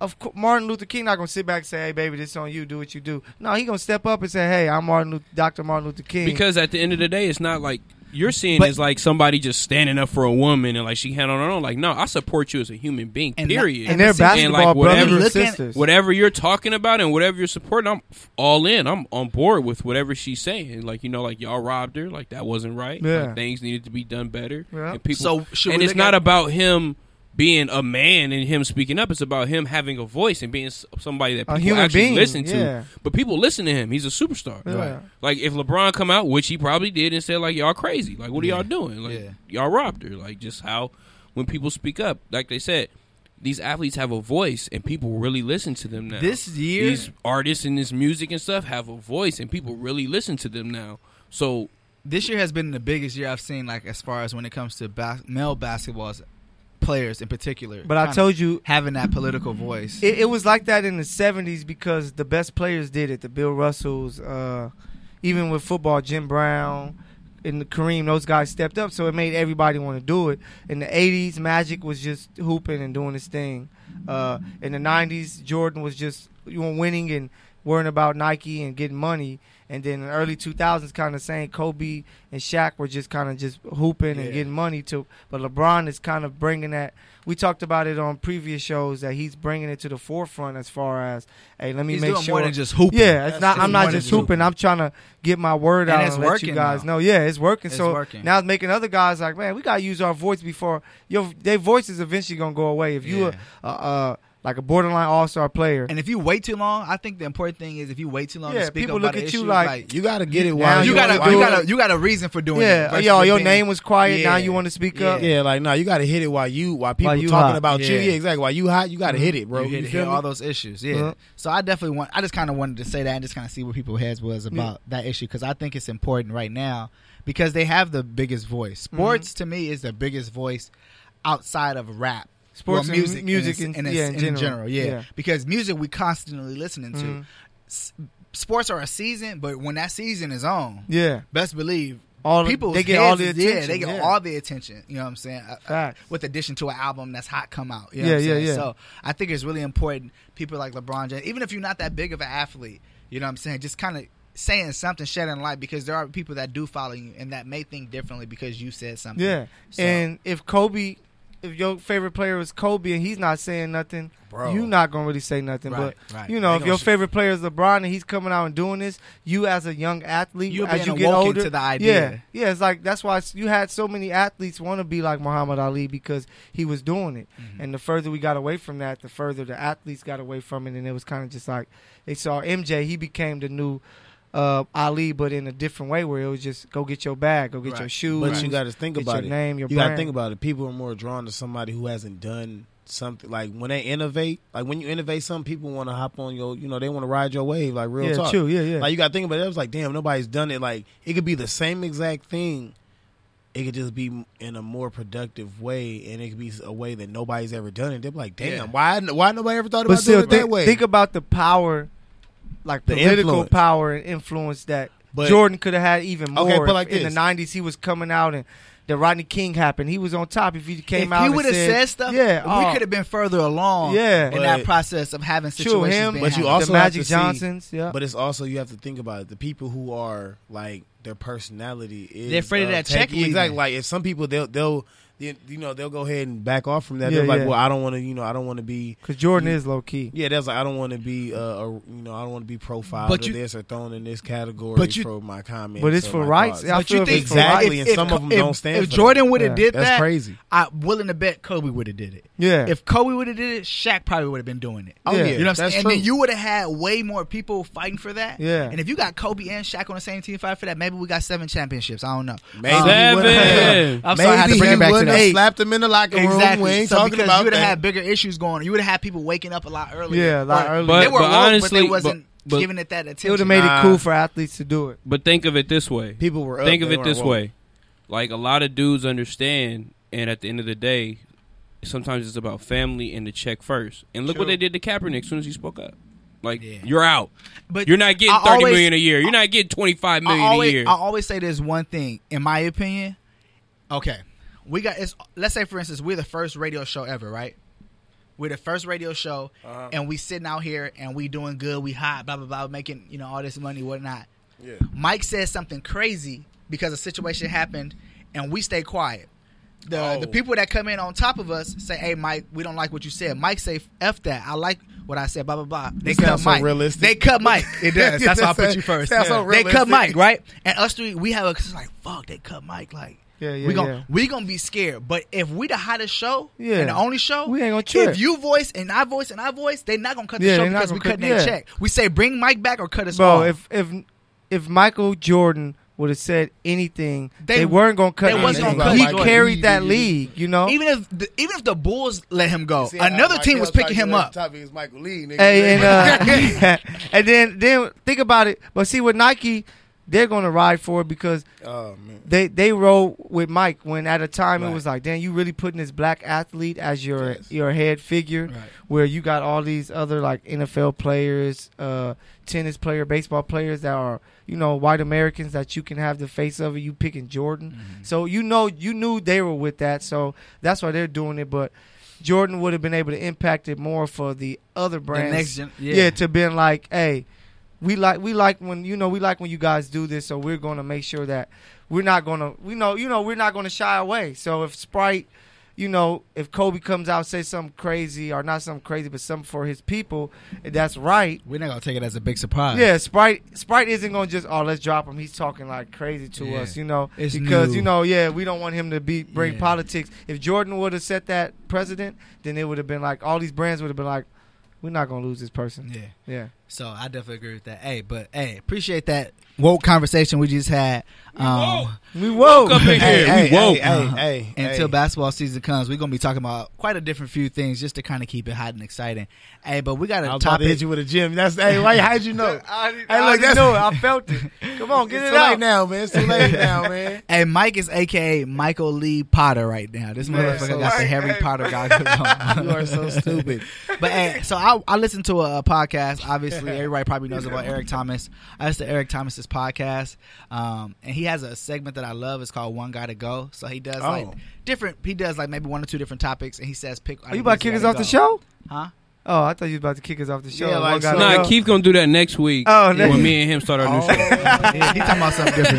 Speaker 3: Of course, Martin Luther King not gonna sit back and say, "Hey, baby, this on you. Do what you do." No, he gonna step up and say, "Hey, I'm Martin, Luther, Dr. Martin Luther King."
Speaker 5: Because at the end of the day, it's not like you're seeing
Speaker 2: But-
Speaker 5: is like somebody just standing up for a woman and like she had on her own. Like, no, I support you as a human being.
Speaker 2: And that-
Speaker 5: period.
Speaker 3: and they're
Speaker 2: And like
Speaker 3: basketball
Speaker 5: whatever-
Speaker 3: brothers and
Speaker 2: Looking-
Speaker 3: sisters.
Speaker 5: whatever you're talking about and whatever you're supporting, I'm f- all in. I'm on board with whatever she's saying. Like you know, like y'all robbed her. Like that wasn't right.
Speaker 3: Yeah.
Speaker 5: Like, things needed to be done better.
Speaker 3: Yeah.
Speaker 5: And people.
Speaker 2: So, should
Speaker 5: and
Speaker 2: we
Speaker 5: it's
Speaker 2: look
Speaker 5: not
Speaker 2: at-
Speaker 5: about him being a man and him speaking up. It's about him having a voice and being s- somebody that
Speaker 3: A
Speaker 5: people
Speaker 3: human
Speaker 5: actually
Speaker 3: being,
Speaker 5: listen to.
Speaker 3: yeah.
Speaker 5: But people listen to him. He's a superstar.
Speaker 3: Yeah. Right.
Speaker 5: Like if LeBron come out, which he probably did, and said like y'all crazy. Like what are y'all doing? Like
Speaker 2: Yeah.
Speaker 5: y'all robbed her. Like just how when people speak up, like they said. These athletes have a voice, and people really listen to them now.
Speaker 2: This year-
Speaker 5: these artists and this music and stuff have a voice, and people really listen to them now. So
Speaker 2: this year has been the biggest year I've seen, like as far as when it comes to bas- male basketball players in particular.
Speaker 3: But I
Speaker 2: kinda
Speaker 3: told you-
Speaker 2: having that political voice.
Speaker 3: It, it was like that in the '70s because the best players did it. The Bill Russells, uh, even with football, Jim Brown and the Kareem, those guys stepped up, so it made everybody want to do it. In the '80s, Magic was just hooping and doing his thing. Uh, in the '90s, Jordan was just you know, winning and worrying about Nike and getting money, and then in the early 2000s, kind of saying Kobe and Shaq were just kind of just hooping and getting money to, but LeBron is kind of bringing that. We talked about it on previous shows that he's bringing it to the forefront as far as, hey, let me
Speaker 2: He's
Speaker 3: make
Speaker 2: doing
Speaker 3: sure.
Speaker 2: more than just hooping.
Speaker 3: Yeah, it's not.
Speaker 2: He's
Speaker 3: I'm
Speaker 2: more
Speaker 3: not
Speaker 2: than
Speaker 3: just
Speaker 2: just
Speaker 3: hooping. I'm trying to get my word
Speaker 2: And
Speaker 3: out
Speaker 2: it's
Speaker 3: and let you
Speaker 2: working
Speaker 3: guys
Speaker 2: now.
Speaker 3: know. Yeah, it's working.
Speaker 2: It's
Speaker 3: so
Speaker 2: working.
Speaker 3: now it's making other guys like, man, we gotta use our voice before your their voice is eventually gonna go away. If you
Speaker 2: Yeah.
Speaker 3: a, a, a like a borderline all star player,
Speaker 2: And if you wait too long, I think the important thing is if you wait too long
Speaker 3: Yeah,
Speaker 2: to speak
Speaker 3: people
Speaker 2: up about
Speaker 3: look
Speaker 2: an
Speaker 3: at you
Speaker 2: issue,
Speaker 3: like-
Speaker 2: like
Speaker 4: You gotta get it
Speaker 3: Now
Speaker 4: while
Speaker 2: you
Speaker 3: you
Speaker 2: got
Speaker 3: wanna
Speaker 2: a
Speaker 4: while
Speaker 2: you
Speaker 3: do
Speaker 2: got
Speaker 3: it.
Speaker 2: a you got a reason for doing it.
Speaker 3: yeah,
Speaker 2: versus
Speaker 3: yo, your
Speaker 2: being-
Speaker 3: name was quiet. Now
Speaker 2: Yeah.
Speaker 3: you want to speak
Speaker 2: Yeah.
Speaker 3: up.
Speaker 4: Yeah, like no, you gotta hit it while you while people
Speaker 3: While you
Speaker 4: talking
Speaker 3: hot.
Speaker 4: about you.
Speaker 2: Yeah.
Speaker 4: Yeah, exactly. While you hot, you gotta hit it, bro.
Speaker 2: you hit,
Speaker 4: You
Speaker 2: hit
Speaker 4: feel me?
Speaker 2: all those issues. Yeah.
Speaker 3: Uh-huh.
Speaker 2: So I definitely want. I just kind of wanted to say that and just kind of see where people's heads was about that issue because I think it's important right now because they have the biggest voice.
Speaker 3: Mm-hmm.
Speaker 2: Sports to me is the biggest voice outside of rap.
Speaker 3: Sports and
Speaker 2: music,
Speaker 3: music
Speaker 2: in,
Speaker 3: in-
Speaker 2: in,
Speaker 3: yeah,
Speaker 2: in,
Speaker 3: in
Speaker 2: general,
Speaker 3: general.
Speaker 2: yeah.
Speaker 3: Yeah. Mm-hmm.
Speaker 2: Because music we constantly listening to. S- sports are a season, but when that season is on,
Speaker 3: yeah.
Speaker 2: best believe
Speaker 3: All
Speaker 2: people
Speaker 3: they get all the attention.
Speaker 2: Yeah, they get all the attention. You know what I'm saying? Uh, uh,
Speaker 3: Facts.
Speaker 2: With addition to an album that's hot come out. You know
Speaker 3: Yeah,
Speaker 2: what I'm
Speaker 3: yeah,
Speaker 2: saying?
Speaker 3: yeah.
Speaker 2: So I think it's really important. People like LeBron James, even if you're not that big of an athlete, you know what I'm saying? Just kind of saying something, shedding light because there are people that do follow you and that may think differently because you said something.
Speaker 3: Yeah,
Speaker 2: So-
Speaker 3: and if Kobe, if your favorite player is Kobe and he's not saying nothing,
Speaker 2: Bro.
Speaker 3: you're not gonna really say nothing.
Speaker 2: Right,
Speaker 3: but
Speaker 2: right.
Speaker 3: you know,
Speaker 2: They
Speaker 3: if
Speaker 2: gonna
Speaker 3: your
Speaker 2: sh-
Speaker 3: favorite player is LeBron and he's coming out and doing this, you as a young athlete,
Speaker 2: You're
Speaker 3: as
Speaker 2: being
Speaker 3: you get
Speaker 2: awoken
Speaker 3: older,
Speaker 2: to the idea.
Speaker 3: yeah, yeah, it's like that's why you had so many athletes want to be like Muhammad Ali because he was doing it.
Speaker 2: Mm-hmm.
Speaker 3: And the further we got away from that, the further the athletes got away from it, and it was kind of just like they saw MJ. He became the new. Uh, Ali, but in a different way, where it was just go get your bag, go get
Speaker 2: Right.
Speaker 3: your shoes.
Speaker 4: But you got to think
Speaker 3: Get
Speaker 4: about
Speaker 3: your
Speaker 4: it.
Speaker 3: name, your
Speaker 4: you to
Speaker 3: brand.
Speaker 4: think about it. People are more drawn to somebody who hasn't done something. Like when they innovate, like when you innovate, some people want to hop on your. You know, they want to ride your wave. Like real
Speaker 3: Yeah,
Speaker 4: talk.
Speaker 3: true. Yeah, yeah.
Speaker 4: Like you got to think about it. It was like, damn, nobody's done it. Like it could be the same exact thing. It could just be in a more productive way, and it could be a way that nobody's ever done it. They're like, damn,
Speaker 2: Yeah.
Speaker 4: why? Why nobody ever thought about
Speaker 3: but still
Speaker 4: doing it
Speaker 3: think,
Speaker 4: that way?
Speaker 3: think about the power like
Speaker 4: The
Speaker 3: political
Speaker 4: influence.
Speaker 3: power and influence that
Speaker 4: But-
Speaker 3: jordan could have had even more
Speaker 4: Okay, but
Speaker 3: if
Speaker 4: like
Speaker 3: in
Speaker 4: this.
Speaker 3: the 90s he was coming out and the rodney king happened he was on top if he came
Speaker 2: if
Speaker 3: out
Speaker 2: he
Speaker 3: and
Speaker 2: would have
Speaker 3: said,
Speaker 2: said, stuff,
Speaker 3: yeah
Speaker 2: we
Speaker 3: oh,
Speaker 2: could have been further along
Speaker 3: Yeah.
Speaker 2: in that
Speaker 4: But-
Speaker 2: process of having
Speaker 3: True,
Speaker 2: situations.
Speaker 3: him,
Speaker 2: being
Speaker 4: But you
Speaker 2: handled.
Speaker 4: also
Speaker 3: The
Speaker 4: have to
Speaker 3: Magic
Speaker 4: see-
Speaker 3: Johnsons, yeah.
Speaker 4: But it's also you have to think about it. The people who are like their personality is
Speaker 2: They're afraid of that check
Speaker 4: taking-
Speaker 2: leaving.
Speaker 4: Exactly. Like if some people they'll they'll you know they'll go ahead and back off from that.
Speaker 3: Yeah,
Speaker 4: They're like,
Speaker 3: yeah.
Speaker 4: well, I don't want to. You know, I don't want to be.
Speaker 3: because jordan is low-key
Speaker 4: Yeah, that's like I don't want to be. Uh, a, you know, I don't want to be profiled
Speaker 2: But
Speaker 4: but
Speaker 2: you-
Speaker 4: or this or thrown in this category
Speaker 2: but you-
Speaker 4: for my comments.
Speaker 3: but it's
Speaker 4: or
Speaker 3: for
Speaker 4: my
Speaker 3: rights.
Speaker 4: thoughts.
Speaker 3: I
Speaker 2: But you
Speaker 3: feel if
Speaker 2: think
Speaker 3: it's for rights.
Speaker 4: Exactly, and some of 'em
Speaker 2: if,
Speaker 4: don't stand
Speaker 2: If
Speaker 4: for that.
Speaker 2: Jordan would have
Speaker 3: Yeah,
Speaker 2: did
Speaker 4: that's
Speaker 2: that,
Speaker 4: crazy.
Speaker 2: I'm willing to bet Kobe would have did it.
Speaker 3: yeah
Speaker 2: If Kobe would have did it, Shaq probably would have been doing it.
Speaker 4: Oh,
Speaker 3: Yeah.
Speaker 4: yeah,
Speaker 2: You know what I'm
Speaker 4: that's
Speaker 2: saying?
Speaker 4: true.
Speaker 2: And then you would have had way more people fighting for that.
Speaker 3: Yeah.
Speaker 2: And if you got Kobe and Shaq on the same team fighting for that, maybe we got seven championships. I don't know.
Speaker 4: Maybe
Speaker 2: Um,
Speaker 5: Seven.
Speaker 2: I'm sorry, I had to bring it back to
Speaker 4: wouldn't
Speaker 2: that.
Speaker 4: have
Speaker 2: Eight.
Speaker 4: slapped him in the locker room.
Speaker 2: Exactly.
Speaker 4: We ain't
Speaker 2: so
Speaker 4: talking
Speaker 2: because
Speaker 4: about
Speaker 2: you would have
Speaker 4: that.
Speaker 2: had bigger issues going. on. You would have had people waking up a lot earlier.
Speaker 3: Yeah, a lot
Speaker 2: Or
Speaker 3: earlier.
Speaker 2: they
Speaker 3: But-
Speaker 2: were woke,
Speaker 5: but
Speaker 2: but they
Speaker 5: honestly,
Speaker 2: wasn't
Speaker 5: but- but-
Speaker 2: giving it that
Speaker 3: it would
Speaker 2: attention.
Speaker 3: have made
Speaker 4: Nah.
Speaker 3: it cool for athletes to do it
Speaker 5: But think of it this way.
Speaker 4: people were up,
Speaker 5: think of
Speaker 4: they
Speaker 5: it this
Speaker 4: weren't woke.
Speaker 5: way. Like a lot of dudes understand, and at the end of the day, sometimes it's about family and the check first. And look what
Speaker 3: True.
Speaker 5: they did to Kaepernick as soon as he spoke up. Like
Speaker 2: Yeah.
Speaker 5: you're out.
Speaker 2: but
Speaker 5: You're not getting
Speaker 2: I
Speaker 5: thirty million
Speaker 2: always-
Speaker 5: a year. You're not getting twenty five million
Speaker 2: I always,
Speaker 5: a year.
Speaker 2: I always say there's one thing, in my opinion. Okay, we got. It's, let's say, for instance, we're the first radio show ever, right? We're the first radio show, and we sitting out here and we doing good. We hot, blah blah blah, making you know all this money, whatnot.
Speaker 4: Yeah.
Speaker 2: Mike says something crazy because a situation happened, and we stay quiet. The
Speaker 4: Oh.
Speaker 2: the people that come in on top of us say, "Hey, Mike, we don't like what you said." Mike say, "F that, I like what I said." Blah blah blah. They cut
Speaker 4: sounds so
Speaker 2: Mike.
Speaker 4: realistic.
Speaker 2: They cut Mike. It does. That's why I put you first.
Speaker 4: Sounds so
Speaker 2: they cut
Speaker 4: realistic.
Speaker 2: Mike, right? And us three, we have a it's like, "Fuck, they cut Mike." Like,
Speaker 3: Yeah, yeah,
Speaker 2: we gonna
Speaker 3: yeah.
Speaker 2: we gonna be scared. But if we the hottest show,
Speaker 3: Yeah.
Speaker 2: and the only show,
Speaker 3: We ain't gonna
Speaker 2: If
Speaker 3: trip.
Speaker 2: you voice and I voice and I voice, they not gonna cut the
Speaker 3: Yeah,
Speaker 2: show
Speaker 3: they not
Speaker 2: because we
Speaker 3: gonna
Speaker 2: cutting
Speaker 3: cut-
Speaker 2: their
Speaker 3: yeah.
Speaker 2: check. We say, "Bring Mike back or cut us
Speaker 3: bro
Speaker 2: off."
Speaker 3: if if if michael jordan would have said anything
Speaker 2: They-
Speaker 3: they, weren't gonna cut
Speaker 2: they wasn't
Speaker 3: anything.
Speaker 2: gonna cut
Speaker 3: he
Speaker 2: Michael.
Speaker 3: carried that league you know
Speaker 2: even if the, even if the Bulls let him go,
Speaker 4: See,
Speaker 2: another
Speaker 4: I-
Speaker 2: team was
Speaker 4: Michael
Speaker 2: picking him
Speaker 4: Jordan,
Speaker 2: up.
Speaker 4: Topic is Michael Lee, nigga.
Speaker 3: Hey, and uh, and then then think about it. But see, with Nike, they're gonna ride for it because
Speaker 4: oh man,
Speaker 3: they they rode with Mike when at a time
Speaker 4: Right.
Speaker 3: it was like, damn, you really putting this black athlete as your
Speaker 4: Yes.
Speaker 3: your head figure, where you got all these other like NFL players, uh, tennis player, baseball players that are you know white Americans that you can have the face of, and you picking Jordan.
Speaker 2: Mm-hmm.
Speaker 3: So you know you knew they were with that, so that's why they're doing it, but. Jordan would have been able to impact it more for the other brands
Speaker 2: next gen- yeah.
Speaker 3: yeah, to being like, hey, we like we like when you know we like when you guys do this. So we're going to make sure that we're not going to we know you know we're not going to shy away. So if Sprite, you know, if Kobe comes out say something crazy or not something crazy, but something for his people, that's right.
Speaker 2: We're not gonna take it as a big surprise.
Speaker 3: Yeah, Sprite Sprite isn't gonna just oh let's drop him. He's talking like crazy to
Speaker 2: Yeah.
Speaker 3: us, you know,
Speaker 2: It's
Speaker 3: because
Speaker 2: new.
Speaker 3: you know yeah we don't want him to be bring
Speaker 2: Yeah.
Speaker 3: politics. If Jordan would have set that precedent, then it would have been like all these brands would have been like, we're not gonna lose this person.
Speaker 2: Yeah.
Speaker 3: Yeah,
Speaker 2: So I definitely agree with that. Hey, but hey, appreciate that woke conversation we just had. Um,
Speaker 3: we woke.
Speaker 5: Come in
Speaker 2: Hey,
Speaker 5: here.
Speaker 2: hey,
Speaker 5: we woke.
Speaker 2: hey, hey,
Speaker 4: Uh-huh. hey,
Speaker 2: until
Speaker 4: hey.
Speaker 2: basketball season comes, we're gonna be talking about quite a different few things just to kind of keep it hot and exciting. Hey, but we got
Speaker 4: I
Speaker 2: a
Speaker 4: was about to
Speaker 2: topic.
Speaker 4: hit you with a gym. That's hey, why? How'd you know? Hey, look,
Speaker 3: I
Speaker 4: that's-
Speaker 3: know it. I felt it. Come on, get
Speaker 4: it's
Speaker 3: it
Speaker 4: too late
Speaker 3: out.
Speaker 4: now, man. It's too late now, man.
Speaker 2: Hey, Mike is aka Michael Lee Potter right now. This motherfucker
Speaker 4: so-
Speaker 2: got the
Speaker 4: Right,
Speaker 2: Harry
Speaker 4: hey.
Speaker 2: Potter goggles on.
Speaker 4: You are so stupid.
Speaker 2: But hey, so I, I listened to a, podcast. Obviously, everybody probably knows about Eric Thomas. I listen to Eric Thomas's podcast, um, and he has a segment that I love. It's called One Guy to Go. So he does like
Speaker 4: Oh.
Speaker 2: different. He does like maybe one or two different topics, and he says, "Pick."
Speaker 3: Are you about to kick us off the show?
Speaker 2: Huh?
Speaker 3: Oh, I thought you was about to kick us off the show.
Speaker 4: Yeah, like
Speaker 3: One gotta
Speaker 4: so.
Speaker 5: Nah,
Speaker 3: go.
Speaker 5: Keith gonna do that next week.
Speaker 3: Oh, next-
Speaker 5: when me and him start our
Speaker 2: Oh.
Speaker 5: new show.
Speaker 2: Yeah, he talking about something different,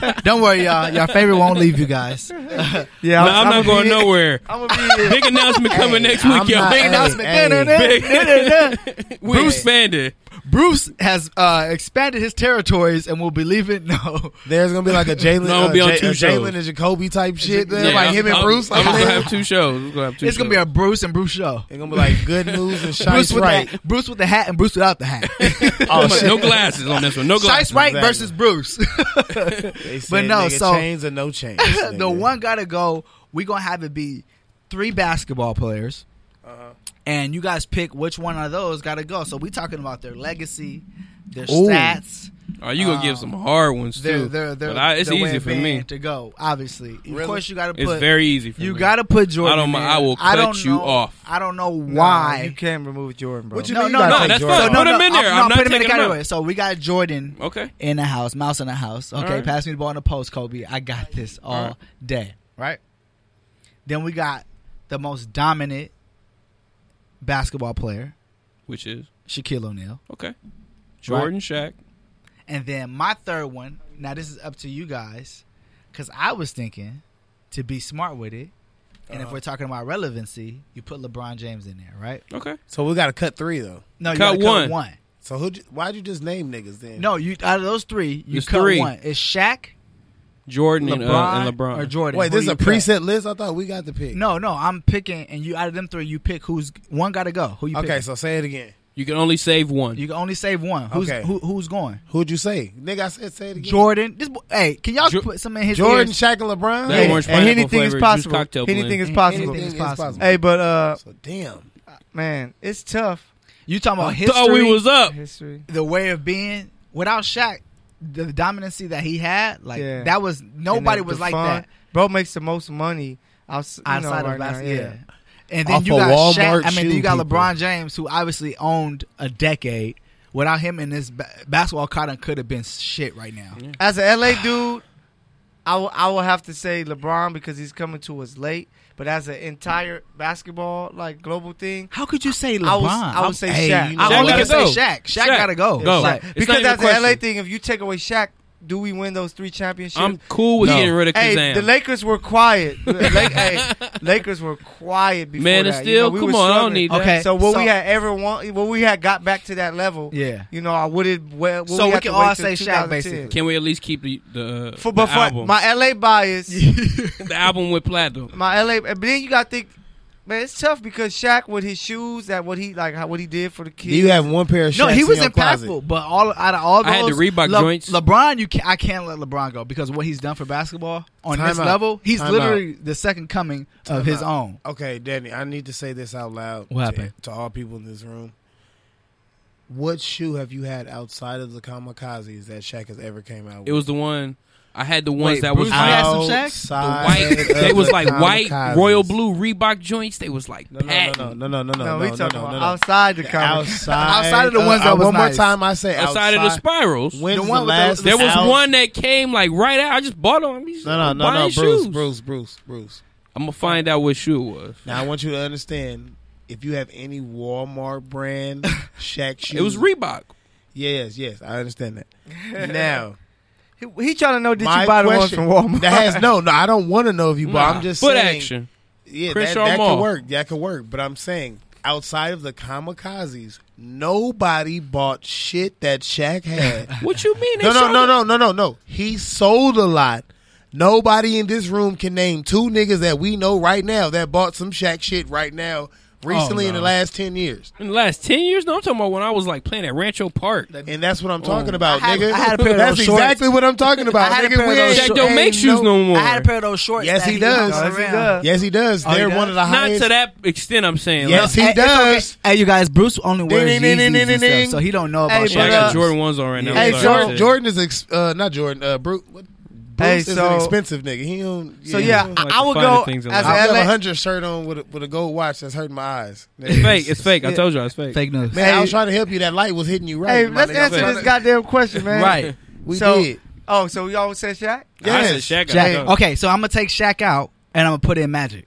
Speaker 2: y'all. Don't worry, y'all. Your favorite won't leave you guys.
Speaker 3: Yeah,
Speaker 5: Nah, I'm not going
Speaker 3: be-
Speaker 5: nowhere.
Speaker 3: I'm gonna be here.
Speaker 5: Big announcement coming next week,
Speaker 2: I'm
Speaker 5: yo.
Speaker 2: not-
Speaker 5: Big
Speaker 2: hey,
Speaker 5: announcement.
Speaker 2: hey.
Speaker 5: Big. we
Speaker 2: Bruce-
Speaker 5: expanded.
Speaker 2: Bruce has uh, expanded his territories and will be leaving. No,
Speaker 4: There's gonna be like a Jalen,
Speaker 5: No, I'm gonna
Speaker 4: uh,
Speaker 5: be on
Speaker 4: J-
Speaker 5: two
Speaker 4: a Jalen
Speaker 5: shows.
Speaker 4: and Jacoby type shit. There, like
Speaker 5: I'm-
Speaker 4: him and
Speaker 5: I'm-
Speaker 4: Bruce. Like
Speaker 5: I'm gonna
Speaker 4: that.
Speaker 5: have two shows. We're gonna have two
Speaker 2: it's gonna be a Bruce and Bruce show.
Speaker 4: It's gonna be like good news and
Speaker 2: Bruce
Speaker 4: shots
Speaker 2: with
Speaker 4: right.
Speaker 2: the, Bruce with the hat and Bruce without the hat.
Speaker 4: Oh,
Speaker 5: shows. no glasses on this one. No
Speaker 2: Shice
Speaker 5: glasses.
Speaker 2: Wright
Speaker 4: Exactly.
Speaker 2: versus Bruce.
Speaker 4: They said,
Speaker 2: But no,
Speaker 4: nigga,
Speaker 2: so-
Speaker 4: chains or no chains.
Speaker 2: the
Speaker 4: nigga. Uh,
Speaker 2: one gotta go. We gonna have it be three basketball players,
Speaker 4: Uh-huh.
Speaker 2: and you guys pick which one of those gotta go. So we talking about their legacy, their stats,
Speaker 5: Oh, you gonna give some hard ones
Speaker 2: their
Speaker 5: too.
Speaker 2: their their.
Speaker 5: but I, it's
Speaker 2: their way
Speaker 5: easy
Speaker 2: of
Speaker 5: for
Speaker 2: being
Speaker 5: me.
Speaker 2: to go. Obviously, of course you gotta put.
Speaker 5: It's very easy for me.
Speaker 2: you gotta put Jordan.
Speaker 5: I don't
Speaker 2: in.
Speaker 5: mind. I will
Speaker 2: I don't
Speaker 5: cut you
Speaker 2: know-
Speaker 5: off.
Speaker 2: I don't know
Speaker 3: Nah,
Speaker 2: why.
Speaker 3: you can't remove Jordan, bro.
Speaker 4: What you
Speaker 2: No,
Speaker 4: mean?
Speaker 2: no,
Speaker 4: you
Speaker 2: no,
Speaker 4: gotta take
Speaker 5: that's
Speaker 4: Jordan
Speaker 5: fine.
Speaker 4: off?
Speaker 5: Put him in there.
Speaker 2: I'll-
Speaker 5: I'm not
Speaker 2: put him in the
Speaker 5: taking him out.
Speaker 2: category. So we got Jordan.
Speaker 5: Okay.
Speaker 2: in the house, mouse in the house. Okay,
Speaker 5: right.
Speaker 2: pass me the ball in the post, Kobe. I got this all,
Speaker 5: right.
Speaker 2: day, right? Then we got the most dominant basketball player,
Speaker 5: Which is
Speaker 2: Shaquille O'Neal.
Speaker 5: okay. Jordan, Shaq.
Speaker 2: And then my third one, now this is up to you guys, because I was thinking to be smart with it. And
Speaker 4: Uh-huh.
Speaker 2: if we're talking about relevancy, you put LeBron James in there, right?
Speaker 5: Okay.
Speaker 4: So we gotta cut three though.
Speaker 2: No, you
Speaker 5: Cut
Speaker 2: gotta
Speaker 5: one.
Speaker 2: cut one.
Speaker 4: So who? Why'd you just name niggas then?
Speaker 2: No, you out of those three, you
Speaker 5: There's
Speaker 2: cut
Speaker 5: three.
Speaker 2: one. It's Shaq,
Speaker 5: Jordan
Speaker 2: LeBron,
Speaker 5: and, uh, and LeBron.
Speaker 2: or Jordan.
Speaker 4: Wait,
Speaker 2: Who
Speaker 4: this is
Speaker 2: do
Speaker 4: a
Speaker 2: you cut?
Speaker 4: preset list. I thought we got the pick.
Speaker 2: No, no, I'm picking, and you out of them three, you pick who's one got to go. Who you
Speaker 4: Okay,
Speaker 2: picking?
Speaker 4: so say it again.
Speaker 5: You can only save one.
Speaker 2: you can only save one. Who's
Speaker 4: Okay.
Speaker 2: who, who's going?
Speaker 4: Who'd you say, nigga? I said say it again.
Speaker 2: Jordan. This boy, hey, can y'all
Speaker 5: Jo-
Speaker 2: put some in his
Speaker 4: Jordan,
Speaker 2: ears?
Speaker 4: Shaq, and LeBron.
Speaker 5: That
Speaker 3: Hey,
Speaker 5: orange
Speaker 3: and
Speaker 5: pineapple
Speaker 3: anything is
Speaker 5: flavored juice
Speaker 3: possible.
Speaker 5: cocktail blend.
Speaker 3: Anything is possible.
Speaker 4: Anything is possible.
Speaker 3: Hey, but uh,
Speaker 4: So damn.
Speaker 3: man, it's tough.
Speaker 2: You talking about
Speaker 5: I
Speaker 2: history?
Speaker 5: thought we was up.
Speaker 3: History.
Speaker 2: the way of being without Shaq, the dominancy that he had, like
Speaker 3: Yeah.
Speaker 2: that was nobody
Speaker 3: And the-
Speaker 2: was
Speaker 3: the
Speaker 2: like
Speaker 3: fun.
Speaker 2: that
Speaker 3: Bro makes the most money outs- you know,
Speaker 2: outside
Speaker 3: right
Speaker 2: of
Speaker 3: now,
Speaker 2: basketball. yeah. And then
Speaker 4: Off
Speaker 2: you
Speaker 4: of
Speaker 2: got Shaq. I
Speaker 4: Walmart
Speaker 2: mean, then
Speaker 4: shoe
Speaker 2: you got
Speaker 4: people.
Speaker 2: LeBron James, who obviously owned a decade. Without him in this ba- basketball, cotton could have been shit right now.
Speaker 3: As an LA dude, I will I will have to say LeBron because he's coming to us late. But as an entire basketball like global thing,
Speaker 2: How could you say LeBron?
Speaker 3: I was I would say Shaq.
Speaker 4: you know
Speaker 2: I
Speaker 5: Shaq
Speaker 2: only
Speaker 5: gotta
Speaker 2: can say
Speaker 5: go.
Speaker 2: Shaq. Shaq,
Speaker 5: Shaq.
Speaker 2: gotta go.
Speaker 5: Go.
Speaker 2: Like,
Speaker 5: It's not
Speaker 3: because
Speaker 5: even a
Speaker 3: that's an LA
Speaker 5: question.
Speaker 3: thing. If you take away Shaq, do we win those three championships?
Speaker 5: I'm cool with
Speaker 2: No.
Speaker 5: getting rid of
Speaker 3: Hey,
Speaker 5: Kazam.
Speaker 3: the Lakers were quiet. The Lak- hey, Lakers were quiet before
Speaker 5: Man, it's
Speaker 3: that.
Speaker 5: still
Speaker 3: you know, we
Speaker 5: come
Speaker 3: were
Speaker 5: on. I don't
Speaker 3: struggling.
Speaker 5: need that.
Speaker 2: Okay.
Speaker 3: So what
Speaker 2: So-
Speaker 3: we had ever want, what we had got back to that level.
Speaker 2: Yeah.
Speaker 3: You know, I would have. Well,
Speaker 2: So we
Speaker 3: had
Speaker 2: can
Speaker 3: to wait
Speaker 2: all
Speaker 3: till
Speaker 2: say Shaq,
Speaker 3: 2010.
Speaker 2: basically.
Speaker 5: Can we at least keep the the,
Speaker 3: For,
Speaker 5: the
Speaker 3: but for
Speaker 5: album?
Speaker 3: my LA bias,
Speaker 5: the album with platinum.
Speaker 3: my LA. But then you got to think, man, it's tough because Shaq with his shoes, that what he like, how, what he did for the
Speaker 4: Do
Speaker 3: kids.
Speaker 4: you have one pair of
Speaker 2: No,
Speaker 4: Shaqs
Speaker 2: he
Speaker 4: in
Speaker 2: was
Speaker 4: your
Speaker 2: impactful,
Speaker 4: closet?
Speaker 2: but all out of all
Speaker 5: I
Speaker 2: those,
Speaker 5: had the Reebok joints.
Speaker 2: LeBron, you can, I can't let LeBron go because what he's done for basketball on
Speaker 4: Time
Speaker 2: this
Speaker 4: out.
Speaker 2: level, he's
Speaker 4: Time
Speaker 2: literally the second coming of
Speaker 4: Time
Speaker 2: his
Speaker 4: out.
Speaker 2: own.
Speaker 4: Okay, Danny, I need to say this out loud
Speaker 2: What
Speaker 4: to,
Speaker 2: happened?
Speaker 4: to all people in this room. What shoe have you had outside of the kamikazes that Shaq has ever came out with?
Speaker 5: It was the one I had the ones
Speaker 2: Wait,
Speaker 5: that was
Speaker 2: Bruce Lee had
Speaker 5: like
Speaker 2: some Shaqs?
Speaker 5: the
Speaker 4: Outside
Speaker 5: white.
Speaker 4: of
Speaker 5: They was
Speaker 4: the
Speaker 5: like white
Speaker 4: kamikazes.
Speaker 5: royal blue Reebok joints. They was like
Speaker 4: No, no,
Speaker 5: patent.
Speaker 4: no, no, no, no, no,
Speaker 3: No,
Speaker 4: no,
Speaker 3: we
Speaker 4: no,
Speaker 3: talking
Speaker 4: no,
Speaker 3: about
Speaker 4: no, no.
Speaker 3: outside the conversation.
Speaker 4: Outside,
Speaker 2: Outside of the ones
Speaker 4: uh,
Speaker 2: that
Speaker 4: uh,
Speaker 2: was
Speaker 4: one
Speaker 2: nice.
Speaker 4: more time. I say
Speaker 5: Outside, of the spirals.
Speaker 4: When's
Speaker 2: The
Speaker 4: the,
Speaker 2: one with the-
Speaker 4: last?
Speaker 5: There was
Speaker 4: out-
Speaker 5: one that came like right out. I just bought them. I'm just
Speaker 4: No, no, no, no,
Speaker 5: buying
Speaker 4: Bruce,
Speaker 5: shoes.
Speaker 4: Bruce, Bruce, Bruce.
Speaker 5: I'm gonna find out what shoe it was.
Speaker 4: Now I want you to understand if you have any Walmart brand Shaq shoes,
Speaker 5: It was Reebok.
Speaker 4: Yes, yes, I understand that. Now,
Speaker 3: He, he trying to know did
Speaker 4: my
Speaker 3: you buy the ones
Speaker 4: question
Speaker 3: from Walmart?
Speaker 4: that has no, no. I don't want to know if you bought.
Speaker 5: Nah,
Speaker 4: I'm just
Speaker 5: foot
Speaker 4: saying,
Speaker 5: action.
Speaker 4: Yeah, that,
Speaker 5: Crenshaw
Speaker 4: that
Speaker 5: Mall.
Speaker 4: could work. That could work. But I'm saying, outside of the kamikazes, nobody bought shit that Shaq had.
Speaker 5: What you mean?
Speaker 4: no,
Speaker 5: They
Speaker 4: no,
Speaker 5: sold
Speaker 4: no,
Speaker 5: it?
Speaker 4: no, no, no, no. He sold a lot. Nobody in this room can name two niggas that we know right now that bought some Shaq shit right now recently in the
Speaker 2: no.
Speaker 4: last ten years.
Speaker 5: In the last ten years, no, I'm talking about when I was like playing at Rancho Park.
Speaker 4: And that's what I'm talking about,
Speaker 9: I had-
Speaker 4: nigga.
Speaker 9: I had a pair of
Speaker 4: that's
Speaker 9: those shorts.
Speaker 4: exactly what I'm talking about,
Speaker 9: I had a
Speaker 4: nigga.
Speaker 9: pair of
Speaker 4: We ain't-
Speaker 9: those
Speaker 5: Shaq
Speaker 9: short-
Speaker 5: don't make
Speaker 9: ain't
Speaker 5: shoes no, more.
Speaker 9: I had a pair of those shorts.
Speaker 4: Yes,
Speaker 9: that
Speaker 4: he does.
Speaker 9: tossed
Speaker 3: Yes, he
Speaker 9: around.
Speaker 3: does.
Speaker 4: Yes, he does.
Speaker 9: he
Speaker 4: They're
Speaker 9: does?
Speaker 4: one of the
Speaker 5: Not
Speaker 4: highest.
Speaker 5: to that extent. I'm saying.
Speaker 4: Yes,
Speaker 5: Like,
Speaker 4: he
Speaker 9: Hey, it's
Speaker 4: does.
Speaker 9: okay. Hey, you guys, Bruce only wears
Speaker 4: Ding, ding, ding,
Speaker 9: Yeezys
Speaker 4: ding,
Speaker 9: and
Speaker 4: ding.
Speaker 9: stuff, so he don't know about
Speaker 3: Hey,
Speaker 5: yeah, I
Speaker 3: but,
Speaker 5: got
Speaker 3: uh,
Speaker 5: Jordan ones on right now.
Speaker 4: Hey,
Speaker 5: Sorry,
Speaker 4: Jordan,
Speaker 5: shit.
Speaker 4: Jordan is ex- uh, not Jordan. Uh, Bruce, what, Bruce
Speaker 3: Hey,
Speaker 4: is
Speaker 3: so-
Speaker 4: an expensive nigga. He don't.
Speaker 3: So yeah,
Speaker 5: like
Speaker 3: I, I
Speaker 5: the
Speaker 3: would
Speaker 5: finer
Speaker 3: go
Speaker 5: things
Speaker 3: as
Speaker 5: in
Speaker 3: an
Speaker 5: life.
Speaker 4: I have a
Speaker 3: LA.
Speaker 4: hundred shirt on with a, with a gold watch that's hurting my eyes.
Speaker 5: It's fake. It's fake. I told you all it's fake.
Speaker 2: Fake news.
Speaker 4: Man, I was
Speaker 3: Hey.
Speaker 4: trying to help you. That light was hitting you right.
Speaker 3: Hey,
Speaker 4: my
Speaker 3: let's
Speaker 4: nigga.
Speaker 3: answer
Speaker 5: Fake.
Speaker 3: this goddamn question, man.
Speaker 2: Right.
Speaker 4: We
Speaker 3: so-
Speaker 4: did.
Speaker 3: Oh, so we always said Shaq.
Speaker 5: I
Speaker 4: Yes.
Speaker 5: said Shaq.
Speaker 2: Jack-
Speaker 5: Shaq.
Speaker 2: okay, so I'm gonna take Shaq out and I'm gonna put in Magic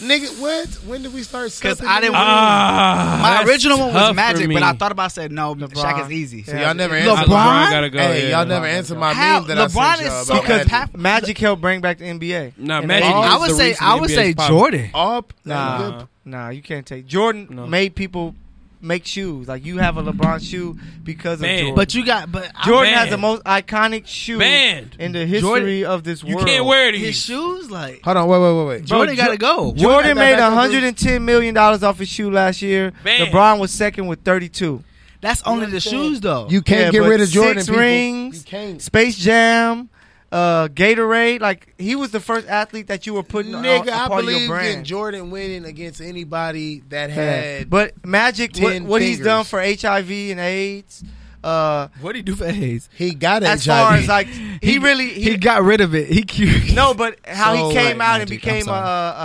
Speaker 4: Nigga, what? When did we start?
Speaker 9: because
Speaker 4: Because
Speaker 9: I didn't.
Speaker 5: Ah,
Speaker 9: my
Speaker 5: that's
Speaker 9: original one
Speaker 5: tough
Speaker 9: was
Speaker 5: for
Speaker 9: Magic,
Speaker 5: me.
Speaker 9: but I thought about it, said no, Shaq is easy.
Speaker 4: So y'all never answered.
Speaker 5: LeBron,
Speaker 9: LeBron?
Speaker 5: gotta go.
Speaker 4: hey,
Speaker 5: yeah.
Speaker 4: y'all never answered my
Speaker 9: How
Speaker 4: meme that I
Speaker 9: LeBron
Speaker 4: sent y'all
Speaker 9: is so
Speaker 4: about
Speaker 9: because
Speaker 4: Magic.
Speaker 9: half,
Speaker 3: Magic helped bring back the NBA.
Speaker 5: Nah,
Speaker 3: And
Speaker 5: Magic
Speaker 3: they-
Speaker 5: is
Speaker 9: I would
Speaker 5: the
Speaker 9: say
Speaker 5: reason
Speaker 9: I
Speaker 5: the
Speaker 9: would
Speaker 5: NBA
Speaker 9: say
Speaker 5: is popular.
Speaker 9: Jordan.
Speaker 4: up.
Speaker 3: Nah, nah, you can't take Jordan.
Speaker 5: No.
Speaker 3: Made people make shoes. Like you have a LeBron shoe because of
Speaker 5: Man.
Speaker 3: Jordan.
Speaker 9: But you got but I-
Speaker 3: Jordan has
Speaker 5: Banned.
Speaker 3: the most iconic shoe
Speaker 5: Banned.
Speaker 3: in the history
Speaker 9: Jordan-
Speaker 3: of this
Speaker 5: You
Speaker 3: world.
Speaker 5: can't wear
Speaker 9: his
Speaker 5: these.
Speaker 9: shoes like
Speaker 4: Hold on, wait, wait, wait, wait.
Speaker 9: Jordan
Speaker 5: Jo-
Speaker 9: got to go.
Speaker 3: Jordan
Speaker 4: Back
Speaker 3: made
Speaker 4: up, please.
Speaker 3: 110 million dollars off his shoe last year.
Speaker 5: Banned.
Speaker 3: LeBron was second with 32.
Speaker 9: That's only the shoes though.
Speaker 4: You can't
Speaker 3: Yeah,
Speaker 4: get
Speaker 3: but
Speaker 4: rid of Jordan.
Speaker 3: Six
Speaker 4: people.
Speaker 3: rings,
Speaker 4: You can't.
Speaker 3: Space Jam, uh, Gatorade. Like he was the first athlete that you were putting
Speaker 4: Nigga,
Speaker 3: on, a
Speaker 4: I
Speaker 3: part of
Speaker 4: believe
Speaker 3: your brand.
Speaker 4: in Jordan winning against anybody that
Speaker 3: Yeah.
Speaker 4: had.
Speaker 3: But Magic, what,
Speaker 4: 10
Speaker 3: what he's
Speaker 4: fingers.
Speaker 3: done for HIV and AIDS, uh,
Speaker 2: What do you do for AIDS?
Speaker 4: he got
Speaker 3: as
Speaker 4: it.
Speaker 3: far as like he, really he,
Speaker 2: He got rid of it. He cute.
Speaker 3: no, but how
Speaker 4: So,
Speaker 3: he came
Speaker 4: like,
Speaker 3: out and
Speaker 2: Magic, I'm
Speaker 3: became a,
Speaker 2: sorry.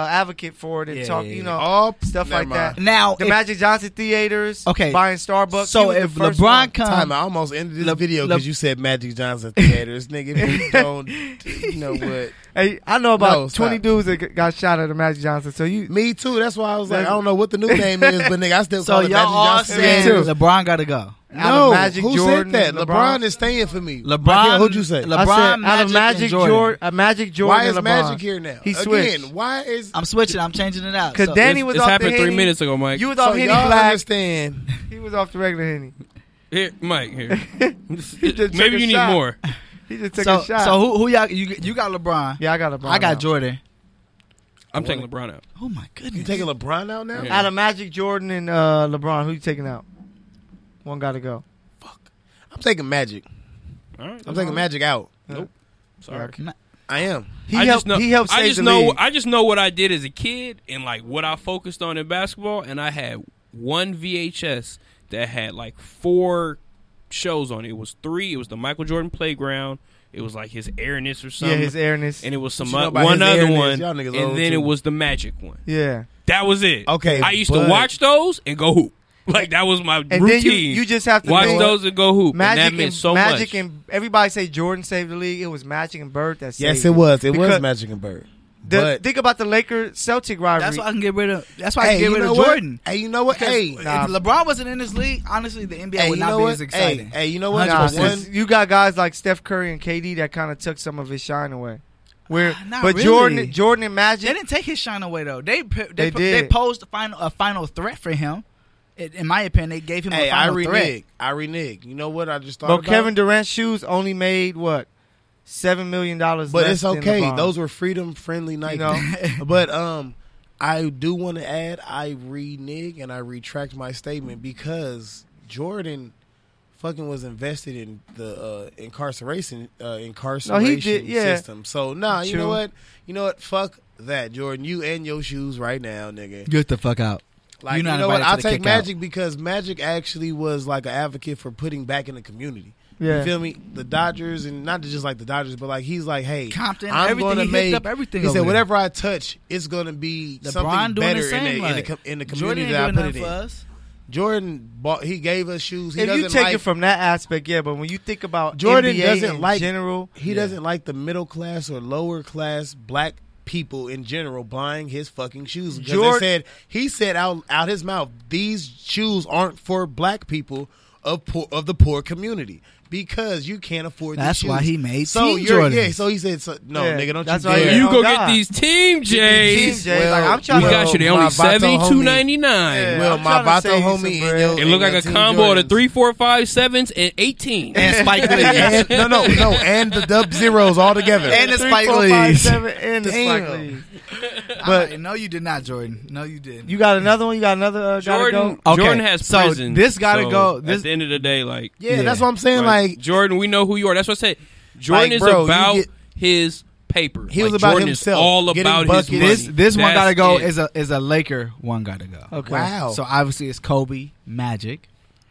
Speaker 3: a advocate for it and
Speaker 2: Yeah,
Speaker 3: talk,
Speaker 2: yeah,
Speaker 3: you
Speaker 2: yeah.
Speaker 3: know,
Speaker 4: Oh,
Speaker 3: stuff
Speaker 4: never
Speaker 3: like that.
Speaker 9: now
Speaker 3: The
Speaker 9: if-
Speaker 3: Magic Johnson theaters,
Speaker 9: Okay.
Speaker 3: buying Starbucks.
Speaker 9: so
Speaker 3: He was
Speaker 9: if
Speaker 3: the first one.
Speaker 9: LeBron
Speaker 4: Time, I
Speaker 9: comes
Speaker 4: almost ended this
Speaker 9: Le-
Speaker 4: video
Speaker 9: Le-
Speaker 4: because you said Magic Johnson theaters, nigga. If you don't, you know what?
Speaker 3: hey, I know about
Speaker 4: No, stop.
Speaker 3: twenty dudes that g- got shot at the Magic Johnson. So you,
Speaker 4: Me too. That's why I was like, I don't know what the new name is, but nigga, I still
Speaker 9: so
Speaker 4: call it
Speaker 9: y'all
Speaker 4: Magic
Speaker 9: all
Speaker 4: Johnson
Speaker 9: saying
Speaker 4: theaters.
Speaker 9: LeBron got to go.
Speaker 3: out
Speaker 4: No,
Speaker 3: of Magic,
Speaker 4: who
Speaker 3: Jordan,
Speaker 4: said that? LeBron,
Speaker 3: LeBron
Speaker 4: is staying for me.
Speaker 9: LeBron-
Speaker 4: Raquel, who'd you say?
Speaker 9: Le- LeBron,
Speaker 3: I said, out
Speaker 9: Magic,
Speaker 3: of
Speaker 9: and
Speaker 3: Magic
Speaker 9: Jordan.
Speaker 3: Jordan, uh, Magic Jordan.
Speaker 4: why is
Speaker 3: and LeBron.
Speaker 4: Magic here now?
Speaker 3: He
Speaker 4: Again,
Speaker 3: switched.
Speaker 4: why is
Speaker 9: I'm switching. I'm changing it out.
Speaker 3: Because
Speaker 9: So-
Speaker 3: Danny
Speaker 5: This-
Speaker 3: was
Speaker 5: this
Speaker 3: off
Speaker 5: happened
Speaker 3: the
Speaker 5: three
Speaker 3: Henny.
Speaker 5: minutes ago, Mike.
Speaker 3: You was
Speaker 4: so
Speaker 3: off
Speaker 4: y'all
Speaker 3: Henny Black.
Speaker 4: understand?
Speaker 3: He was off the regular Henny.
Speaker 5: Here, Mike. Here.
Speaker 3: took
Speaker 5: Maybe
Speaker 3: a
Speaker 5: you need
Speaker 3: shot.
Speaker 5: more.
Speaker 3: He just took
Speaker 9: so,
Speaker 3: a shot.
Speaker 9: so who, who y'all you, you got LeBron?
Speaker 3: yeah, I got LeBron.
Speaker 9: I got
Speaker 3: now.
Speaker 9: Jordan.
Speaker 5: I'm taking LeBron out.
Speaker 9: Oh my
Speaker 4: You
Speaker 9: goodness!
Speaker 4: taking LeBron out now?
Speaker 5: Yeah.
Speaker 3: Out of Magic Jordan and uh, LeBron, who you taking out? One got to go.
Speaker 4: I'm taking Magic.
Speaker 5: All right.
Speaker 4: I'm taking Magic out.
Speaker 5: Sorry.
Speaker 4: I am.
Speaker 3: He
Speaker 5: I
Speaker 3: helped.
Speaker 5: just know,
Speaker 3: he helped save
Speaker 5: I just
Speaker 3: the
Speaker 5: know.
Speaker 3: league.
Speaker 5: I just know what I did as a kid and like what I focused on in basketball. And I had one VHS that had like four shows on it. It was three. It was the Michael Jordan Playground. It was like his airness or
Speaker 3: yeah,
Speaker 5: something.
Speaker 3: his airness.
Speaker 5: and it was some
Speaker 4: you know about
Speaker 5: one
Speaker 4: his
Speaker 5: other
Speaker 4: airness?
Speaker 5: one,
Speaker 4: Y'all niggas
Speaker 5: and
Speaker 4: old
Speaker 5: then
Speaker 4: too.
Speaker 5: it was the Magic one.
Speaker 3: yeah.
Speaker 5: That was it.
Speaker 4: Okay,
Speaker 5: I used
Speaker 4: but-
Speaker 5: to watch those and go hoop. Like that was my
Speaker 3: And
Speaker 5: routine.
Speaker 3: then you, you just have to
Speaker 5: watch
Speaker 3: think
Speaker 5: those and go hoop.
Speaker 3: Magic
Speaker 5: and that meant so
Speaker 3: Magic
Speaker 5: much.
Speaker 3: and everybody say Jordan saved the league. It was Magic and Bird that saved.
Speaker 4: Yes, it was. It was
Speaker 3: Because-
Speaker 4: Magic and Bird.
Speaker 3: The,
Speaker 4: but
Speaker 3: think about the Lakers Celtic rivalry.
Speaker 9: That's why I can get rid of. That's why I can get
Speaker 4: you
Speaker 9: rid
Speaker 4: know
Speaker 9: of
Speaker 4: what?
Speaker 9: Jordan.
Speaker 4: Hey, you know what? Hey,
Speaker 9: If LeBron wasn't in this league, honestly, the NBA
Speaker 4: hey,
Speaker 9: would
Speaker 4: you
Speaker 9: not
Speaker 4: know
Speaker 9: be
Speaker 4: what?
Speaker 9: as exciting.
Speaker 4: Hey, hey, you know what?
Speaker 3: Nah,
Speaker 4: One-
Speaker 3: 'cause you got guys like Steph Curry and KD that kind of took some of his shine away. Where,
Speaker 9: Ah, not
Speaker 3: but
Speaker 9: really.
Speaker 3: Jordan, Jordan and Magic,
Speaker 9: They didn't take his shine away though. They they
Speaker 3: They
Speaker 9: they,
Speaker 3: did.
Speaker 9: posed a final a final threat for him. In in my opinion, they gave him
Speaker 4: hey,
Speaker 9: a
Speaker 4: I
Speaker 9: final threat.
Speaker 4: renege. I renege. You know what? I just thought
Speaker 3: But
Speaker 4: about.
Speaker 3: Kevin Durant's shoes only made what seven million dollars.
Speaker 4: but it's okay. Those were freedom friendly nights.
Speaker 3: know?
Speaker 4: but um, I do want to add. I renege and I retract my statement because Jordan. Fucking was invested in the uh, incarceration uh, incarceration
Speaker 3: yeah.
Speaker 4: system. So nah, you know
Speaker 3: True.
Speaker 4: what? You know what? Fuck that, Jordan. You and your shoes right now, nigga.
Speaker 2: Get the fuck out.
Speaker 4: Like
Speaker 2: You're
Speaker 4: you
Speaker 2: not
Speaker 4: know what?
Speaker 2: invited to
Speaker 4: I
Speaker 2: the
Speaker 4: take
Speaker 2: kickout.
Speaker 4: Magic because Magic actually was like an advocate for putting back in the community.
Speaker 3: Yeah.
Speaker 4: You feel me? The Dodgers and not just like the Dodgers, but like he's like, hey,
Speaker 9: Compton,
Speaker 4: I'm
Speaker 9: everything,
Speaker 4: going to
Speaker 9: he hooked
Speaker 4: make
Speaker 9: up everything
Speaker 4: He
Speaker 9: over
Speaker 4: said,
Speaker 9: there.
Speaker 4: whatever I touch, it's going to be
Speaker 9: LeBron doing
Speaker 4: something
Speaker 9: the
Speaker 4: better
Speaker 9: same,
Speaker 4: in, the, in, the,
Speaker 9: like,
Speaker 4: com- in the community
Speaker 9: Jordan
Speaker 4: that I
Speaker 9: ain't
Speaker 4: put
Speaker 9: doing
Speaker 4: it
Speaker 9: nothing
Speaker 4: in.
Speaker 9: for us.
Speaker 4: Jordan bought. He gave us shoes. He
Speaker 3: if
Speaker 4: doesn't
Speaker 3: you take
Speaker 4: like,
Speaker 3: it from that aspect, yeah. But when you think about
Speaker 4: Jordan
Speaker 3: NBA
Speaker 4: doesn't
Speaker 3: in
Speaker 4: like
Speaker 3: general,
Speaker 4: He doesn't like the middle class or lower class black people in general buying his fucking shoes. Because
Speaker 3: Jord-
Speaker 4: they said he said out out his mouth, these shoes aren't for black people of poor of the poor community because you can't afford. the
Speaker 2: That's why
Speaker 4: shoes.
Speaker 2: he made
Speaker 4: so
Speaker 2: Team
Speaker 4: you're-
Speaker 2: Jordans.
Speaker 4: Yeah, so he said, so, "No,
Speaker 3: Yeah,
Speaker 4: nigga, don't
Speaker 3: that's
Speaker 4: you
Speaker 3: why
Speaker 4: dare."
Speaker 3: he-
Speaker 5: you
Speaker 3: Oh,
Speaker 5: go get
Speaker 3: God.
Speaker 5: these Team
Speaker 3: Team
Speaker 5: J's.
Speaker 3: J's. like,
Speaker 4: well,
Speaker 3: I'm
Speaker 5: We
Speaker 3: trying to.
Speaker 5: got you. They
Speaker 4: My
Speaker 5: only
Speaker 4: Vato
Speaker 5: seventy two
Speaker 4: homie.
Speaker 5: ninety nine.
Speaker 3: Yeah,
Speaker 4: well,
Speaker 3: I'm
Speaker 4: my
Speaker 3: tryna
Speaker 4: Vato
Speaker 3: save you
Speaker 4: homie,
Speaker 3: some
Speaker 4: and
Speaker 3: bread.
Speaker 4: your-
Speaker 3: It
Speaker 5: It
Speaker 4: and
Speaker 5: looked
Speaker 4: your
Speaker 5: like a
Speaker 4: Team
Speaker 5: combo of the
Speaker 4: Jordans.
Speaker 5: three, four, five, sevens, and eighteen.
Speaker 2: and Spike Lee.
Speaker 4: and, no, no, no, and the dub zeros all together.
Speaker 2: And the
Speaker 3: Three,
Speaker 2: Spike
Speaker 3: four, five,
Speaker 2: Lees.
Speaker 3: seven, and the Spike
Speaker 4: Damn.
Speaker 3: Lees.
Speaker 2: But no, you did not, Jordan. No, you didn't.
Speaker 3: You got another one? You got another uh, gotta
Speaker 5: Jordan,
Speaker 3: go?
Speaker 2: Okay,
Speaker 5: Jordan has
Speaker 2: so
Speaker 5: prison.
Speaker 2: this gotta
Speaker 5: So
Speaker 2: go- this-
Speaker 5: at the end of the day, like
Speaker 4: yeah,
Speaker 2: Yeah.
Speaker 4: that's what I'm saying.
Speaker 5: Like,
Speaker 4: Like
Speaker 5: Jordan, we know who you are. That's what I said. Jordan
Speaker 4: Like, bro, you
Speaker 5: is about
Speaker 4: get-
Speaker 5: his paper.
Speaker 4: He was
Speaker 5: Like,
Speaker 4: about
Speaker 5: Jordan
Speaker 4: himself,
Speaker 5: Is all
Speaker 4: getting
Speaker 5: about
Speaker 4: buckets.
Speaker 5: his money.
Speaker 2: this this one
Speaker 5: That's
Speaker 2: gotta go
Speaker 5: it.
Speaker 2: is a is a Laker one gotta go.
Speaker 3: Okay.
Speaker 4: wow,
Speaker 2: So obviously it's Kobe, Magic,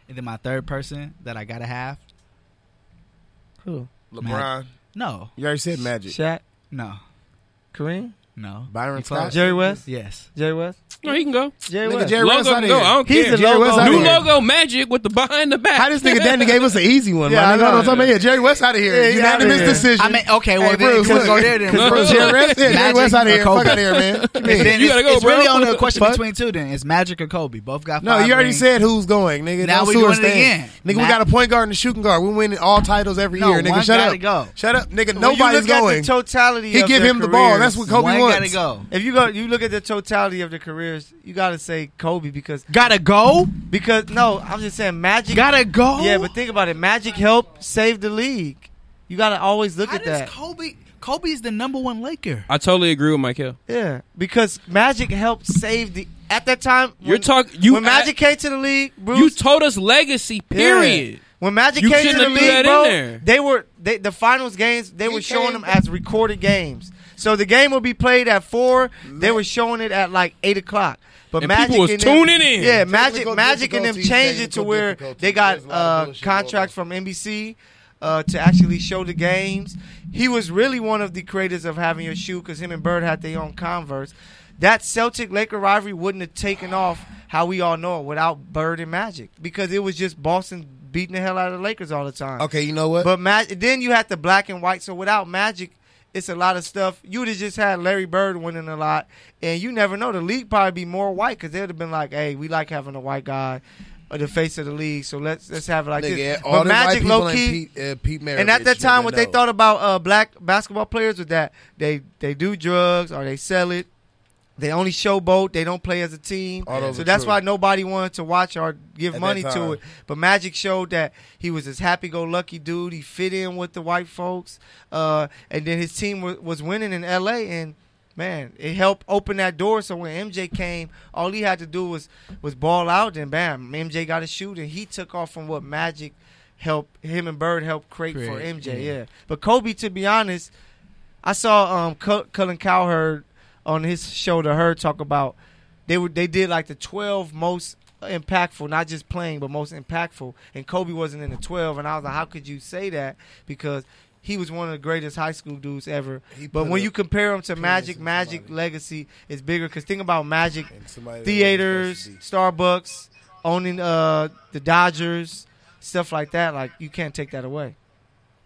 Speaker 2: and then my third person that I gotta have.
Speaker 3: Cool.
Speaker 4: LeBron,
Speaker 2: No,
Speaker 4: you already said Magic,
Speaker 3: Shaq,
Speaker 2: no,
Speaker 3: Kareem,
Speaker 2: no.
Speaker 4: Byron
Speaker 2: Scott.
Speaker 4: Scott,
Speaker 3: Jerry West,
Speaker 2: Yes.
Speaker 3: Jerry West,
Speaker 5: No, he can go.
Speaker 3: Jerry
Speaker 4: nigga,
Speaker 3: West.
Speaker 4: Jerry West
Speaker 5: Logo
Speaker 4: out
Speaker 5: can go. I
Speaker 4: here.
Speaker 5: don't
Speaker 3: He's
Speaker 5: care.
Speaker 3: a logo.
Speaker 4: West outta
Speaker 5: New
Speaker 4: here.
Speaker 5: logo magic with the behind the back.
Speaker 4: How this nigga Danny gave us an easy one?
Speaker 3: Yeah,
Speaker 4: Yeah,
Speaker 3: I
Speaker 4: I know
Speaker 3: know.
Speaker 4: what I'm talking about. Yeah, Jerry West out of here.
Speaker 3: Yeah, he
Speaker 4: Unanimous
Speaker 3: outta here.
Speaker 4: decision.
Speaker 2: I mean, okay, well
Speaker 4: Hey,
Speaker 2: then
Speaker 4: Bruce,
Speaker 2: let's
Speaker 4: look.
Speaker 2: go there then.
Speaker 5: Cause
Speaker 4: Bro,
Speaker 5: Bruce-
Speaker 4: Jerry West, yeah, Jerry
Speaker 2: Magic
Speaker 4: West out of here.
Speaker 2: or
Speaker 4: Fuck
Speaker 2: Kobe.
Speaker 4: out of here, man.
Speaker 2: And then
Speaker 5: You
Speaker 2: it's,
Speaker 5: gotta go,
Speaker 2: it's really
Speaker 5: bro.
Speaker 2: only a question
Speaker 4: Fuck.
Speaker 2: between two. Then it's Magic or Kobe. Both got
Speaker 4: No,
Speaker 2: Five
Speaker 4: you already
Speaker 2: rings.
Speaker 4: said who's going, nigga.
Speaker 2: Now
Speaker 4: Don't
Speaker 2: we
Speaker 4: sue
Speaker 2: doing
Speaker 4: us
Speaker 2: it
Speaker 4: then.
Speaker 2: again.
Speaker 4: Nigga, we
Speaker 2: Matt-
Speaker 4: got a point guard and a shooting guard. We're winning all titles every
Speaker 2: No,
Speaker 4: year, nigga.
Speaker 2: one
Speaker 4: Shut
Speaker 2: gotta go.
Speaker 4: up. Shut up, nigga.
Speaker 3: When you
Speaker 4: Nobody's
Speaker 3: look at
Speaker 4: going.
Speaker 3: the totality.
Speaker 4: He
Speaker 3: of
Speaker 4: give
Speaker 3: their
Speaker 4: him the ball. That's what
Speaker 3: careers,
Speaker 4: Kobe
Speaker 2: One
Speaker 4: wants.
Speaker 2: gotta go.
Speaker 3: If you go, you look at the totality of the careers. You got to say Kobe because
Speaker 2: Gotta go.
Speaker 3: because no, I'm just saying Magic.
Speaker 2: Gotta go.
Speaker 3: Yeah, but think about it. Magic helped save the league. You got to always look
Speaker 2: how
Speaker 3: at that.
Speaker 2: does Kobe? Kobe is the number one Laker.
Speaker 5: I totally agree with Michael.
Speaker 3: yeah, because Magic helped save the at that time.
Speaker 5: You're
Speaker 3: when-
Speaker 5: talking. You
Speaker 3: when Magic came to the league, Bruce,
Speaker 5: You told us legacy. Period.
Speaker 3: Yeah. When Magic
Speaker 5: You
Speaker 3: came to
Speaker 5: shouldn't have
Speaker 3: the
Speaker 5: threw
Speaker 3: league,
Speaker 5: that in
Speaker 3: bro,
Speaker 5: there.
Speaker 3: they were they, the finals games. They were showing them as recorded games. So the game would be played at four. They were showing it at like eight o'clock. But
Speaker 5: And
Speaker 3: Magic
Speaker 5: people was
Speaker 3: and them-
Speaker 5: tuning in.
Speaker 3: Yeah, Magic,
Speaker 4: Technical
Speaker 3: Magic, and them
Speaker 4: difficulties,
Speaker 3: changed it to
Speaker 4: technical
Speaker 3: where
Speaker 4: difficulties.
Speaker 3: they got
Speaker 4: There's a lot of
Speaker 3: uh,
Speaker 4: bullshit going
Speaker 3: contracts from NBC uh, to actually show the games. He was really one of the creators of having your shoe because him and Bird had their own Converse. That Celtic Laker rivalry wouldn't have taken off how we all know it without Bird and Magic because it was just Boston beating the hell out of the Lakers all the time.
Speaker 4: Okay, you know what?
Speaker 3: But Mag- then you had the black and white. So without Magic, it's a lot of stuff. You would have just had Larry Bird winning a lot, and you never know. The league probably be more white because they would have been like, "Hey, we like having a white guy, or the face of the league. So let's let's have it like
Speaker 4: nigga,
Speaker 3: this."
Speaker 4: all
Speaker 3: But
Speaker 4: them white
Speaker 3: Magic,
Speaker 4: people
Speaker 3: low
Speaker 4: ain't
Speaker 3: key.
Speaker 4: Pete, uh, Pete
Speaker 3: And at
Speaker 4: Maravich,
Speaker 3: that time,
Speaker 4: nigga,
Speaker 3: what they
Speaker 4: no.
Speaker 3: thought about uh, black basketball players was that they they do drugs or they sell it. They only showboat. They don't play as a team.
Speaker 4: All those
Speaker 3: So
Speaker 4: are
Speaker 3: that's
Speaker 4: true.
Speaker 3: why nobody wanted to watch or give
Speaker 4: At that
Speaker 3: money
Speaker 4: time.
Speaker 3: to it. But Magic showed that he was this happy-go-lucky dude. He fit in with the white folks, uh, and then his team wa- was winning in L.A. And man, it helped open that door. So when MJ came, all he had to do was was ball out, and bam, MJ got a shoot, and he took off from what Magic helped him and Bird helped create, for
Speaker 2: Create,
Speaker 3: MJ. Yeah. but Kobe, to be honest, I saw um Cu- Cullen Cowherd on his show to her talk about they were they did like the 12 most impactful not just playing but most impactful and Kobe wasn't in the 12 and I was like how could you say that because he was one of the greatest high school dudes ever
Speaker 4: He
Speaker 3: but
Speaker 4: put
Speaker 3: when
Speaker 4: up
Speaker 3: you compare him to Magic
Speaker 4: in
Speaker 3: Magic
Speaker 4: somebody.
Speaker 3: legacy is bigger cuz think about Magic
Speaker 4: And somebody that
Speaker 3: theaters
Speaker 4: wasn't supposed
Speaker 3: Starbucks owning uh the Dodgers stuff like that like you can't take that away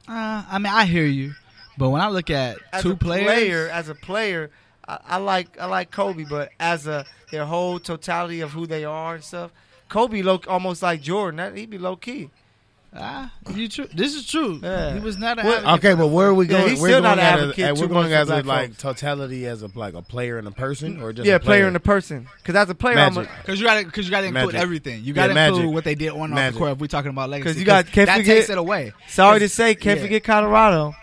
Speaker 2: Uh, I mean, I hear you, but when I look at
Speaker 3: as
Speaker 2: two
Speaker 3: a
Speaker 2: players,
Speaker 3: player, as a player, I, I like I like Kobe, but as a their whole totality of who they are and stuff, Kobe low, almost like Jordan. That, he'd be low key.
Speaker 2: ah, you true. This is true.
Speaker 3: Yeah.
Speaker 2: He was not an
Speaker 3: Well,
Speaker 2: advocate
Speaker 4: Okay, but where are we
Speaker 3: Yeah,
Speaker 4: going?
Speaker 3: he's
Speaker 4: we're
Speaker 3: still
Speaker 4: going
Speaker 3: not
Speaker 4: at
Speaker 3: advocate
Speaker 4: a, at-
Speaker 3: too
Speaker 4: we're
Speaker 3: much
Speaker 4: going
Speaker 3: for
Speaker 4: as a,
Speaker 3: black
Speaker 4: like
Speaker 3: folks.
Speaker 4: totality as a like a player and a person, or just
Speaker 3: yeah,
Speaker 4: a
Speaker 3: player and a person. Because as a player,
Speaker 4: Magic.
Speaker 3: I'm a,
Speaker 2: Because you gotta, because you gotta include
Speaker 4: Magic.
Speaker 2: everything. You
Speaker 4: Yeah,
Speaker 2: gotta
Speaker 4: Magic.
Speaker 2: include what they did on and off
Speaker 4: Magic.
Speaker 2: the court. If we talking about legacy,
Speaker 3: 'Cause you got- can't
Speaker 2: that
Speaker 3: forget-
Speaker 2: takes it away.
Speaker 3: sorry to say, can't
Speaker 2: yeah.
Speaker 3: forget Colorado.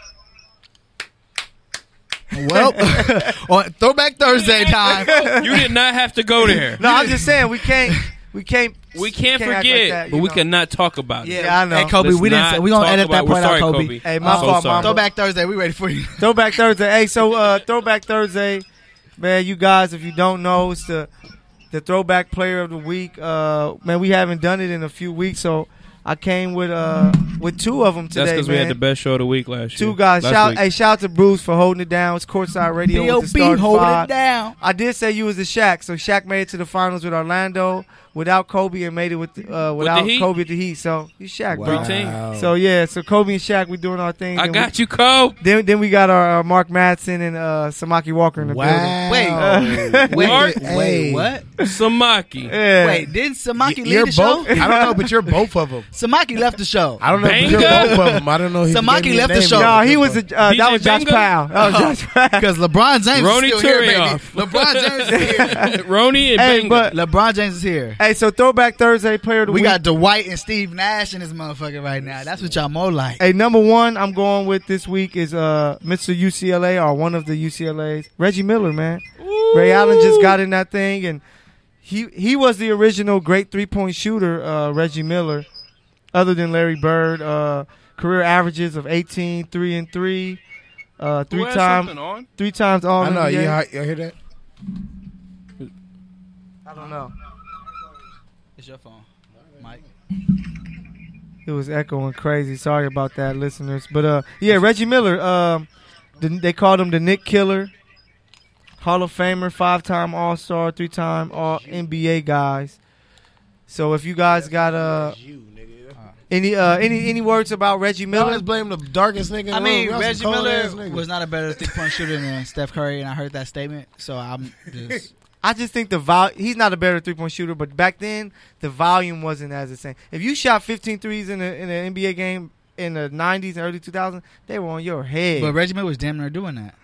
Speaker 2: Well, on Throwback Thursday time.
Speaker 5: You did not have to go there.
Speaker 3: No, I'm just saying we can't. We can't.
Speaker 5: We can't
Speaker 3: act like
Speaker 5: forget,
Speaker 3: that,
Speaker 5: but
Speaker 3: you
Speaker 5: we
Speaker 3: know.
Speaker 5: cannot talk about
Speaker 3: Yeah,
Speaker 5: it.
Speaker 3: I know.
Speaker 2: Hey Kobe,
Speaker 5: Let's
Speaker 2: we didn't.
Speaker 5: not
Speaker 2: Say, we gonna
Speaker 5: talk
Speaker 2: edit that
Speaker 5: about- we're
Speaker 2: point out,
Speaker 5: sorry,
Speaker 2: Kobe.
Speaker 5: Kobe.
Speaker 3: Hey, my
Speaker 5: I'm so
Speaker 3: fault,
Speaker 5: Oh, sorry.
Speaker 3: mama.
Speaker 2: Throwback Thursday, we ready for you.
Speaker 3: Throwback Thursday. Hey, so uh, Throwback Thursday, man. You guys, if you don't know, it's the the Throwback Player of the Week. Uh, man, we haven't done it in a few weeks, so I came with uh with two of them today.
Speaker 5: That's because we
Speaker 3: man.
Speaker 5: had the best show of the week last year.
Speaker 3: Two guys.
Speaker 5: Last
Speaker 3: Shout,
Speaker 5: week.
Speaker 3: hey, shout out to Bruce for holding it down. It's Courtside Radio with the
Speaker 2: B.O.B.
Speaker 3: starting
Speaker 2: holding
Speaker 3: five.
Speaker 2: it down.
Speaker 3: I did say you was the Shaq, so Shaq made it to the finals with Orlando. without Kobe and made it with the, uh, without
Speaker 5: Heat?
Speaker 3: Kobe at the Heat. So you Shaq,
Speaker 5: Wow.
Speaker 3: bro.
Speaker 4: Oh.
Speaker 3: So yeah, so Kobe and Shaq, we doing our thing.
Speaker 5: I
Speaker 3: Then
Speaker 5: got you, Cole.
Speaker 3: we, Then then we got our, our Mark Madsen and uh, Samaki Walker in the
Speaker 4: wow.
Speaker 2: Wait.
Speaker 3: building.
Speaker 2: Wait,
Speaker 5: Mark?
Speaker 2: wait, what?
Speaker 5: Samaki.
Speaker 3: yeah.
Speaker 2: Wait, didn't Samaki
Speaker 4: You-
Speaker 2: leave
Speaker 4: You're
Speaker 2: the show?
Speaker 4: both. I don't know, but you're both of them.
Speaker 2: Samaki left the show.
Speaker 4: I don't know, but you're
Speaker 5: Banga?
Speaker 4: both of them. I don't know.
Speaker 2: So Mikey left the show.
Speaker 3: No, he was a, uh,
Speaker 5: DJ
Speaker 3: that was Josh
Speaker 5: Bingo?
Speaker 3: Powell. That was Josh Powell.
Speaker 2: Because LeBron James
Speaker 5: Ronnie
Speaker 2: is still here, baby.
Speaker 5: Turioff.
Speaker 2: LeBron James is here.
Speaker 5: Roni and
Speaker 3: Hey,
Speaker 5: Benga.
Speaker 3: but
Speaker 2: LeBron James is here.
Speaker 3: hey, so throwback Thursday player of the
Speaker 2: We
Speaker 3: week.
Speaker 2: got Dwight and Steve Nash in this motherfucker right now. That's what y'all more like.
Speaker 3: Hey, number one, I'm going with this week is uh Mr. UCLA or one of the UCLA's Reggie Miller, man. Ray Allen just got in that thing, and he he was the original great three point shooter, uh, Reggie Miller. Other than Larry Bird, uh, career averages of 18, three and three, uh, three times,
Speaker 5: on.
Speaker 3: three times all.
Speaker 4: I know. You,
Speaker 3: NBA.
Speaker 4: you hear that?
Speaker 3: I don't know.
Speaker 2: It's your phone. Mike.
Speaker 3: It was echoing crazy. Sorry about that, listeners. But uh, yeah, Reggie Miller. Um, the, they called him the Nick Killer, Hall of Famer, five-time All-Star, three-time All NBA guys. So if you guys got uh any uh any any words about Reggie
Speaker 4: I
Speaker 3: Miller,
Speaker 4: always blame the darkest nigga. in
Speaker 2: I
Speaker 4: the
Speaker 2: mean,
Speaker 4: room. Y'all some
Speaker 2: Reggie
Speaker 4: cold-ass
Speaker 2: Miller
Speaker 4: niggas.
Speaker 2: was not a better three point shooter than Steph Curry, and I heard that statement, so I'm just.
Speaker 3: I just think the vol he's not a better three-point shooter, but back then the volume wasn't as the same. If you shot 15 threes in a, in an NBA game in the 90s and early 2000s, they were on your head.
Speaker 2: But Reggie Miller was damn near doing that.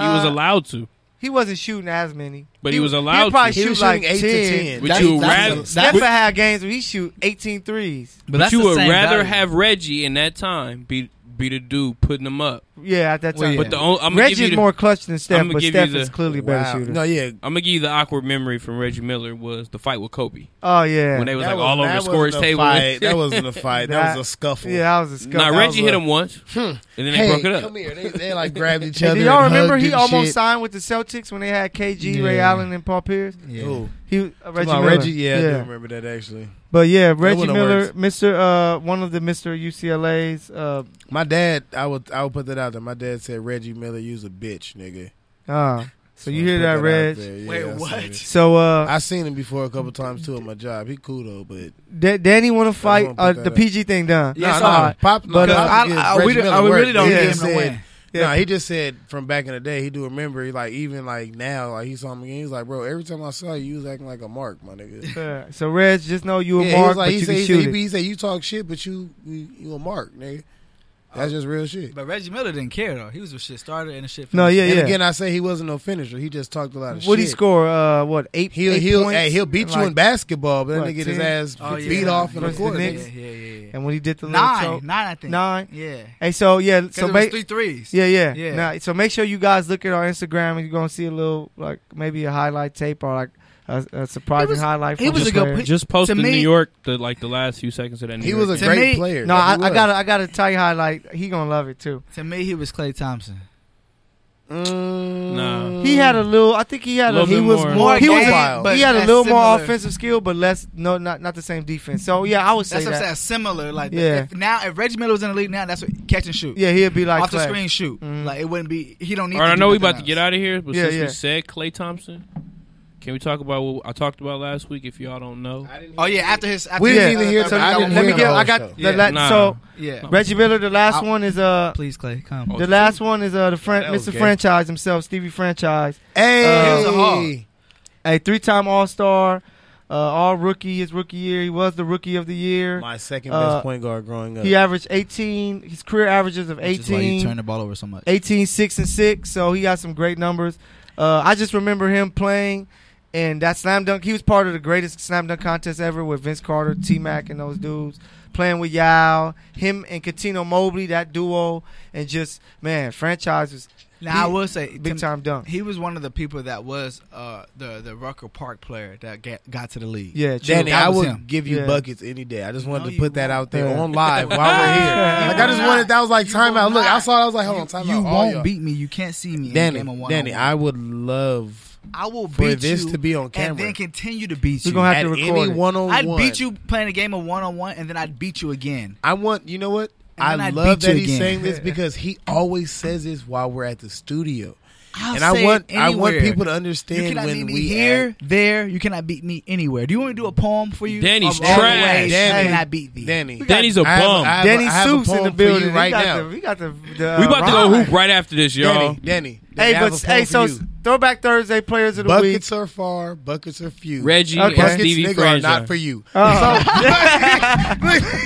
Speaker 5: He was
Speaker 3: Uh,
Speaker 5: allowed to.
Speaker 3: He wasn't shooting as many,
Speaker 5: But he was allowed
Speaker 3: He'd probably
Speaker 5: to.
Speaker 4: He
Speaker 3: shoot
Speaker 4: was
Speaker 3: like
Speaker 4: shooting eight to
Speaker 3: 10.
Speaker 4: 10.
Speaker 5: Would
Speaker 2: That's-
Speaker 5: you
Speaker 2: that's-
Speaker 5: rather?
Speaker 2: that's-
Speaker 3: Steph had games where he shoot 18 threes.
Speaker 5: but
Speaker 2: that's
Speaker 5: you
Speaker 2: the
Speaker 5: would
Speaker 2: same
Speaker 5: rather
Speaker 2: value.
Speaker 5: have Reggie in that time be be the dude putting him up.
Speaker 3: Yeah, at that
Speaker 2: Well,
Speaker 3: time.
Speaker 2: yeah.
Speaker 5: But the only, I'm gonna give you
Speaker 3: Reggie's
Speaker 5: the,
Speaker 3: more clutch than Steph,
Speaker 5: I'ma
Speaker 3: but
Speaker 5: give
Speaker 3: Steph
Speaker 5: you
Speaker 3: is
Speaker 5: the-
Speaker 3: clearly a better
Speaker 4: Wow.
Speaker 3: shooter.
Speaker 4: No, yeah.
Speaker 5: I'm gonna give you the awkward memory from Reggie Miller was the fight with Kobe
Speaker 3: Oh yeah,
Speaker 5: when they was
Speaker 4: That
Speaker 5: like all over
Speaker 4: that
Speaker 5: the scorer's
Speaker 4: wasn't a
Speaker 5: table.
Speaker 4: Fight. that wasn't a fight. That was a scuffle.
Speaker 3: yeah, I was a scuff.
Speaker 5: Nah,
Speaker 3: That
Speaker 5: Reggie
Speaker 3: was
Speaker 5: hit
Speaker 3: a-
Speaker 5: him once, and then they
Speaker 4: Hey,
Speaker 5: broke it up.
Speaker 4: come here. They, they like grabbed each
Speaker 3: Hey,
Speaker 4: other.
Speaker 3: do y'all
Speaker 4: and
Speaker 3: remember
Speaker 4: hugged
Speaker 3: he
Speaker 4: and
Speaker 3: almost
Speaker 4: shit.
Speaker 3: signed with the Celtics when they had KG, Ray
Speaker 2: Yeah.
Speaker 3: Allen, and Paul Pierce?
Speaker 2: Yeah.
Speaker 4: Ooh.
Speaker 3: He uh, Reggie
Speaker 4: Come on,
Speaker 3: Miller.
Speaker 4: Reggie. Yeah, I do remember that actually.
Speaker 3: but yeah, Reggie
Speaker 4: wouldn't
Speaker 3: Miller,
Speaker 4: have
Speaker 3: Mister, uh, one of the Mister UCLA's. Uh,
Speaker 4: My dad, I would, I would put that out there. My dad said Reggie Miller, you's a bitch, nigga.
Speaker 3: uh, so you
Speaker 4: I
Speaker 3: hear
Speaker 4: put
Speaker 3: that,
Speaker 4: out
Speaker 3: Reg?
Speaker 4: there. Yeah,
Speaker 2: Wait,
Speaker 4: I seen
Speaker 2: what?
Speaker 4: it.
Speaker 3: So uh,
Speaker 4: I seen him before a couple times too at my job. He cool though, but
Speaker 3: Da- Danny want to fight
Speaker 4: gonna put
Speaker 3: uh,
Speaker 4: that
Speaker 3: the
Speaker 4: up.
Speaker 3: PG thing done.
Speaker 4: Nah,
Speaker 3: It's
Speaker 4: nah,
Speaker 3: all right.
Speaker 4: Pop,
Speaker 3: But,
Speaker 4: but
Speaker 3: uh,
Speaker 2: I- I- we don't- I- we really don't
Speaker 4: he
Speaker 2: give
Speaker 4: just
Speaker 2: him no
Speaker 4: said-
Speaker 2: win.
Speaker 3: Yeah.
Speaker 4: Nah, he just said from back in the day he do remember. He like even like now, like he saw him again. He's like, bro, every time I saw you, you was acting like a mark, my nigga.
Speaker 3: Yeah. So Reg, just know you a
Speaker 4: Yeah, he
Speaker 3: mark,
Speaker 4: was like,
Speaker 3: but
Speaker 4: he
Speaker 3: you
Speaker 4: said,
Speaker 3: can
Speaker 4: he,
Speaker 3: shoot
Speaker 4: said,
Speaker 3: it.
Speaker 4: he said, you talk shit, but you you, you a mark, nigga. That's just real shit.
Speaker 2: But Reggie Miller didn't care though. He was a shit starter and a shit.
Speaker 3: No, yeah,
Speaker 4: and
Speaker 3: yeah.
Speaker 4: again, I say he wasn't no finisher. He just talked a lot of
Speaker 3: What he
Speaker 4: shit.
Speaker 3: score? Uh, what eight?
Speaker 4: He'll
Speaker 3: eight
Speaker 4: he'll
Speaker 3: points
Speaker 4: hey, he'll beat you
Speaker 3: like-
Speaker 4: in basketball, but that
Speaker 3: what,
Speaker 4: nigga get his
Speaker 3: 10?
Speaker 4: ass
Speaker 2: Oh, yeah.
Speaker 4: beat off in the
Speaker 3: Versus
Speaker 4: court.
Speaker 3: the
Speaker 2: Yeah,
Speaker 4: nigga.
Speaker 3: Knicks.
Speaker 2: yeah, yeah. yeah.
Speaker 3: And when he did the little
Speaker 2: Nine,
Speaker 3: choke-
Speaker 2: nine, I think.
Speaker 3: nine.
Speaker 2: Yeah.
Speaker 3: Hey, so yeah,
Speaker 2: So
Speaker 3: so
Speaker 2: it
Speaker 3: ba-
Speaker 2: was three threes.
Speaker 3: yeah, yeah,
Speaker 2: Yeah.
Speaker 3: Nah, so make sure you guys look at our Instagram and you're gonna see a little like maybe a highlight tape or like a, a surprising
Speaker 2: He was-
Speaker 3: highlight.
Speaker 2: he
Speaker 3: from
Speaker 2: was
Speaker 3: this
Speaker 2: a good
Speaker 3: player.
Speaker 2: he-
Speaker 5: Just post
Speaker 2: to
Speaker 5: in
Speaker 2: me-
Speaker 5: New York the like the last few seconds of that. New
Speaker 4: He
Speaker 5: York
Speaker 4: was a
Speaker 2: To
Speaker 4: great
Speaker 2: me-
Speaker 4: player.
Speaker 3: No,
Speaker 4: He
Speaker 3: I, I
Speaker 4: was.
Speaker 3: gotta I gotta tell you highlight. He gonna love it too.
Speaker 2: To me, he was Clay Thompson.
Speaker 5: Nah.
Speaker 3: He had a
Speaker 2: Um,
Speaker 3: little. I think he had a.
Speaker 5: Little
Speaker 3: he
Speaker 5: bit
Speaker 3: was
Speaker 5: more.
Speaker 3: more.
Speaker 2: More
Speaker 3: he was.
Speaker 4: game,
Speaker 3: A,
Speaker 2: but
Speaker 3: he had a
Speaker 2: that's
Speaker 3: little more
Speaker 2: similar.
Speaker 3: offensive skill, but less. No, not not the same defense. So yeah, I would say
Speaker 2: That's what I'm
Speaker 3: that.
Speaker 2: saying. Similar, like
Speaker 3: Yeah.
Speaker 2: if now if Reggie Miller was in the league now, that's what catch and shoot.
Speaker 3: Yeah, he'd be like
Speaker 2: off
Speaker 3: Clay.
Speaker 2: the screen shoot.
Speaker 4: Mm-hmm.
Speaker 3: Mhm.
Speaker 2: Like it wouldn't be. He don't need.
Speaker 5: All right,
Speaker 2: to
Speaker 5: I
Speaker 2: do
Speaker 5: know we
Speaker 2: nothing
Speaker 5: about to get
Speaker 2: else.
Speaker 5: out of here, but
Speaker 3: Yeah,
Speaker 5: since
Speaker 3: yeah.
Speaker 5: we said Clay Thompson, can we talk about what I talked about last week? If y'all don't know,
Speaker 2: Oh yeah, after his. After
Speaker 4: We
Speaker 2: his,
Speaker 4: didn't
Speaker 2: uh,
Speaker 4: even hear.
Speaker 2: third
Speaker 4: So
Speaker 3: I
Speaker 2: round
Speaker 4: I didn't
Speaker 3: Let
Speaker 2: win.
Speaker 3: me
Speaker 4: hear
Speaker 3: get-
Speaker 4: the
Speaker 3: I
Speaker 4: whole
Speaker 3: got
Speaker 4: show.
Speaker 3: the la-
Speaker 5: Nah.
Speaker 3: so
Speaker 2: Yeah.
Speaker 3: Reggie Miller. The last
Speaker 2: I-
Speaker 3: one is uh
Speaker 2: Please, Clay, come.
Speaker 5: Oh,
Speaker 3: the last one is uh the Fran-
Speaker 4: that was
Speaker 3: Mr.
Speaker 4: gay.
Speaker 3: Franchise himself, Stevie Franchise,
Speaker 4: Hey,
Speaker 3: Uh, he was
Speaker 2: a hog.
Speaker 3: a three-time All Star, uh, All Rookie his rookie year. He was the Rookie of the Year.
Speaker 4: My second
Speaker 3: Uh,
Speaker 4: best point guard growing up.
Speaker 3: He averaged 18. His career averages
Speaker 4: Oh,
Speaker 3: of
Speaker 2: Which is why you
Speaker 3: 18.
Speaker 2: turn the ball over so much.
Speaker 3: 18 6 and 6 so he got some great numbers uh, i just remember him playing and that slam dunk he was part of the greatest slam dunk contest ever with vince carter t-mac and those dudes playing with yao him and Katino mobley that duo and just man franchise was
Speaker 2: Now I
Speaker 3: He-
Speaker 2: will say,
Speaker 3: big
Speaker 2: to-
Speaker 3: time dunk
Speaker 2: He was one of the people that was uh, the the Rucker Park player that get, got to the league.
Speaker 3: yeah true.
Speaker 4: Danny,
Speaker 2: That
Speaker 4: I
Speaker 2: was
Speaker 4: would
Speaker 2: him.
Speaker 4: give you
Speaker 3: Yeah.
Speaker 4: buckets any day. I just wanted
Speaker 2: No,
Speaker 4: to
Speaker 2: you
Speaker 4: put that out there
Speaker 3: won't.
Speaker 4: on live while we're here. Like I just
Speaker 2: You
Speaker 4: wanted that was like
Speaker 2: You
Speaker 4: time
Speaker 2: will
Speaker 4: out. Look,
Speaker 2: not.
Speaker 4: I saw. It, I was like, hold on, time
Speaker 2: you
Speaker 4: out. all
Speaker 2: won't
Speaker 4: y'all.
Speaker 2: beat me. You can't see me.
Speaker 4: Danny,
Speaker 2: in a game of
Speaker 4: Danny,
Speaker 2: one-on-one.
Speaker 4: I would love
Speaker 2: I will
Speaker 4: for
Speaker 2: beat
Speaker 4: this
Speaker 2: you
Speaker 4: to be on
Speaker 2: and
Speaker 4: camera.
Speaker 2: then continue to beat
Speaker 3: We're
Speaker 2: you.
Speaker 3: gonna have
Speaker 4: At
Speaker 3: to record
Speaker 4: any
Speaker 3: it.
Speaker 4: one on
Speaker 2: I'd
Speaker 4: one,
Speaker 2: beat you playing a game of one on one, and then I'd beat you again.
Speaker 4: I want you know what? I
Speaker 2: then I'd
Speaker 4: love
Speaker 2: beat you
Speaker 4: that he's
Speaker 2: again.
Speaker 4: saying this because he always says this while we're at the studio.
Speaker 2: I'll
Speaker 4: and I
Speaker 2: say
Speaker 4: want
Speaker 2: it
Speaker 4: I want
Speaker 2: anywhere.
Speaker 4: people to
Speaker 2: You
Speaker 4: understand
Speaker 2: cannot
Speaker 4: when
Speaker 2: beat me
Speaker 4: we
Speaker 2: here,
Speaker 4: act-
Speaker 2: there. You cannot beat me anywhere. Do you want me to do a poem for you?
Speaker 5: Danny's
Speaker 2: Of all the
Speaker 5: trash.
Speaker 2: ways
Speaker 4: Danny.
Speaker 2: I cannot beat thee.
Speaker 4: Danny.
Speaker 5: Danny's a
Speaker 4: I have
Speaker 5: bum.
Speaker 4: I have
Speaker 3: Danny
Speaker 4: I have a
Speaker 3: Soups in
Speaker 4: poem
Speaker 3: the
Speaker 4: for
Speaker 3: building
Speaker 4: you right
Speaker 3: we got
Speaker 4: now.
Speaker 3: The, we got the. the
Speaker 5: we about to go
Speaker 3: rhyme.
Speaker 5: hoop right after this, y'all.
Speaker 4: Danny, Danny.
Speaker 3: Hey,
Speaker 4: Danny, I have
Speaker 3: but
Speaker 4: a
Speaker 3: hey,
Speaker 4: poem
Speaker 3: so
Speaker 4: for you.
Speaker 3: Throwback Thursday players of the week.
Speaker 4: buckets are far, buckets are few.
Speaker 5: Reggie
Speaker 3: Okay.
Speaker 5: and
Speaker 4: buckets,
Speaker 5: Stevie
Speaker 4: nigga,
Speaker 5: Frazier.
Speaker 4: are not for you.
Speaker 3: Uh,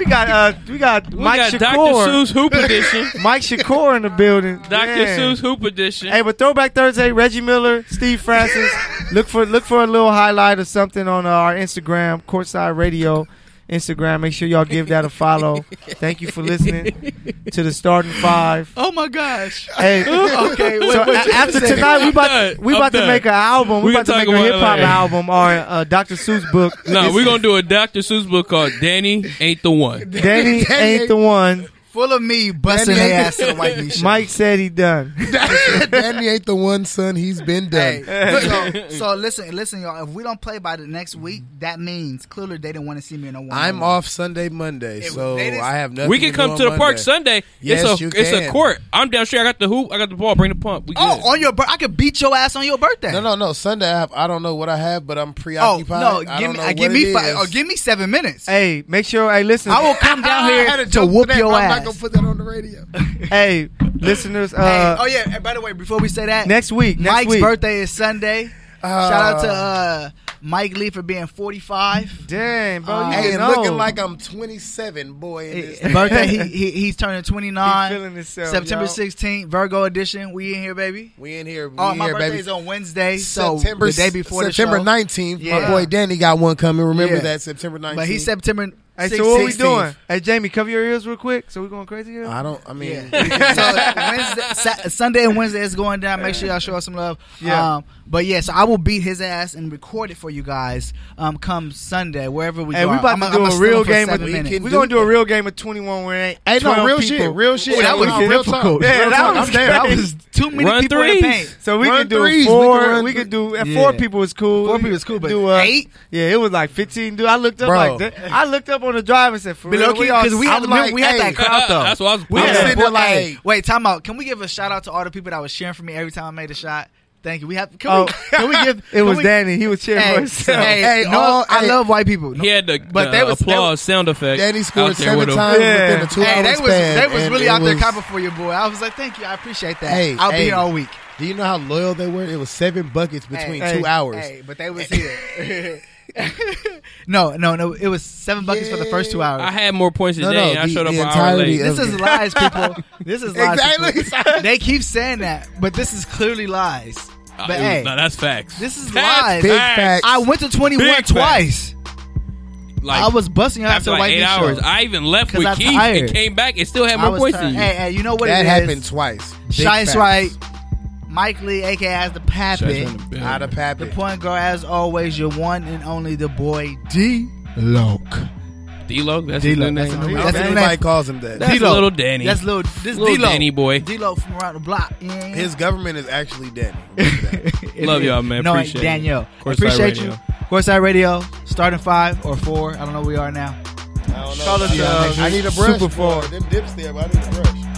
Speaker 3: We got uh, we got
Speaker 5: we
Speaker 3: Mike
Speaker 5: got
Speaker 3: Shakur,
Speaker 5: Dr. Seuss Hoop Edition.
Speaker 3: Mike Shakur in the building.
Speaker 5: Dr.
Speaker 3: Man.
Speaker 5: Seuss Hoop Edition.
Speaker 3: Hey, but Throwback Thursday, Reggie Miller, Steve Francis. look for look for a little highlight or something on uh, our Instagram, Courtside Radio Instagram. Make sure y'all give that a follow. Thank you for listening to the starting five.
Speaker 2: Oh my gosh.
Speaker 3: Hey, okay. so a- after tonight, we about we
Speaker 5: I'm
Speaker 3: about to
Speaker 5: done.
Speaker 3: make an album. We
Speaker 5: We
Speaker 3: about to
Speaker 5: can
Speaker 3: make
Speaker 5: talk
Speaker 3: a
Speaker 5: about
Speaker 3: hip hop
Speaker 5: LA.
Speaker 3: album or a Dr. Seuss book.
Speaker 5: no,
Speaker 3: It's
Speaker 5: we're gonna do a Dr. Seuss book called Danny Ain't the One.
Speaker 3: Danny ain't the one.
Speaker 2: Full of me busting
Speaker 4: Danny-
Speaker 2: their ass to the white meat.
Speaker 3: Mike said he done.
Speaker 4: Danny ain't the one son. He's been
Speaker 2: Hey,
Speaker 4: done.
Speaker 2: so, so listen, listen, y'all. If we don't play by the next week, that means clearly they didn't want to see me in a one.
Speaker 4: I'm off Sunday, Monday,
Speaker 2: It-
Speaker 4: so
Speaker 2: they just-
Speaker 4: I have nothing.
Speaker 5: we can come
Speaker 4: do
Speaker 5: to the
Speaker 4: on
Speaker 5: park
Speaker 4: Monday.
Speaker 5: Sunday.
Speaker 4: Yes,
Speaker 5: it's a
Speaker 4: you
Speaker 5: it's a
Speaker 4: can.
Speaker 5: court. I'm down street. I got the hoop. I got the ball. Bring the pump. We good.
Speaker 2: Oh, on your bir- I could beat your ass on your birthday.
Speaker 4: No, no, no. Sunday, I, have, I don't know what I have, but I'm
Speaker 2: Oh
Speaker 4: preoccupied.
Speaker 2: no!
Speaker 4: I
Speaker 2: Give
Speaker 4: don't
Speaker 2: me,
Speaker 4: know
Speaker 2: I give
Speaker 4: what it
Speaker 2: me five.
Speaker 4: is.
Speaker 2: Oh, give me seven minutes.
Speaker 3: hey, make sure. Hey, listen.
Speaker 2: I will come down
Speaker 4: I had
Speaker 2: here
Speaker 4: a
Speaker 2: to
Speaker 4: joke for
Speaker 2: whoop
Speaker 4: that,
Speaker 2: your
Speaker 4: but I'm
Speaker 2: ass.
Speaker 4: not gonna put that on the radio.
Speaker 3: hey, listeners. Uh,
Speaker 2: Hey, oh yeah! And by the way, before we say that,
Speaker 3: Next week. Next
Speaker 2: Mike's
Speaker 3: week.
Speaker 2: birthday is Sunday. Shout out to uh, Mike Lee for being 45.
Speaker 3: Damn, bro.
Speaker 2: Uh,
Speaker 3: you
Speaker 2: Hey,
Speaker 4: Hey,
Speaker 3: getting
Speaker 4: and
Speaker 3: old.
Speaker 4: looking like I'm 27, boy. In this
Speaker 2: birthday, he, he he's turning 29.
Speaker 3: He feeling himself,
Speaker 2: September
Speaker 3: y'all.
Speaker 2: 16th, Virgo edition. We in here, baby.
Speaker 4: we in here. We
Speaker 2: Oh,
Speaker 4: in
Speaker 2: my
Speaker 4: here,
Speaker 2: birthday
Speaker 4: baby.
Speaker 2: is on Wednesday, so
Speaker 4: September,
Speaker 2: the day before
Speaker 4: September
Speaker 2: the show.
Speaker 4: 19th.
Speaker 2: Yeah.
Speaker 4: My boy Danny got one coming. Remember
Speaker 2: Yeah.
Speaker 4: that September 19th.
Speaker 2: But he's September.
Speaker 3: Hey, so what we
Speaker 2: 16th.
Speaker 3: doing? Hey, Jamie, cover your ears real quick. So we going crazy here.
Speaker 2: Uh,
Speaker 4: I don't. I mean,
Speaker 2: Yeah. so Wednesday, Sa- Sunday and Wednesday is going down. Make sure y'all show us some love.
Speaker 3: Yeah.
Speaker 2: Um, but yeah, so I will beat his ass and record it for you guys. Um, come Sunday, wherever we
Speaker 3: Hey,
Speaker 2: go.
Speaker 3: we about
Speaker 2: I'm,
Speaker 3: to
Speaker 2: I'm
Speaker 3: do
Speaker 2: gonna
Speaker 3: a
Speaker 2: steal
Speaker 3: real
Speaker 2: him for
Speaker 3: game of
Speaker 2: seven
Speaker 4: we
Speaker 2: minutes.
Speaker 4: can-
Speaker 3: We're gonna do a real game of twenty one where it ain't
Speaker 4: Hey, no,
Speaker 3: 12
Speaker 4: real
Speaker 3: people.
Speaker 4: shit. Real shit.
Speaker 2: Ooh, that was
Speaker 4: No, real
Speaker 2: difficult.
Speaker 4: talk.
Speaker 3: Yeah, that
Speaker 4: Real
Speaker 3: was
Speaker 4: talk. I'm down.
Speaker 2: That was too many
Speaker 5: Run
Speaker 2: people
Speaker 5: threes.
Speaker 2: in the paint.
Speaker 3: So we
Speaker 4: Run
Speaker 3: can do
Speaker 4: threes, we can
Speaker 3: four. We can,
Speaker 4: run
Speaker 3: do and
Speaker 2: Yeah.
Speaker 3: four people was cool.
Speaker 2: Four
Speaker 3: We
Speaker 2: people
Speaker 3: could
Speaker 2: is cool, but
Speaker 3: do, uh,
Speaker 2: eight?
Speaker 3: Yeah, it was like fifteen. Dude, I looked up
Speaker 4: Bro.
Speaker 3: like that. I looked up on the drive and said, "For real, we all
Speaker 2: because we had,
Speaker 4: I'm
Speaker 2: the-
Speaker 4: like,
Speaker 2: we had
Speaker 4: hey,
Speaker 2: that crowd though.
Speaker 5: That's what I was.
Speaker 2: We
Speaker 4: I'm
Speaker 2: had
Speaker 5: Yeah.
Speaker 2: that
Speaker 4: sitting there
Speaker 2: boy- hey,
Speaker 4: like-
Speaker 2: wait, time out. Can we give a shout out to all the people that was cheering for me every time I made a shot? Thank you. We have. Can,
Speaker 3: Oh.
Speaker 2: we, can we give?
Speaker 3: It
Speaker 2: can
Speaker 3: was
Speaker 2: we,
Speaker 3: Danny. He was cheering
Speaker 2: Hey,
Speaker 3: for himself.
Speaker 2: hey,
Speaker 4: Hey,
Speaker 2: no,
Speaker 4: all-
Speaker 2: I
Speaker 4: hey.
Speaker 2: love white people. No,
Speaker 5: He had the,
Speaker 2: But
Speaker 5: the
Speaker 2: they was- they
Speaker 5: applause sound effect.
Speaker 4: Danny
Speaker 5: out
Speaker 4: scored
Speaker 5: there
Speaker 4: seven
Speaker 5: with him.
Speaker 4: times
Speaker 3: Yeah.
Speaker 4: within a two
Speaker 2: Hey,
Speaker 4: hour
Speaker 2: they was
Speaker 4: span,
Speaker 2: they was
Speaker 4: and
Speaker 2: really
Speaker 4: it
Speaker 2: out there
Speaker 4: was-
Speaker 2: copping for you, boy. I was like, thank you, I appreciate that.
Speaker 4: Hey,
Speaker 2: I'll be
Speaker 4: hey.
Speaker 2: here all week.
Speaker 4: Do you know how loyal they were? It was seven buckets between
Speaker 3: Hey,
Speaker 4: two
Speaker 3: hey,
Speaker 4: hours.
Speaker 2: Hey, but they was here. no, no, no. It was seven buckets for the first two hours.
Speaker 5: I had more points than
Speaker 4: No,
Speaker 5: Danny.
Speaker 4: no,
Speaker 5: I
Speaker 4: the-
Speaker 5: showed up
Speaker 4: the
Speaker 5: an hour
Speaker 4: entirety
Speaker 5: late.
Speaker 4: of-
Speaker 2: this is lies, people. This is lies.
Speaker 4: Exactly.
Speaker 2: people. They keep saying that, but this is clearly lies.
Speaker 5: Uh,
Speaker 2: But
Speaker 5: it was-
Speaker 2: hey,
Speaker 5: no, that's facts.
Speaker 2: this is
Speaker 5: That's
Speaker 2: lies.
Speaker 4: Big
Speaker 5: facts.
Speaker 4: facts.
Speaker 2: I went to 21
Speaker 5: Big facts.
Speaker 2: twice.
Speaker 5: Like,
Speaker 2: I was busting out
Speaker 5: after
Speaker 2: after the
Speaker 5: like
Speaker 2: white
Speaker 5: eight
Speaker 2: meat
Speaker 5: hours.
Speaker 2: show.
Speaker 5: I even left
Speaker 2: 'Cause
Speaker 5: with
Speaker 2: I'm
Speaker 5: Keith and
Speaker 2: tired.
Speaker 5: came back and still had
Speaker 2: I
Speaker 5: more
Speaker 2: was
Speaker 5: points
Speaker 2: tired.
Speaker 5: than you.
Speaker 2: Hey, hey, you know what
Speaker 4: that
Speaker 2: it
Speaker 4: happened
Speaker 2: is?
Speaker 4: twice. Big
Speaker 2: Shice
Speaker 4: facts.
Speaker 2: right, Mike Lee, aka as the
Speaker 5: Shots
Speaker 2: Pappy.
Speaker 5: on the bed.
Speaker 4: Out of
Speaker 2: The
Speaker 4: Pappy.
Speaker 2: point guard, as always, your one and only the boy D Loke.
Speaker 5: D-Lo, that's his
Speaker 2: D-Lo,
Speaker 5: new
Speaker 2: that's
Speaker 5: name.
Speaker 2: a new-
Speaker 4: I
Speaker 2: that's
Speaker 4: don't
Speaker 2: a
Speaker 4: think
Speaker 2: new
Speaker 4: Anybody
Speaker 2: name.
Speaker 4: calls him that.
Speaker 5: That's
Speaker 2: D-Lo.
Speaker 5: little Danny.
Speaker 2: That's little. This
Speaker 5: Little
Speaker 2: D-Lo.
Speaker 5: Danny boy.
Speaker 2: D-Lo from around the block. Yeah.
Speaker 4: His government is actually Danny. Remember that.
Speaker 5: Love y'all, man.
Speaker 2: No,
Speaker 5: Appreciate it.
Speaker 2: Danielle.
Speaker 5: Courtside
Speaker 2: Appreciate
Speaker 5: Radio.
Speaker 2: you. Courtside Radio, starting five or four. I don't know where we are now.
Speaker 4: I don't know.
Speaker 3: Call us,
Speaker 4: I,
Speaker 3: uh,
Speaker 4: I need a brush.
Speaker 3: Super
Speaker 4: boy. Them dips there, but I need a brush.